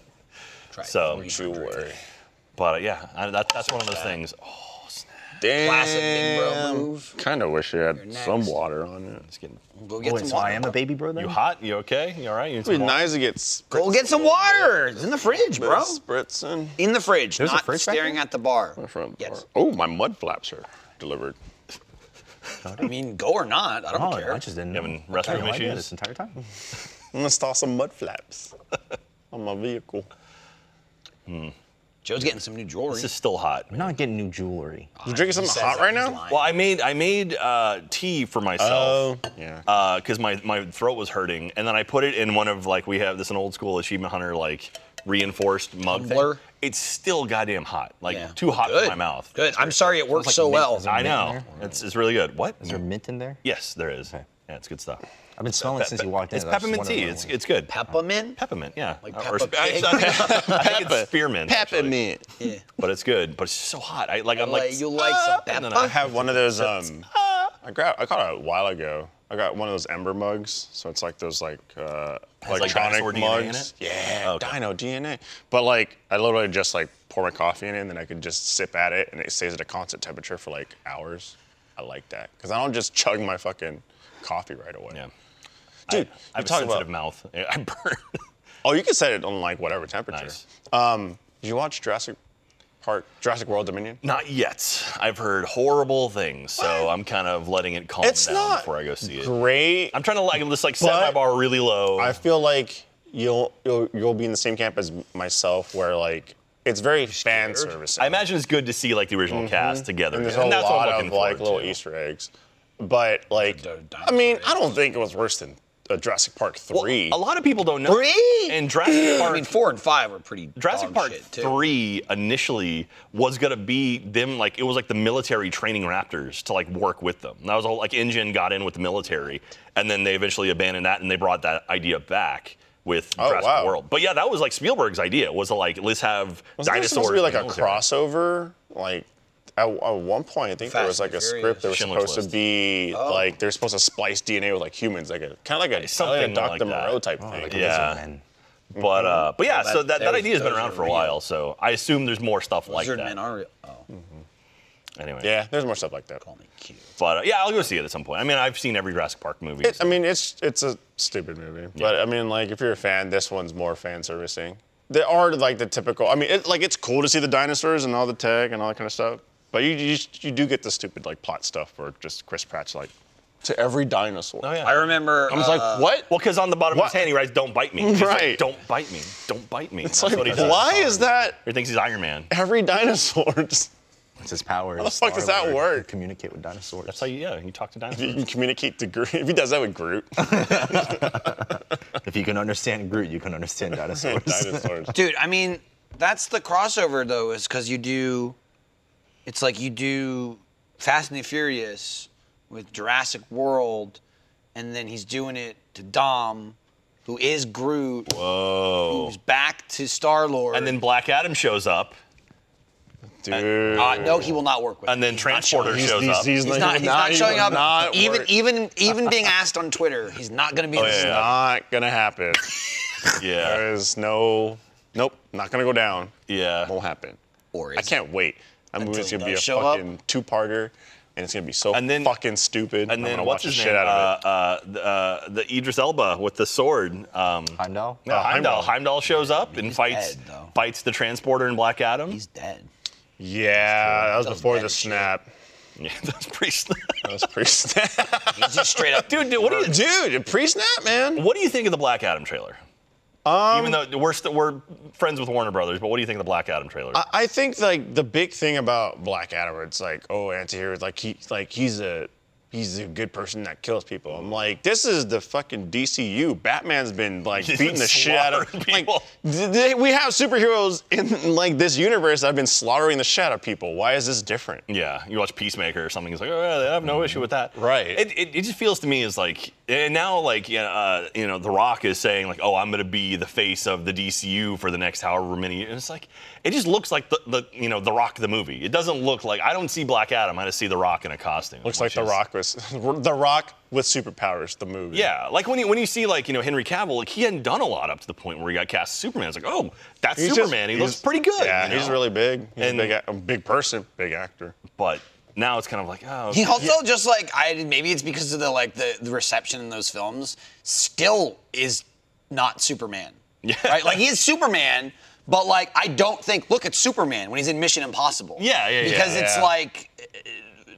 S4: Try it.
S3: So-
S4: Three
S6: Don't you
S4: hundred.
S6: worry.
S3: But uh, yeah, I, that, that's one of those things. Oh,
S6: Damn.
S4: Classic big bro move.
S6: Kind of wish it had
S4: next.
S6: some water on it.
S3: it's getting
S4: Go get some
S5: so Oh, I
S4: water.
S5: am a baby bro then?
S3: you hot. You okay? You all right? You need
S6: It'd
S3: some
S6: be
S3: water?
S6: nice to get spritz-
S4: Go get some water. It's in the fridge, bro.
S6: spritzing.
S4: In the fridge,
S5: There's a
S4: not
S5: fridge back
S4: staring
S5: there?
S4: at the bar.
S6: From
S4: yes.
S6: Oh, my mud flaps are delivered.
S4: I mean, go or not, I don't
S5: Oh,
S4: care.
S5: I just didn't.
S3: You
S5: know.
S3: having restroom
S5: I had no idea
S3: issues?
S5: this entire time.
S6: I'm gonna install some mud flaps on my vehicle.
S4: Joe's getting some new jewelry.
S3: This is still hot.
S5: We're not getting new jewelry.
S6: You drinking something
S4: says
S6: hot
S4: that
S6: right
S4: he's
S6: now?
S4: lying.
S3: Well, I made I made uh, tea for myself.
S6: Oh, yeah.
S3: Because my, my throat was hurting, and then I put it in one of like we have this an old school achievement hunter like reinforced mug thing.
S4: Tumbler?
S3: It's still goddamn hot, like
S4: Yeah.
S3: too hot
S4: Good.
S3: for my mouth.
S4: Good. I'm sorry it worked
S5: like
S4: so
S5: mint.
S4: well.
S5: Is it
S3: I
S5: mint
S3: know
S5: there?
S3: it's, it's really good. What?
S5: Is there mint in there?
S3: Yes, there is. Yeah, it's good stuff.
S5: I've been smelling it since you walked in.
S3: It's
S5: I was just
S3: peppermint tea.
S5: wondering
S3: It's
S5: why.
S3: it's good.
S4: Peppermint?
S3: Peppermint, yeah.
S4: Like
S3: Uh,
S4: Peppa
S3: sp- I,
S4: Pig?
S3: I think- I think it's spearmint. actually.
S6: Peppermint.
S4: Yeah.
S3: But it's good. But it's so hot. I like. I'm
S4: Like,
S3: like.
S4: you like some
S3: and then
S6: I
S4: pepper?
S6: have one of those. Um, I grabbed. I caught it a while ago. I got one of those Ember mugs. So it's like those like uh,
S3: like,
S6: electronic
S3: dinosaur DNA in
S6: mugs.
S3: it? Oh,
S6: Yeah,
S3: Okay.
S6: Dino DNA. But like, I literally just like pour my coffee in it, and then I could just sip at it, and it stays at a constant temperature for like hours. I like that because I don't just chug my fucking coffee right away.
S3: Yeah.
S6: Dude,
S3: I
S6: you
S3: have a
S6: talk
S3: sensitive
S6: about.
S3: mouth. I burn.
S6: Oh, you can set it on like whatever temperature.
S3: Nice.
S6: Um, did you watch Jurassic Park, Jurassic World Dominion?
S3: Not yet. I've heard horrible things, so I'm kind of letting it calm
S6: It's
S3: down
S6: not
S3: before I go see it.
S6: Great.
S3: I'm trying to like I'm just like set my
S6: But-
S3: bar really low.
S6: I feel like you'll you'll you'll be in the same camp as myself, where like it's very fan service.
S3: I imagine it's good to see like the original cast together.
S6: and Mm-hmm.
S3: again,
S6: there's a
S3: that's what
S6: lot
S3: I'm
S6: of
S3: looking
S6: like
S3: forward
S6: little
S3: to.
S6: Easter eggs, but like
S4: The dinosaur
S6: I mean,
S4: eggs.
S6: I don't think it was worse than uh, Jurassic Park
S3: Well,
S6: three.
S3: a lot of people don't know.
S4: Three?
S3: And Jurassic Park
S4: I mean, four and five are pretty.
S3: Jurassic
S4: dog
S3: Park
S4: shit, too.
S3: 3 initially was going to be them like it was like the military training raptors to like work with them. And that was all like Engine got in with the military and then they eventually abandoned that and they brought that idea back with
S6: Oh,
S3: Jurassic
S6: wow.
S3: World. But yeah, that was like Spielberg's idea was to like let's have
S6: was there
S3: dinosaurs
S6: supposed to be
S3: in
S6: like
S3: the
S6: a
S3: military.
S6: crossover? Like at, at one point, I think
S4: Fast
S6: there was like a
S4: and
S6: script that was
S3: Schindler's
S6: supposed
S3: List. Oh.
S6: to be like they're supposed to splice DNA with like humans, like a kind of like a
S3: Something
S6: like a Dr.
S3: like that.
S6: Moreau type
S5: Oh,
S6: thing.
S5: like
S3: Yeah.
S5: lizard men.
S3: But uh but yeah,
S4: Well,
S3: so
S4: that-
S3: that, that
S4: those-
S3: idea has been
S4: those
S3: around
S4: are
S3: for a
S4: real.
S3: while, so I assume there's more stuff like
S4: Lizard
S3: that.
S4: men are. Oh,
S3: Anyway.
S6: Yeah, there's more stuff like that.
S4: call me cute.
S3: But uh, yeah, I'll go see it at some point. I mean, I've seen every Jurassic Park movie.
S6: It, I
S3: so-
S6: mean, it's it's a stupid movie, but I mean, like if you're a fan, this one's more fan servicing. There are like the typical. I mean, it, like it's cool to see the dinosaurs and all the tech and all that kind of stuff, but you you, just- you do get the stupid like plot stuff where just Chris Pratt's like to every dinosaur.
S3: Oh, yeah.
S4: I remember. uh,
S6: I was like, what?
S3: Well, because on the bottom of his
S6: What?
S3: hand, he writes, "Don't bite me." He's like,
S6: Right.
S3: don't bite me. Don't bite me.
S6: It's
S3: That's
S6: like,
S3: what he does.
S6: why is that
S3: He thinks he's Iron Man.
S6: every dinosaur? Just,
S5: It's his power. How
S6: the fuck does that work?
S5: Communicate with dinosaurs.
S3: That's how you, yeah, you talk to
S6: you
S3: dinosaurs.
S6: can communicate to Groot. If he does that with Groot,
S5: if you can understand Groot, you can understand dinosaurs.
S6: dinosaurs.
S4: Dude, I mean, that's the crossover though, is because you do. It's like you do Fast and the Furious with Jurassic World, and then he's doing it to Dom, who is Groot,
S3: Whoa.
S4: who's back to Star Lord.
S3: And then Black Adam shows up,
S6: Dude.
S4: uh, no, he will not work with.
S3: and
S4: him.
S3: then Transporter
S6: he's,
S3: shows
S6: he's-
S3: up.
S6: he's
S4: He's not, he's not
S6: he
S4: showing
S6: will
S4: up.
S6: not
S4: even
S6: work.
S4: even even being asked on Twitter, he's not going to be. in
S3: Oh,
S4: this
S3: yeah,
S4: stuff.
S6: not gonna happen.
S3: yeah,
S6: There is no, nope, not gonna go down.
S3: yeah.
S6: Won't happen.
S4: Or
S6: I
S4: is
S6: can't wait. I'm
S4: Until
S6: moving. It's gonna
S4: it
S6: be a
S4: does show up.
S6: fucking two-parter, and it's gonna be so
S3: And then-
S6: fucking stupid.
S3: And
S6: I'm
S3: then
S6: gonna
S3: what's
S6: watch
S3: his name?
S6: the shit out of it.
S3: uh, uh, the, uh, the Idris Elba with the sword. Um,
S5: Heimdall?
S3: no,
S6: Uh,
S3: Heimdall.
S6: Heimdall.
S3: Heimdall shows up and fights
S4: dead, though.
S3: bites the Transporter and Black Adam.
S4: He's dead.
S6: yeah, that was
S4: Those
S6: before
S4: bad
S6: the
S4: as shit.
S6: snap.
S3: yeah, that's pretty. sl-
S6: That was pre-snap.
S4: He's just straight up.
S3: dude, dude, what do you do?
S6: Dude, pre-snap, man.
S3: What do you think of the Black Adam trailer? Um, Even though we're st- we're friends with Warner Brothers, but what do you think of the Black Adam trailer?
S6: I think like the big thing about Black Adam, where it's like, oh, anti-hero, like he, like he's a, he's a good person that kills people. I'm like, this is the fucking DCU. Batman's been like
S3: He's
S6: beating
S3: been
S6: the shit out of
S3: slaughtering
S6: like,
S3: people.
S6: th- they- we have superheroes in like this universe that have been slaughtering the shit out of people. Why is this different?
S3: Yeah, you watch Peacemaker or something. It's like, oh, yeah, I have no issue with that.
S6: Right.
S3: It, it, it just feels to me as like, and now like, you know, uh, you know, The Rock is saying like, oh, I'm gonna be the face of the DCU for the next however many. years. And it's like, it just looks like the, the you know, The Rock the movie. It doesn't look like I don't see Black Adam. I just see The Rock in a costume.
S6: Looks like
S3: which
S6: The
S3: is-
S6: Rock was The Rock with superpowers. The movie.
S3: Yeah, like when you when you see like you know Henry Cavill, like he hadn't done a lot up to the point where he got cast as Superman. It's like, oh, that's
S6: He's just-
S3: Superman. he
S6: he's-
S3: looks pretty good.
S6: Yeah,
S3: you know?
S6: he's really big. He's
S3: And-
S6: a big, a- a big person, big actor.
S3: But now it's kind of like, oh,
S4: He
S3: okay.
S4: also just like I maybe it's because of the like the, the reception in those films still is not Superman. Yeah. Right? Like he is Superman, but like I don't think look at Superman when he's in Mission Impossible.
S3: Yeah, yeah, yeah,
S4: Because it's
S6: yeah.
S4: like uh,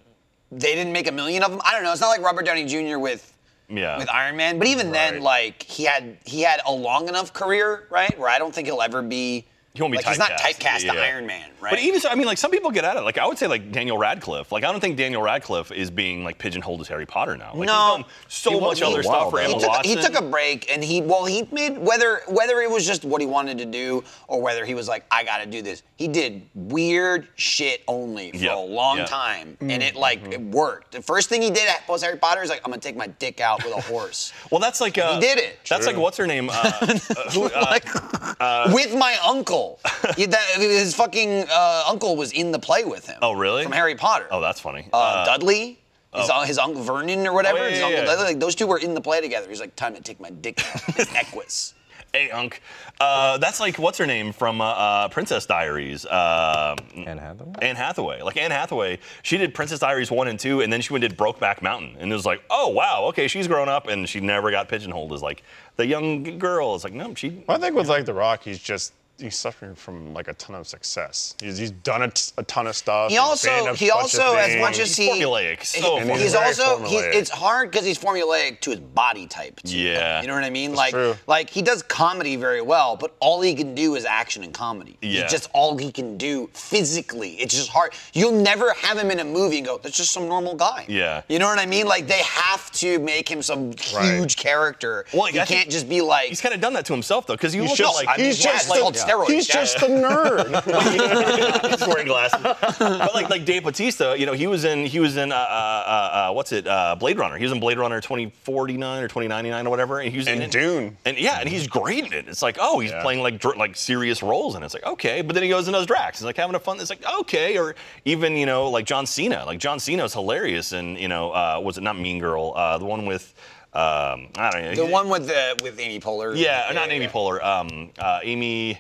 S4: they didn't make a million of them. I don't know. It's not like Robert Downey Jr. with
S3: Yeah.
S4: with Iron Man. But even then,
S3: Right.
S4: like he had he had a long enough career, right? Where I don't think he'll ever be.
S3: He won't be
S4: like, He's not
S3: typecast,
S4: typecast to
S3: yeah.
S4: Iron Man, right?
S3: But even so, I mean, like some people get at it. Like I would say, like Daniel Radcliffe. Like I don't think Daniel Radcliffe is being like pigeonholed as Harry Potter now. Like,
S4: No.
S3: he's done so
S5: He
S3: much
S5: was a
S3: other stuff
S5: while
S3: for
S5: back.
S3: Emma
S4: he took,
S3: Watson.
S4: he took a break and he well he made whether whether it was just what he wanted to do or whether he was like I got to do this. He did weird shit only for
S3: Yep,
S4: a long
S3: yep. Mm-hmm.
S4: time and it like it worked. The first thing he did at post Harry Potter is like I'm gonna take my dick out with a horse
S3: well, that's like uh,
S4: He did it.
S3: That's like what's her name? Uh, uh, who, uh,
S4: with my uncle. He- that- his fucking uh, uncle was in the play with him.
S3: Oh, really?
S4: From Harry Potter.
S3: oh, that's funny.
S4: uh, Dudley. His, his uncle Vernon or whatever.
S3: Oh, yeah,
S4: his
S3: yeah,
S4: uncle
S3: yeah.
S4: Dudley. Like, those two were in the play together. He's like, time to take my dick out. It's Equus.
S3: Hey, Unc. Uh, that's like what's her name from uh, uh, Princess Diaries? Uh,
S5: Anne Hathaway?
S3: Anne Hathaway. Like Anne Hathaway, she did Princess Diaries one and two, and then she went and did Brokeback Mountain, and it was like, oh wow, okay, she's grown up, and she never got pigeonholed as like the young girl. It's like no, she.
S6: I think with like The Rock, he's just he's suffering from like a ton of success. He's, he's done a, t- a ton of stuff.
S4: He
S6: he's
S4: also,
S6: been a
S4: he
S6: bunch of
S4: also, as
S6: things.
S4: much as he,
S3: formulaic, so
S4: he-
S6: formulaic.
S4: he's also, he,
S6: Formulaic.
S4: it's hard because he's formulaic to his body type. Too.
S3: Yeah.
S4: you know what I mean. like,
S6: true.
S4: like he does comedy very well, but all he can do is action and comedy. He's
S3: Yeah.
S4: just all he can do physically. It's just hard. You'll never have him in a movie and go, "That's just some normal guy."
S3: Yeah.
S4: you know what I mean. Like they have to make him some huge character.
S3: Well,
S4: he
S3: I
S4: can't
S3: think
S4: just be like.
S3: He's kind of done that to himself though, because you
S6: He's
S3: look
S6: just-
S3: at, like
S4: I mean,
S6: he's
S4: yeah,
S6: just
S4: it's called
S6: the-
S4: steroids,
S6: he's
S4: yeah.
S6: just a nerd.
S3: he's wearing glasses. but like like Dave Bautista, you know, he was in he was in uh, uh, uh, uh, what's it uh, Blade Runner. He was in Blade Runner 2049 or 2099 or whatever, and he was in
S6: And
S3: it.
S6: Dune.
S3: And yeah, and he's great in it. It's like oh, he's playing like dr- like serious roles, and it's like okay. But then he goes and does Drax. It's like having a fun. It's like okay, or even you know like John Cena. Like John Cena's hilarious, and you know uh, was it not Mean Girl? Uh, the one with. Um, I don't know.
S4: the one with the with Amy Poehler.
S3: Yeah, not Amy Poehler. Um, uh, Amy,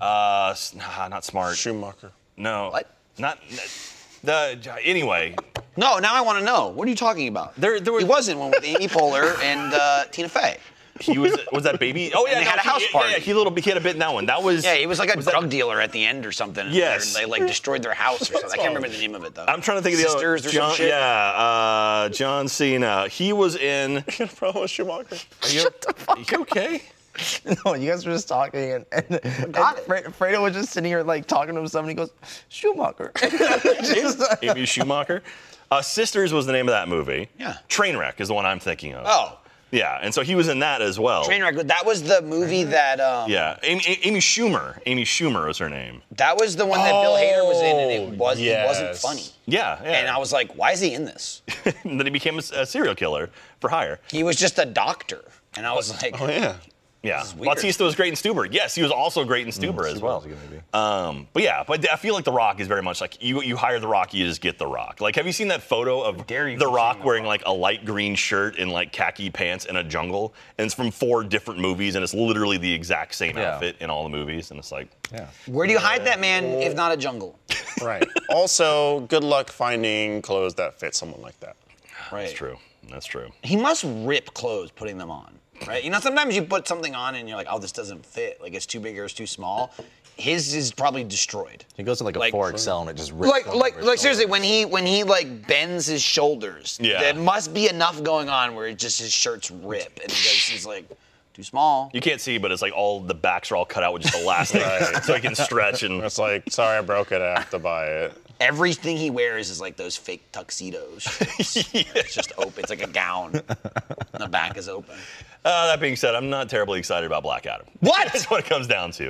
S3: uh, s- nah, not smart.
S6: Schumacher.
S3: No.
S4: What?
S3: Not the. Anyway,
S4: No, now I want to know. What are you talking about?
S3: There- there were-
S4: he was in one with Amy Poehler and uh, Tina Fey.
S3: he was was that baby. Oh yeah,
S4: And they
S3: no,
S4: had a
S3: he-
S4: house
S3: yeah,
S4: party.
S3: Yeah, he little he had a bit in that one. That was.
S4: Yeah, he was like a drug dealer at the end or something. and
S3: Yes.
S4: they like destroyed their house or something. I can't remember the name of it though.
S3: I'm trying to think of the
S4: sisters
S3: other.
S4: or some
S3: John,
S4: shit.
S3: Yeah, uh, John Cena. He was in.
S6: Problem with Schumacher.
S3: Are you, are you okay?
S5: No, you guys were just talking, and, and, and
S4: got it.
S5: Fre- Fredo was just sitting here like talking to himself, and he goes, Schumacher. Just-
S3: Amy Schumacher. Uh, Sisters was the name of that movie.
S4: Yeah.
S3: Trainwreck is the one I'm thinking of.
S4: Oh,
S3: Yeah, and so he was in that as well.
S4: Trainwreck. That was the movie that. Um,
S3: Yeah, Amy, A- Amy Schumer. Amy Schumer is her name.
S4: That was the one that Bill Hader was in, and it was it wasn't
S6: yes.
S4: funny.
S3: Yeah, Oh, yeah.
S4: And I was like, why is he in this?
S3: And then he became a, s- a serial killer for hire.
S4: He was just a doctor, and I was like,
S6: Oh yeah.
S3: Yeah,
S4: is weird.
S3: Bautista was great in Stuber. Yes, he was also great in Stuber as well. Um, but yeah, but I feel like The Rock is very much like you. You hire The Rock, you just get The Rock. Like, have you seen that photo of
S4: dare you
S3: The
S4: for
S3: Rock
S4: saying
S3: wearing like a light green shirt and like khaki pants in a jungle? And it's from four different movies, and it's literally the exact same
S5: Yeah.
S3: outfit in all the movies. And it's like,
S4: where do you hide that man if not a jungle?
S6: Right. also, good luck finding clothes that fit someone like that.
S4: Right.
S3: that's true. That's true.
S4: he must rip clothes putting them on, right? You know, sometimes you put something on and you're like, oh, this doesn't fit. Like it's too big or it's too small. His is probably destroyed.
S5: he goes to like a
S4: Like-
S5: 4XL, and it just rips
S4: Like,
S5: all over
S4: like,
S5: his
S4: like seriously,
S5: shoulder.
S4: when he when he like bends his shoulders,
S3: Yeah.
S4: there must be enough going on where it just his shirts rip and he goes, he's like, too small.
S3: You can't see, but it's like all the backs are all cut out with just elastic, so he can stretch and
S6: It's like, sorry, I broke it. I have to buy it.
S4: Everything he wears is like those fake tuxedos. It's just open. It's like a gown. And the back is open.
S3: Uh, that being said, I'm not terribly excited about Black Adam.
S4: What?
S3: That's what it comes down to.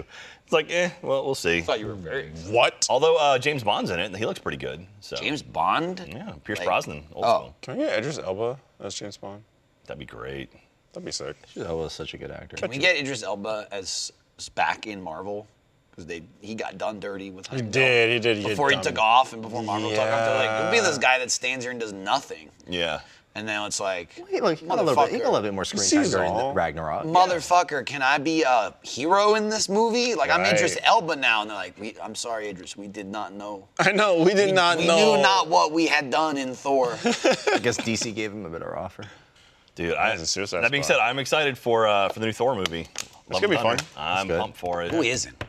S3: It's like, eh, well, we'll see.
S4: I thought you were very
S6: What?
S3: Although uh, James Bond's in it, and he looks pretty good. So
S4: James Bond.
S3: yeah, Pierce
S4: Like-
S3: Brosnan, old
S4: oh.
S3: school.
S6: Can we get Idris Elba as James Bond?
S3: That'd be great.
S6: That'd be sick.
S5: That was such a good actor.
S4: Can we get Idris Elba as as back in Marvel? Because they he got done dirty with Heimdall.
S6: did, he did get
S4: Before he
S6: done.
S4: took off and before Marvel took off, they're like,
S6: Yeah.
S4: "We'll be this guy that stands here and does nothing."
S3: Yeah.
S4: And now it's like,
S5: He, like, he got a little bit, he got
S4: Motherfucker.
S5: a little bit more screen
S6: Sees
S5: time during the
S6: all.
S5: Ragnarok.
S4: motherfucker, can I be a hero in this movie? Like I'm Idris
S6: Right.
S4: Elba now, and they're like, we, "I'm sorry, Idris, we did not know.
S6: I know. We did not
S4: we
S6: know.
S4: knew not what we had done in Thor."
S5: I guess DC gave him a better offer.
S3: Dude, I,
S6: That's a Suicide
S3: that being
S6: Squad.
S3: said, I'm excited for uh, for the new Thor movie. Love and
S6: gonna be
S3: Thunder.
S6: fun.
S3: I'm
S5: It's good.
S3: pumped for it.
S4: Who isn't?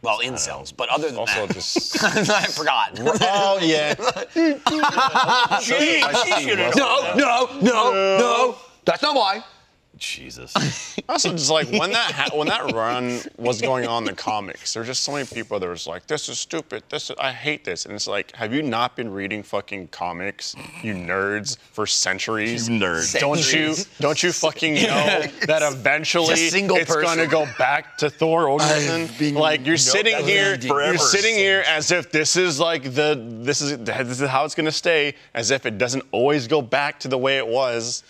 S4: Well, incels, but other than
S6: Also,
S4: that,
S6: just.
S4: I forgot.
S6: oh yeah.
S3: Jeez, you know.
S4: no, no, no, no. That's not why.
S3: Jesus.
S6: Also, just like when that ha- when that run was going on in the comics, there were just so many people that was like, "This is stupid. This is, I hate this." And it's like, have you not been reading fucking comics, you nerds, for centuries?
S3: You nerd.
S6: Don't you don't you fucking know that eventually
S4: It's a single
S6: it's
S4: person.
S6: gonna go back to Thor Olsen? Like you're sitting here,
S3: Forever.
S6: you're sitting here as if this is like the this is this is how it's gonna stay, as if it doesn't always go back to the way it was.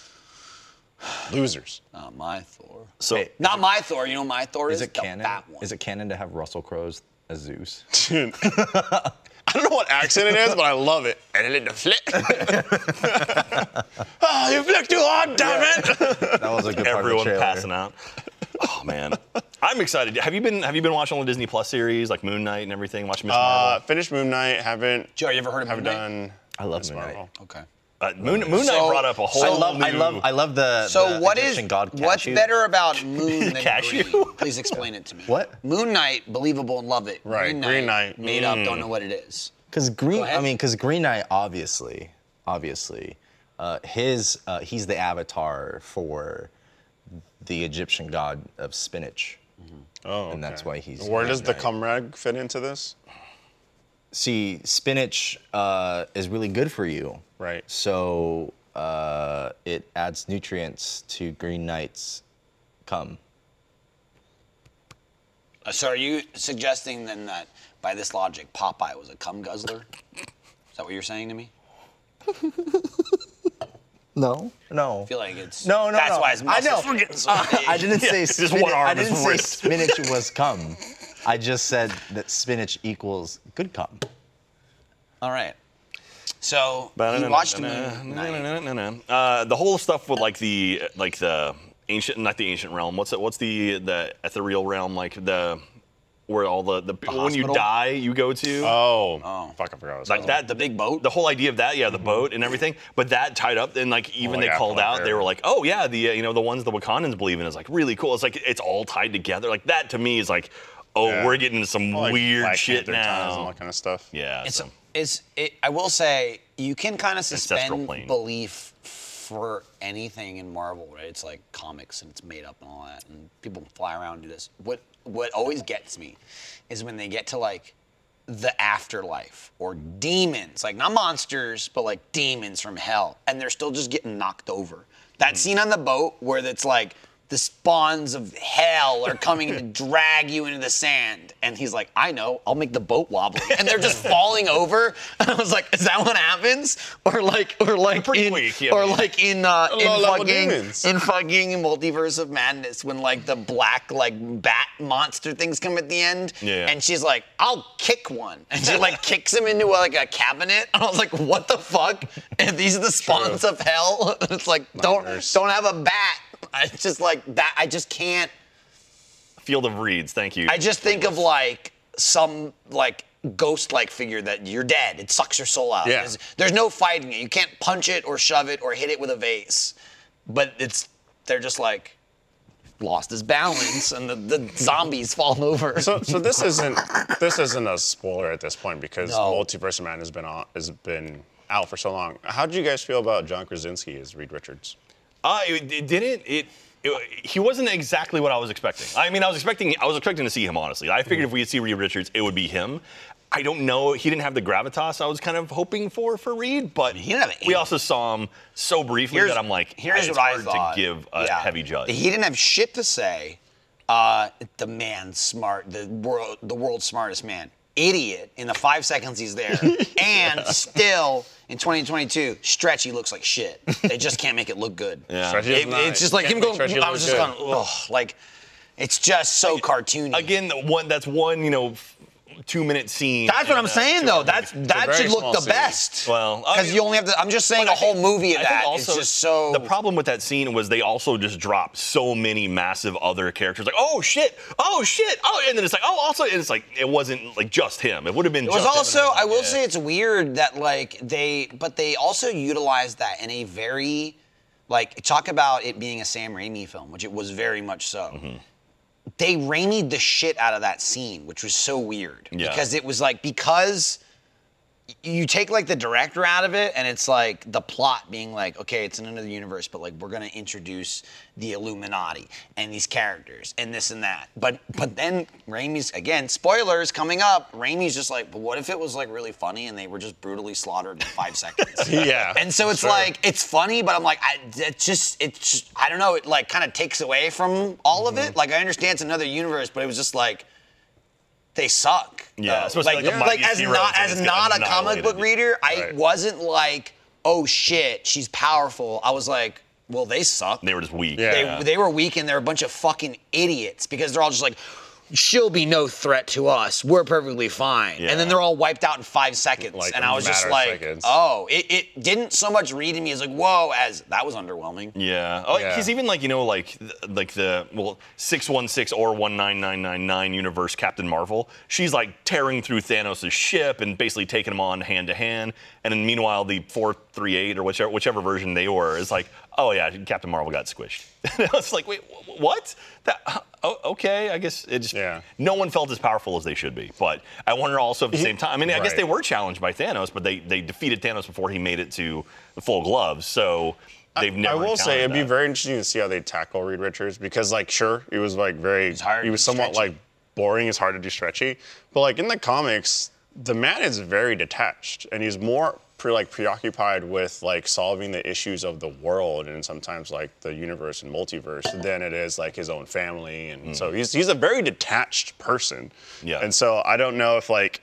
S6: Losers.
S4: Not my Thor.
S3: So
S4: Not my Thor. You know what my Thor is,
S5: Is it
S4: the
S5: canon?
S4: fat one.
S5: Is it canon to have Russell Crowe's as Zeus?
S6: I don't know what accent it is, but I love it. And it didn't flick. oh, you flick too hard, damn it!
S5: That was a good part
S3: everyone
S5: of the trailer.
S3: passing out. Oh man, I'm excited. Have you been Have you been watching all the Disney Plus series like Moon Knight and everything? Watch Miss
S6: Uh,
S3: Marvel.
S6: finished Moon Knight. Haven't.
S4: Joe, you ever heard of
S6: Haven't
S4: Moon Knight?
S6: done.
S5: I love
S6: Miss
S5: Moon Knight.
S6: Marvel.
S4: Okay.
S3: Uh, Moon, Moon Knight
S4: so-
S3: brought up a whole.
S5: I love, I
S3: new-
S5: love, I love the.
S4: So
S5: the
S4: what is
S5: Egyptian god
S4: what's
S5: Khonshu.
S4: better about Moon than
S3: Cashew?
S4: Green? Please explain it to me.
S5: What?
S4: Moon Knight, believable and love it.
S6: Right, Green Knight.
S4: made up.
S5: Mm.
S4: Don't know what it is.
S5: Because Green, I
S4: ahead.
S5: mean, because Green Knight, obviously, obviously, uh, his uh, he's the avatar for the Egyptian god of spinach.
S6: Oh,
S5: And that's why he's
S6: Where
S5: Moon
S6: does the
S5: Knight.
S6: comrade fit into this?
S5: See, spinach uh, is really good for you.
S6: Right.
S5: So uh, it adds nutrients to Green Knight's cum.
S4: Uh, So are you suggesting then that by this logic, Popeye was a cum guzzler? Is that what you're saying to me?
S5: No. No.
S4: I feel like it's
S5: No, no,
S4: That's
S5: no.
S4: why his
S5: I know.
S4: muscles were getting so big.
S5: I didn't say
S3: just
S5: spinach-
S3: one arm
S5: I didn't
S3: is
S5: say
S3: ripped.
S5: spinach was cum. I just said that spinach equals good cum.
S4: All right. So you watched Moon Knight.
S3: Uh, the whole stuff with like the like the ancient, not the ancient realm. What's it? What's the the ethereal realm? Like the where all the the, when you
S4: hospital?
S3: die you go to.
S6: Oh, fuck! I forgot. What it's
S3: like
S6: called.
S3: that
S4: The big boat. Mm-hmm.
S3: the whole idea of that, yeah, the boat and everything. But that tied up, and like even
S6: like
S3: they called out, they
S6: Afterlife.
S3: were like, oh yeah, the uh, you know the ones the Wakandans believe in is like really cool. It's like it's all tied together. Like that to me is like, oh,
S6: Yeah.
S3: we're getting into some
S6: Like
S3: weird
S6: Black
S3: shit
S6: Panther times and
S3: now.
S6: all that kind of stuff.
S3: yeah,
S4: it's
S3: so.
S4: it's it, I will say you can kind of
S3: Ancestral
S4: suspend
S3: plane.
S4: belief for anything in Marvel, right? It's like comics and it's made up and all that, and people fly around and do this. What what always gets me is when they get to like the afterlife or demons, like not monsters, but like demons from hell, and they're still just getting knocked over.
S3: Hmm.
S4: That scene on the boat where it's like the spawns of hell are coming to drag you into the sand. And he's like, I know, I'll make the boat wobbly. And they're just falling over. And I was like, is that what happens? Or like, or like
S3: pretty
S4: in,
S3: weak, yeah,
S4: or
S3: yeah.
S4: like in, uh, in
S6: Low-level
S4: fucking,
S6: demons.
S4: in fucking Multiverse of Madness when like the black like bat monster things come at the end.
S3: Yeah.
S4: And she's like, I'll kick one. And she like kicks him into like a cabinet. And I was like, what the fuck? And these are the spawns of hell. it's like, don't
S6: Nightmares.
S4: don't have a bat. I just like that. I just can't.
S3: Field of Reeds, thank you.
S4: I just think of like some like ghost-like figure that you're dead. It sucks your soul out.
S6: Yeah.
S4: There's, there's no fighting it. You can't punch it or shove it or hit it with a vase. But it's they're just like lost his balance and the, the zombies falling over.
S6: So, so this isn't this isn't a spoiler at this point because
S4: No.
S6: Multiverse of Man has been on, has been out for so long. How do you guys feel about John Krasinski as Reed Richards?
S3: Uh, it, it didn't. It, it. He wasn't exactly what I was expecting. I mean, I was expecting. I was expecting to see him honestly. I figured if we see Reed Richards, it would be him. I don't know. He didn't have the gravitas I was kind of hoping for for Reed, but
S4: He didn't have
S3: we
S4: any.
S3: also saw him so briefly that I'm like,
S4: here's
S3: it's
S4: what I
S3: hard
S4: thought.
S3: to give a
S4: Yeah.
S3: heavy judge.
S4: He didn't have shit to say. Uh, the man smart, the world, the world's smartest man, idiot. In the five seconds he's there, and still in 2022, Stretchy looks like shit. They just can't make it look good.
S3: Yeah.
S6: Stretchy
S4: It-
S6: does not-
S4: it's just like
S6: can't
S4: him
S6: make
S4: going.
S6: Stretchy
S4: I
S6: look
S4: was just
S6: good.
S4: going, ugh, like, it's just so cartoony.
S3: Again, the one that's one you know, two minute scene.
S4: That's what
S3: in,
S4: I'm
S3: uh,
S4: saying though. That's that
S6: very
S4: should
S6: small
S4: look the
S6: scene.
S4: best.
S3: Well, I
S4: because
S3: mean-
S4: you only have to. I'm just saying
S3: But
S4: a
S3: I think-
S4: whole movie
S3: I
S4: of
S3: think
S4: that. It's just so.
S3: The problem with that scene was they also just dropped so many massive other characters. Like, oh shit, oh shit, oh, and then it's like, oh, also, and it's like it wasn't like just him. It would have been.
S4: It was
S3: just him.
S4: also, I will say, it's weird that like they, but they also utilized that in a very, like, talk about it being a Sam Raimi film, which it was very much so. They Raimied the shit out of that scene, which was so weird
S3: Yeah.
S4: because it was like because you take like the director out of it, and it's like the plot being like, okay, it's in another universe, but like we're gonna introduce the Illuminati and these characters and this and that. But but then Raimi's again, spoilers coming up. Raimi's just like, but what if it was like really funny and they were just brutally slaughtered in five seconds?
S6: Yeah,
S4: And so it's
S6: sure.
S4: like it's funny, but I'm like, I, it just it's just, I don't know. It like kind of takes away from all of
S6: Mm-hmm.
S4: it. Like I understand it's another universe, but it was just like they suck.
S3: Yeah,
S4: though.
S3: especially, like, the
S4: like
S3: mighty
S4: as
S3: heroes
S4: not
S3: that
S4: as
S3: just get
S4: not a comic
S3: annihilated.
S4: book reader, I
S6: Right.
S4: wasn't like, oh shit, she's powerful. I was like, well, they suck.
S3: They were just weak.
S6: Yeah.
S4: They, they were weak and they're a bunch of fucking idiots because they're all just like, she'll be no threat to us. We're perfectly fine. And then
S3: Yeah.
S4: they're all wiped out in five seconds.
S6: Like,
S4: and I was just
S6: matter of
S4: like,
S6: seconds.
S4: oh, it, it didn't so much read to me as like, whoa, as that was underwhelming.
S3: Yeah. Oh,
S6: Yeah.
S3: because even like you know, like th- like the well, six one six or one nine nine nine nine universe Captain Marvel. She's like tearing through Thanos' ship and basically taking him on hand to hand. And then meanwhile, the four three eight or whichever whichever version they were is like, oh yeah, Captain Marvel got squished. and I was like, wait, wh- what? That huh, oh, okay? I guess it just
S6: Yeah.
S3: no one felt as powerful as they should be. But I wonder also at the same time. I mean, I guess
S6: Right.
S3: they were challenged by Thanos, but they they defeated Thanos before he made it to the full gloves. So. They've never
S6: I will say it'd
S3: encountered
S6: be
S3: that.
S6: very interesting to see how they tackle Reed Richards because, like, sure, he was like very,
S4: hard
S6: he
S4: to
S6: was
S4: do
S6: somewhat
S4: stretchy.
S6: like boring. It's hard to do stretchy, but like in the comics, the man is very detached and he's more pre, like preoccupied with like solving the issues of the world and sometimes like the universe and multiverse than it is like his own family. And so he's he's a very detached person.
S3: Hmm. Yeah.
S6: And so I don't know if like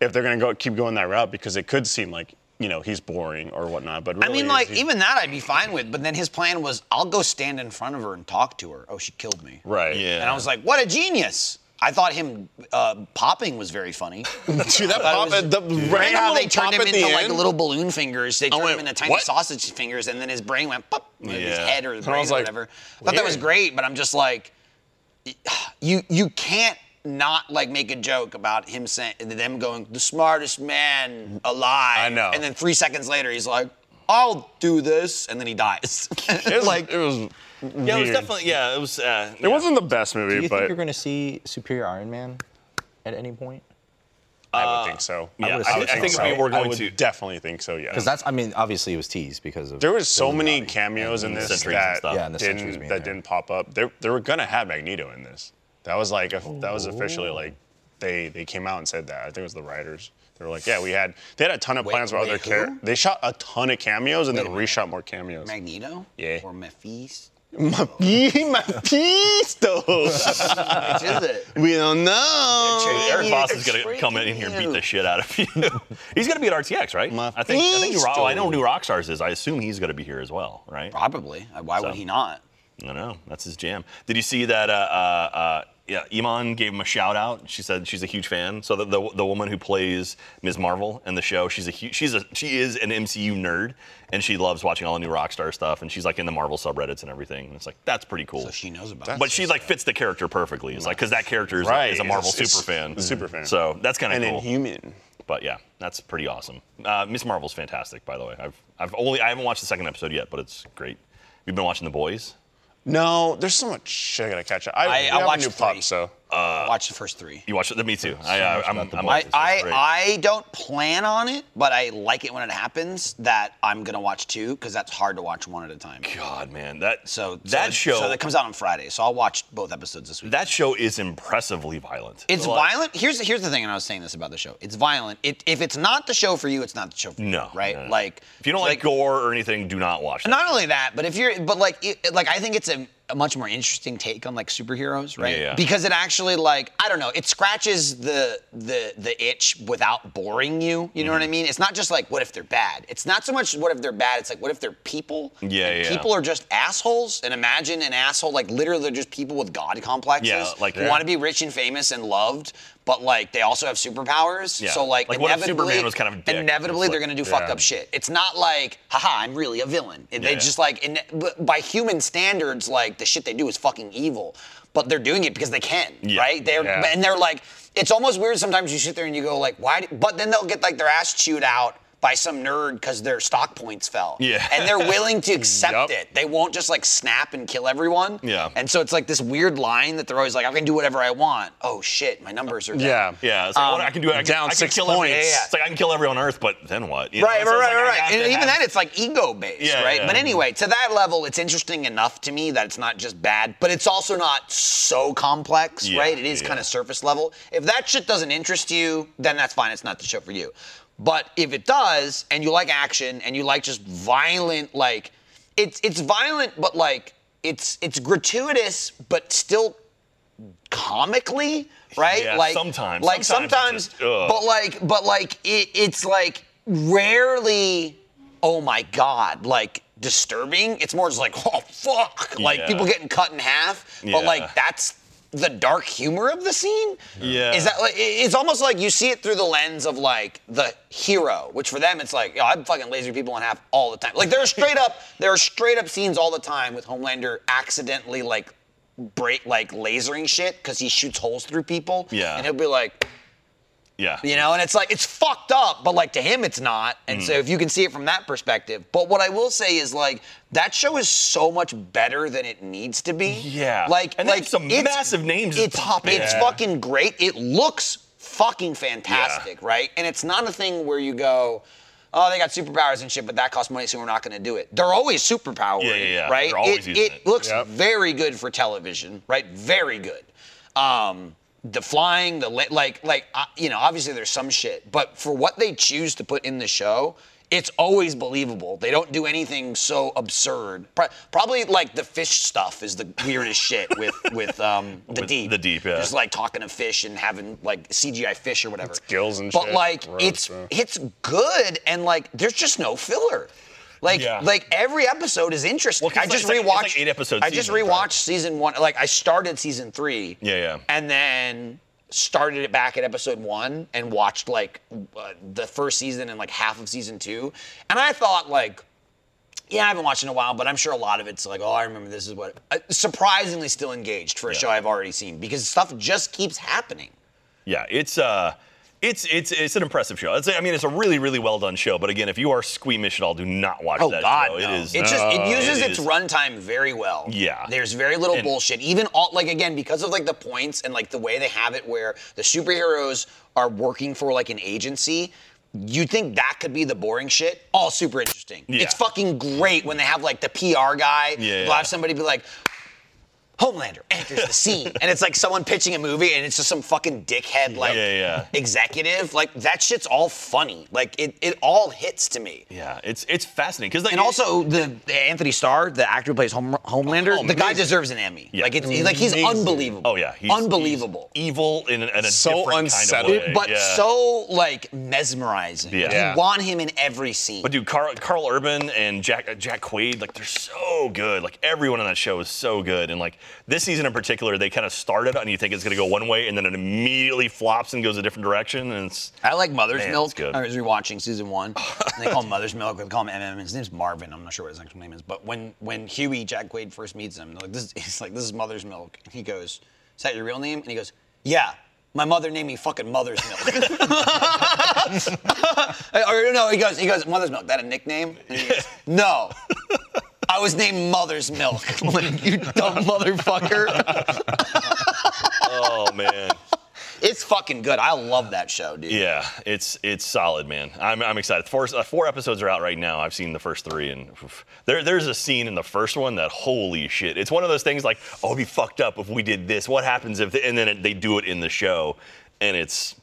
S6: if they're gonna go keep going that route because it could seem like. You know he's boring or whatnot, but really
S4: I mean,
S6: is-
S4: like,
S6: he's-
S4: even that I'd be fine with. But then his plan was, I'll go stand in front of her and talk to her. Oh, she killed me.
S6: right,
S3: Yeah.
S4: And I was like, what a genius. I thought him uh, popping was very funny.
S6: Dude, that
S4: I
S6: pop,
S4: thought it was-
S6: the
S4: Right
S6: random
S4: how they
S6: little
S4: turned
S6: pop
S4: him
S6: at
S4: into
S6: the
S4: like
S6: end.
S4: little balloon fingers. They turned
S6: went,
S4: him into tiny
S6: "What?"
S4: sausage fingers, and then his brain went pop, like his
S3: Yeah.
S4: head or his
S6: And I
S4: brain
S6: was
S4: or
S6: like,
S4: whatever. I thought that was
S6: "Weird."
S4: great, but I'm just like, you you can't not like make a joke about him saying them going the smartest man alive.
S6: I know.
S4: And then three seconds later, he's like, I'll do this, and then he dies.
S6: It was, like it was.
S3: Yeah, it was
S6: weird.
S3: definitely. Yeah, it was. Uh,
S6: It wasn't the best movie,
S5: Do you
S6: but
S5: think you're going to see Superior Iron Man at any point?
S6: I would think so.
S3: yeah,
S5: would've
S3: I,
S5: said
S3: I think
S5: so.
S3: we were
S6: I
S3: going
S6: would
S3: to.
S6: definitely think so. Yeah,
S5: Because that's, I mean, obviously it was teased because of.
S6: there was so many cameos in this
S3: Sentries and
S6: that
S3: stuff.
S5: Yeah, and the sentries
S6: didn't
S5: being
S6: that
S5: there.
S6: didn't pop up. They they were gonna have Magneto in this. That was like a, that was officially like they they came out and said that. I think it was the writers. They were like, yeah, we had they had a ton of
S4: Wait,
S6: plans for
S4: wait,
S6: other characters.
S4: who?
S6: They shot a ton of cameos and then
S4: a minute.
S6: reshot more cameos.
S4: Magneto?
S6: Yeah.
S4: Or Mephisto?
S6: Mephisto.
S4: Which is it?
S6: we don't know.
S4: They're
S3: Dude, Eric
S4: Hey,
S3: Voss is
S4: it's
S3: gonna come in here and beat
S4: freaking
S3: the shit out of you. he's gonna be at RTX, right?
S6: My
S3: I think. I think. New Rock,
S6: feast.
S3: I know New Rockstars is. I assume he's gonna be here as well, right? I
S4: Probably. Uh, Why would
S3: So.
S4: he not?
S3: don't know. That's his jam. Did you see that? Uh, uh, uh, yeah, Iman gave him a shout out. She said she's a huge fan. So the, the, the woman who plays Ms. Marvel in the show, she's a huge, she's a she is an MCU nerd, and she loves watching all the new Rockstar stuff. And she's like in the Marvel subreddits and everything. And it's like that's pretty cool.
S4: So she knows about it.
S3: But she like fits the character perfectly. It's like because that character is,
S6: Right,
S3: is a Marvel
S6: it's- it's
S3: super fan.
S6: a super fan.
S3: So that's kind
S6: and
S3: of cool.
S6: Inhuman.
S3: but yeah, that's pretty awesome. Uh, Miss Marvel's fantastic, by the way. I've I've only I haven't watched the second episode yet, but it's great. You've been watching The Boys.
S6: No, there's so much shit I gotta catch up. I,
S4: I-
S6: we
S4: I
S6: have a
S4: watched
S6: new
S4: three.
S6: pop, so
S4: Watch the first three.
S3: You watched it? Me too. I, uh, I'm, I'm
S4: I,
S3: obsessed. It's great.
S4: I, I don't plan on it, but I like it when it happens that I'm gonna watch two because that's hard to watch one at a time.
S3: God, man, that
S4: So so
S3: that
S4: it-
S3: show
S4: So that comes out on Friday. So I'll watch both episodes this week.
S3: that show is impressively violent.
S4: it's
S3: Like-
S4: violent. Here's here's the thing, and I was saying this about the show. It's violent. It, if it's not the show for you, it's not the show for you.
S3: No,
S4: Right?
S3: no, no.
S4: Like
S3: If you don't like,
S4: like
S3: gore or anything, do not watch. That.
S4: Not only that, but if you're, but like, it, like I think it's a, a much more interesting take on like superheroes, right?
S3: Yeah, yeah.
S4: Because it actually like I don't know, it scratches the the the itch without boring you. You know
S3: Mm-hmm.
S4: what I mean? It's not just like what if they're bad. It's not so much what if they're bad. It's like what if they're people?
S3: Yeah,
S4: and
S3: yeah.
S4: People are just assholes. And imagine an asshole like literally they're just people with god complexes.
S3: Yeah, like-
S4: who want to be rich and famous and loved, but like they also have superpowers.
S3: Yeah.
S4: So like,
S3: Like, what if
S4: inevitably,
S3: Superman was kind of a dick?
S4: inevitably
S3: It's
S4: they're
S3: like-
S4: gonna do fucked
S6: Yeah.
S4: up shit. It's not like, haha, I'm really a villain. It- they
S3: Yeah.
S4: just like, in, but by human standards, like the shit they do is fucking evil. But they're doing it because they can,
S3: Yeah.
S4: right? They're
S6: Yeah.
S4: and they're like, it's almost weird sometimes. You sit there and you go like, why? do-" But then they'll get like their ass chewed out. by some nerd because their stock points fell.
S3: Yeah.
S4: And they're willing to accept
S6: Yup.
S4: it. They won't just like snap and kill everyone.
S3: Yeah.
S4: And so it's like this weird line that they're always like, I can do whatever I want. Oh shit, my numbers are down.
S6: Yeah.
S3: Yeah, it's like,
S4: Um,
S3: what, I can do. I can,
S6: down
S3: I can
S6: six
S3: kill
S6: points.
S3: Every,
S4: Yeah, yeah.
S3: It's like I can kill everyone on Earth, but then what? You know,
S4: Right,
S3: so it's
S4: right,
S3: like,
S4: right,
S3: I
S4: right.
S3: have
S4: And
S3: to
S4: even
S3: have-
S4: then, it's like ego based,
S3: Yeah,
S4: right?
S3: yeah.
S4: But anyway, to that level, it's interesting enough to me that it's not just bad, but it's also not so complex,
S3: Yeah,
S4: right? It is
S3: yeah.
S4: kind of surface level. If that shit doesn't interest you, then that's fine. It's not the show for you. But if it does, and you like action, and you like just violent, like it's it's violent, but like it's it's gratuitous, but still comically, right?
S3: Yeah,
S4: like
S3: sometimes.
S4: like
S3: Sometimes
S4: sometimes,
S3: it's just, ugh.
S4: but like, but like, it, it's like rarely. Oh my god! Like disturbing. It's more just like, oh fuck! Like
S3: Yeah.
S4: people getting cut in half. But
S3: Yeah.
S4: like that's the dark humor of the scene.
S3: Yeah.
S4: Is that like? it- It's almost like you see it through the lens of like the hero, which for them it's like, yo, I'm fucking lasering people in half all the time. Like there are straight up, there are straight up scenes all the time with Homelander accidentally like break like lasering shit because he shoots holes through people.
S3: Yeah.
S4: And he'll be like,
S3: yeah,
S4: you know, and it's like it's fucked up, but like to him it's not.
S3: Mm.
S4: And so if you can see it from that perspective. But what I will say is like that show is so much better than it needs to be.
S3: Yeah.
S4: Like
S3: And they
S4: like
S3: have some
S4: it's-
S3: massive names at
S4: It's
S3: the top.
S4: It's
S3: Yeah.
S4: fucking great. It looks fucking fantastic, right? And it's not a thing where you go, oh, they got superpowers and shit, but that costs money, so we're not going to do it. They're always superpowered,
S3: Yeah, yeah, yeah.
S4: right?
S3: They're always
S4: it,
S3: using
S4: it
S3: it.
S4: looks
S6: Yep.
S4: very good for television, right? Very good. Um, the flying, the la- like, like uh, you know, obviously there's some shit, but for what they choose to put in the show, it's always believable. They don't do anything so absurd. Pro- probably like the fish stuff is the weirdest shit with with um, the
S3: With
S4: deep,
S3: the deep, yeah.
S4: just like talking to fish and having like CGI fish or whatever.
S6: gills and
S4: but
S6: shit.
S4: like
S6: Gross,
S4: it's
S6: yeah.
S4: it's good and like there's just no filler. Like
S3: Yeah.
S4: like every episode is interesting.
S3: Well, 'cause
S4: I
S3: it's
S4: just
S3: like- it's
S4: rewatched
S3: like eight episode
S4: I just
S3: seasons,
S4: rewatched
S3: right?
S4: season one. Like I started season three.
S3: Yeah, yeah.
S4: And then started it back at episode one and watched like uh, the first season and like half of season two, and I thought like. Yeah, I haven't watched in a while, but I'm sure a lot of it's like, oh, I remember this is what. Uh, surprisingly, still engaged for a
S3: Yeah.
S4: show I've already seen because stuff just keeps happening.
S3: yeah. It's uh, it's it's it's an impressive show. It's, I mean, it's a really really well done show. But again, if you are squeamish at all, do not watch
S4: Oh
S3: that
S4: God,
S3: show.
S4: no.
S3: It is.
S4: It's just it uses
S3: it
S4: its
S3: is-
S4: runtime very well.
S3: Yeah.
S4: There's very little
S3: And-
S4: bullshit. Even all like again because of like the points and like the way they have it where the superheroes are working for like an agency. You think that could be the boring shit? All super interesting.
S3: Yeah.
S4: It's fucking great when they have like the PR
S3: Yeah,
S4: guy. They'll
S3: yeah.
S4: have somebody be like, Homelander enters the scene, and it's like someone pitching a movie, and it's just some fucking dickhead like
S3: Yeah, yeah.
S4: executive. Like that shit's all funny. Like it, it all hits to me.
S3: yeah, it's it's fascinating because like,
S4: And
S3: it-
S4: also the, the Anthony Starr, the actor who plays Home, Homelander, the guy deserves an Emmy.
S3: Oh, Yeah.
S4: Like it's he's- like he's
S6: Amazing.
S4: unbelievable.
S3: oh yeah, he's-
S4: unbelievable.
S3: he's evil in, a- in a
S6: So
S3: different
S6: unsettling.
S3: kind of way.
S4: but
S3: yeah.
S4: so like mesmerizing.
S3: Yeah.
S4: You
S3: Yeah.
S4: want him in every scene.
S3: But dude, Carl, Carl Urban and Jack uh, Jack Quaid, like they're so good. Like everyone on that show is so good. And like this season in particular, they kind of started and you think it's gonna go one way, and then it immediately flops and goes a different direction. And it's
S4: I like Mother's
S3: Man, it's
S4: Milk.
S3: good.
S4: I was rewatching season one. And they call him Mother's Milk. They call him MM. His name's Marvin. I'm not sure what his actual name is. But when when Huey Jack Quaid first meets him, they're like this, is- he's like, "This is Mother's Milk," and he goes, "Is that your real name?" And he goes, "Yeah." My mother named me fucking Mother's Milk. or no, he goes, he goes, Mother's Milk. That a nickname? And he goes, no. I was named Mother's Milk. I'm like, you dumb motherfucker.
S3: oh man.
S4: it's fucking good. I love that show, dude.
S3: Yeah, it's it's solid, man. I'm, I'm excited. Four, uh, four episodes are out right now. I've seen the first three, and oof. there there's a scene in the first one that holy shit. It's one of those things like, oh, it'd be fucked up if we did this. What happens if? thi-" And then it, they do it in the show, and it's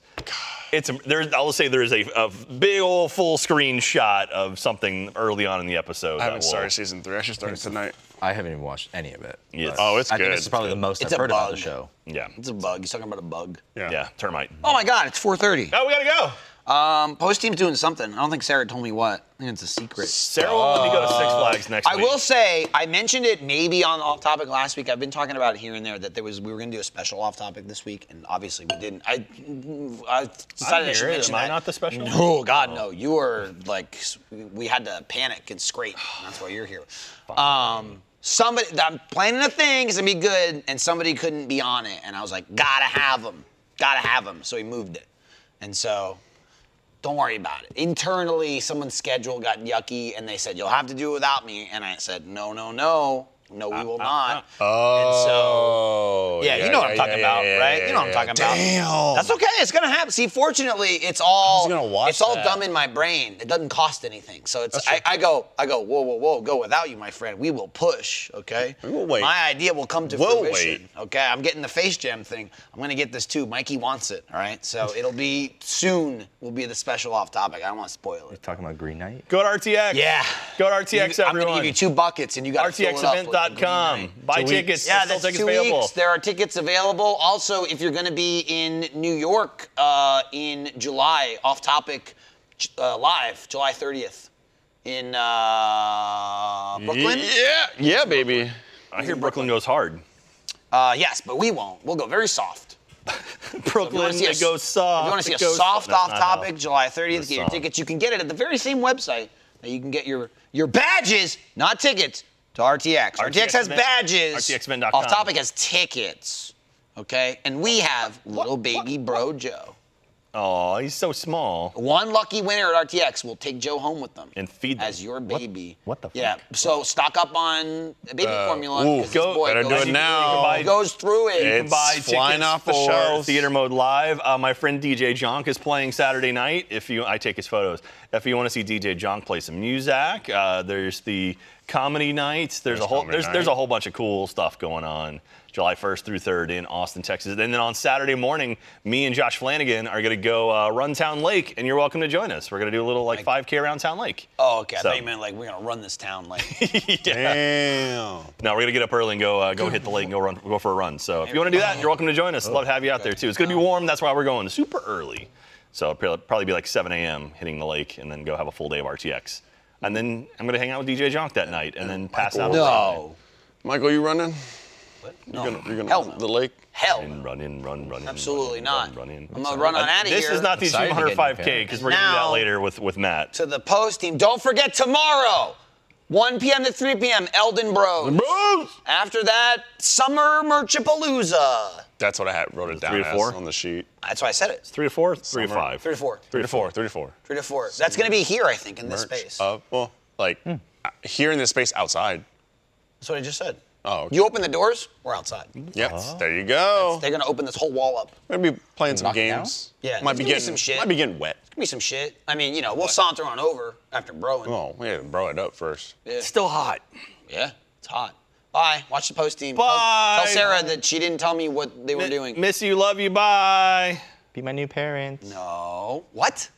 S3: it's there's I'll say there's a, a big old full screen shot of something early on in the episode.
S6: I
S3: that
S6: haven't
S3: will-
S6: started season three. I should start it tonight.
S5: I haven't even watched any of it.
S3: Yes.
S5: but
S6: Oh, it's
S5: I
S6: good.
S5: think this is probably the most
S4: It's
S5: I've
S4: a
S5: heard about the
S4: bug.
S5: show.
S3: Yeah.
S4: It's a bug. He's talking about a bug.
S3: yeah, termite.
S4: Oh my God! It's 4:30.
S3: Oh, we gotta go.
S4: Um, Post team's doing something. I don't think Sarah told me what. I think it's a secret.
S3: Sarah will let me go to Six Flags next
S4: I
S3: week.
S4: will say, I mentioned it maybe on off topic last week. I've been talking about it here and there that there was we were gonna do a special off topic this week, and obviously we didn't. I I decided I,
S3: I'm
S4: should
S3: here.
S4: mention
S3: Am I
S4: that.
S3: not the special?
S4: No, God, no. You were like s- we had to panic and scrape. and That's why you're here. Um, somebody, I'm planning a thing. It's gonna be good, and somebody couldn't be on it, and I was like, gotta have him, gotta have him. So he moved it, and so Don't worry about it. Internally, someone's schedule got yucky and they said, You'll have to do it without me. And I said, No, no, no. No, we will not.
S6: Oh.
S4: And so, yeah, you know what I'm talking
S6: yeah,
S4: about,
S6: yeah,
S4: right?
S6: yeah,
S4: you know what I'm
S6: yeah.
S4: talking
S6: Damn.
S4: about. That's okay. It's gonna happen. See, fortunately, it's all
S6: Oh. gonna watch
S4: it's all
S6: that.
S4: dumb in my brain. It doesn't cost anything. So it's I, I go, I go, whoa, whoa, whoa, go without you, my friend. We will push, okay?
S6: We will wait.
S4: My idea will come to
S6: We'll
S4: fruition. Okay, I'm getting the face jam thing. I'm gonna get this too. Mikey wants it, all right? So it'll be soon will be the special off topic. I don't wanna spoil it.
S5: Talking about Green Knight.
S3: Go to RTX.
S4: Yeah.
S3: Go to RTX,
S4: I'm
S3: everyone.
S4: gonna give you two buckets and you gotta fill it up with a green
S3: RTXevent.com.
S4: light.
S3: Buy
S6: Two
S3: tickets.
S6: weeks.
S4: Yeah,
S3: Still
S4: that's
S3: tickets
S4: two
S3: available.
S4: weeks. There are tickets available. Also, if you're going to be in New York uh, in July, off topic, j- uh, live July 30th in uh, Brooklyn.
S6: Yeah, yeah, baby.
S3: I hear Brooklyn goes hard.
S4: Uh, yes, but we won't. We'll go very soft.
S3: Brooklyn,
S4: If you wanna
S3: it
S4: see a-
S3: goes soft.
S4: If you want to see
S3: it
S4: a
S3: goes-
S4: soft
S3: That's
S4: off
S3: not how-
S4: topic, July 30th, get your
S3: song.
S4: tickets. You can get it at the very same website that you can get your your badges, not tickets, to RTX. RTX, has
S3: event-
S4: badges.
S3: RTXevent.com.
S4: Off topic has tickets. Okay? And we have little baby bro Joe.
S3: Aw, he's so small.
S4: One lucky winner at RTX will take Joe home with them
S3: And feed them.
S4: as your baby.
S5: what the
S4: Yeah.
S5: fuck?
S4: So stock up on baby formula.
S6: ooh,
S4: 'cause this
S3: go-
S4: boy
S6: better do
S4: goes-
S6: it now.
S4: He goes through it.
S3: You can
S6: It's
S3: buy
S6: flying
S3: tickets
S6: off the
S3: for
S6: shelves.
S3: Theater Mode Live. Uh, my friend DJ Jonk is playing Saturday night. If you, I take his photos. If you want to see DJ Jonk play some music, uh, there's the comedy nights. There's, a whole
S6: comedy
S3: there's,
S6: night.
S3: there's a whole bunch of cool stuff going on. July 1st through 3rd in Austin, Texas. And then on Saturday morning, me and Josh Flanagan are going to go uh, run Town Lake, and you're welcome to join us. We're going to do a little like 5K around Town Lake.
S4: Oh, okay. I
S3: So-
S4: thought you meant like we're gonna run this town like
S6: Damn.
S3: No, we're gonna get up early and go uh, go hit the lake and go run go for a run. So if you want to do that, you're welcome to join us. Love to have you out there too. It's gonna be warm. That's why we're going super early. So it'll probably be like 7 a.m. hitting the lake and then go have a full day of RTX. And then I'm gonna hang out with DJ Jonk that night and then pass out.
S4: No.
S6: Michael, you running?
S4: No.
S6: You're gonna, you're gonna
S4: Hell
S6: run
S4: no.
S6: the lake?
S4: Hell
S3: Run in,
S4: no.
S3: run in, run, run in.
S4: Absolutely
S3: run in,
S4: not.
S3: Run, run in.
S4: I'm gonna run on out of here.
S3: This is not the
S5: Excited to get
S3: 200
S5: you
S3: 5K because we're gonna do that
S4: Now-
S3: later with with Matt.
S4: to the post team. Don't forget tomorrow, 1 p.m. to 3 p.m. Eldon Bros. After that, Summer Merchapalooza.
S6: That's what I had wrote it down
S3: Three to
S6: as
S3: four?
S6: on the sheet.
S4: That's why I said it.
S3: Three to four, three to five.
S4: Three to four.
S6: Three to four. Three to four.
S4: Three to four. That's gonna be here, I think, in this
S6: Merch
S4: space. Hmm.
S6: Of, well, like uh, here in this space outside.
S4: That's what I just said.
S6: Oh, okay. Mm-hmm.
S4: You open the doors, we're outside.
S6: Yes,
S4: Oh.
S6: there you go.
S4: They're gonna open this whole wall up.
S6: Might be playing some
S5: Knocking
S6: games.
S4: out? Yeah, there's
S6: might be
S4: gonna be
S6: getting
S4: some shit.
S6: Might be getting wet.
S4: Give me some shit. I mean, you know, we'll saunter on over after broing.
S6: Oh, we had to bro it up first.
S3: It's still hot.
S4: Yeah, it's hot. Bye. Watch the post team. Tell-
S3: Bye.
S4: Tell, Sarah that she didn't tell me what they were doing.
S3: Miss you, love you, bye.
S5: Be my new parents.
S4: no. What?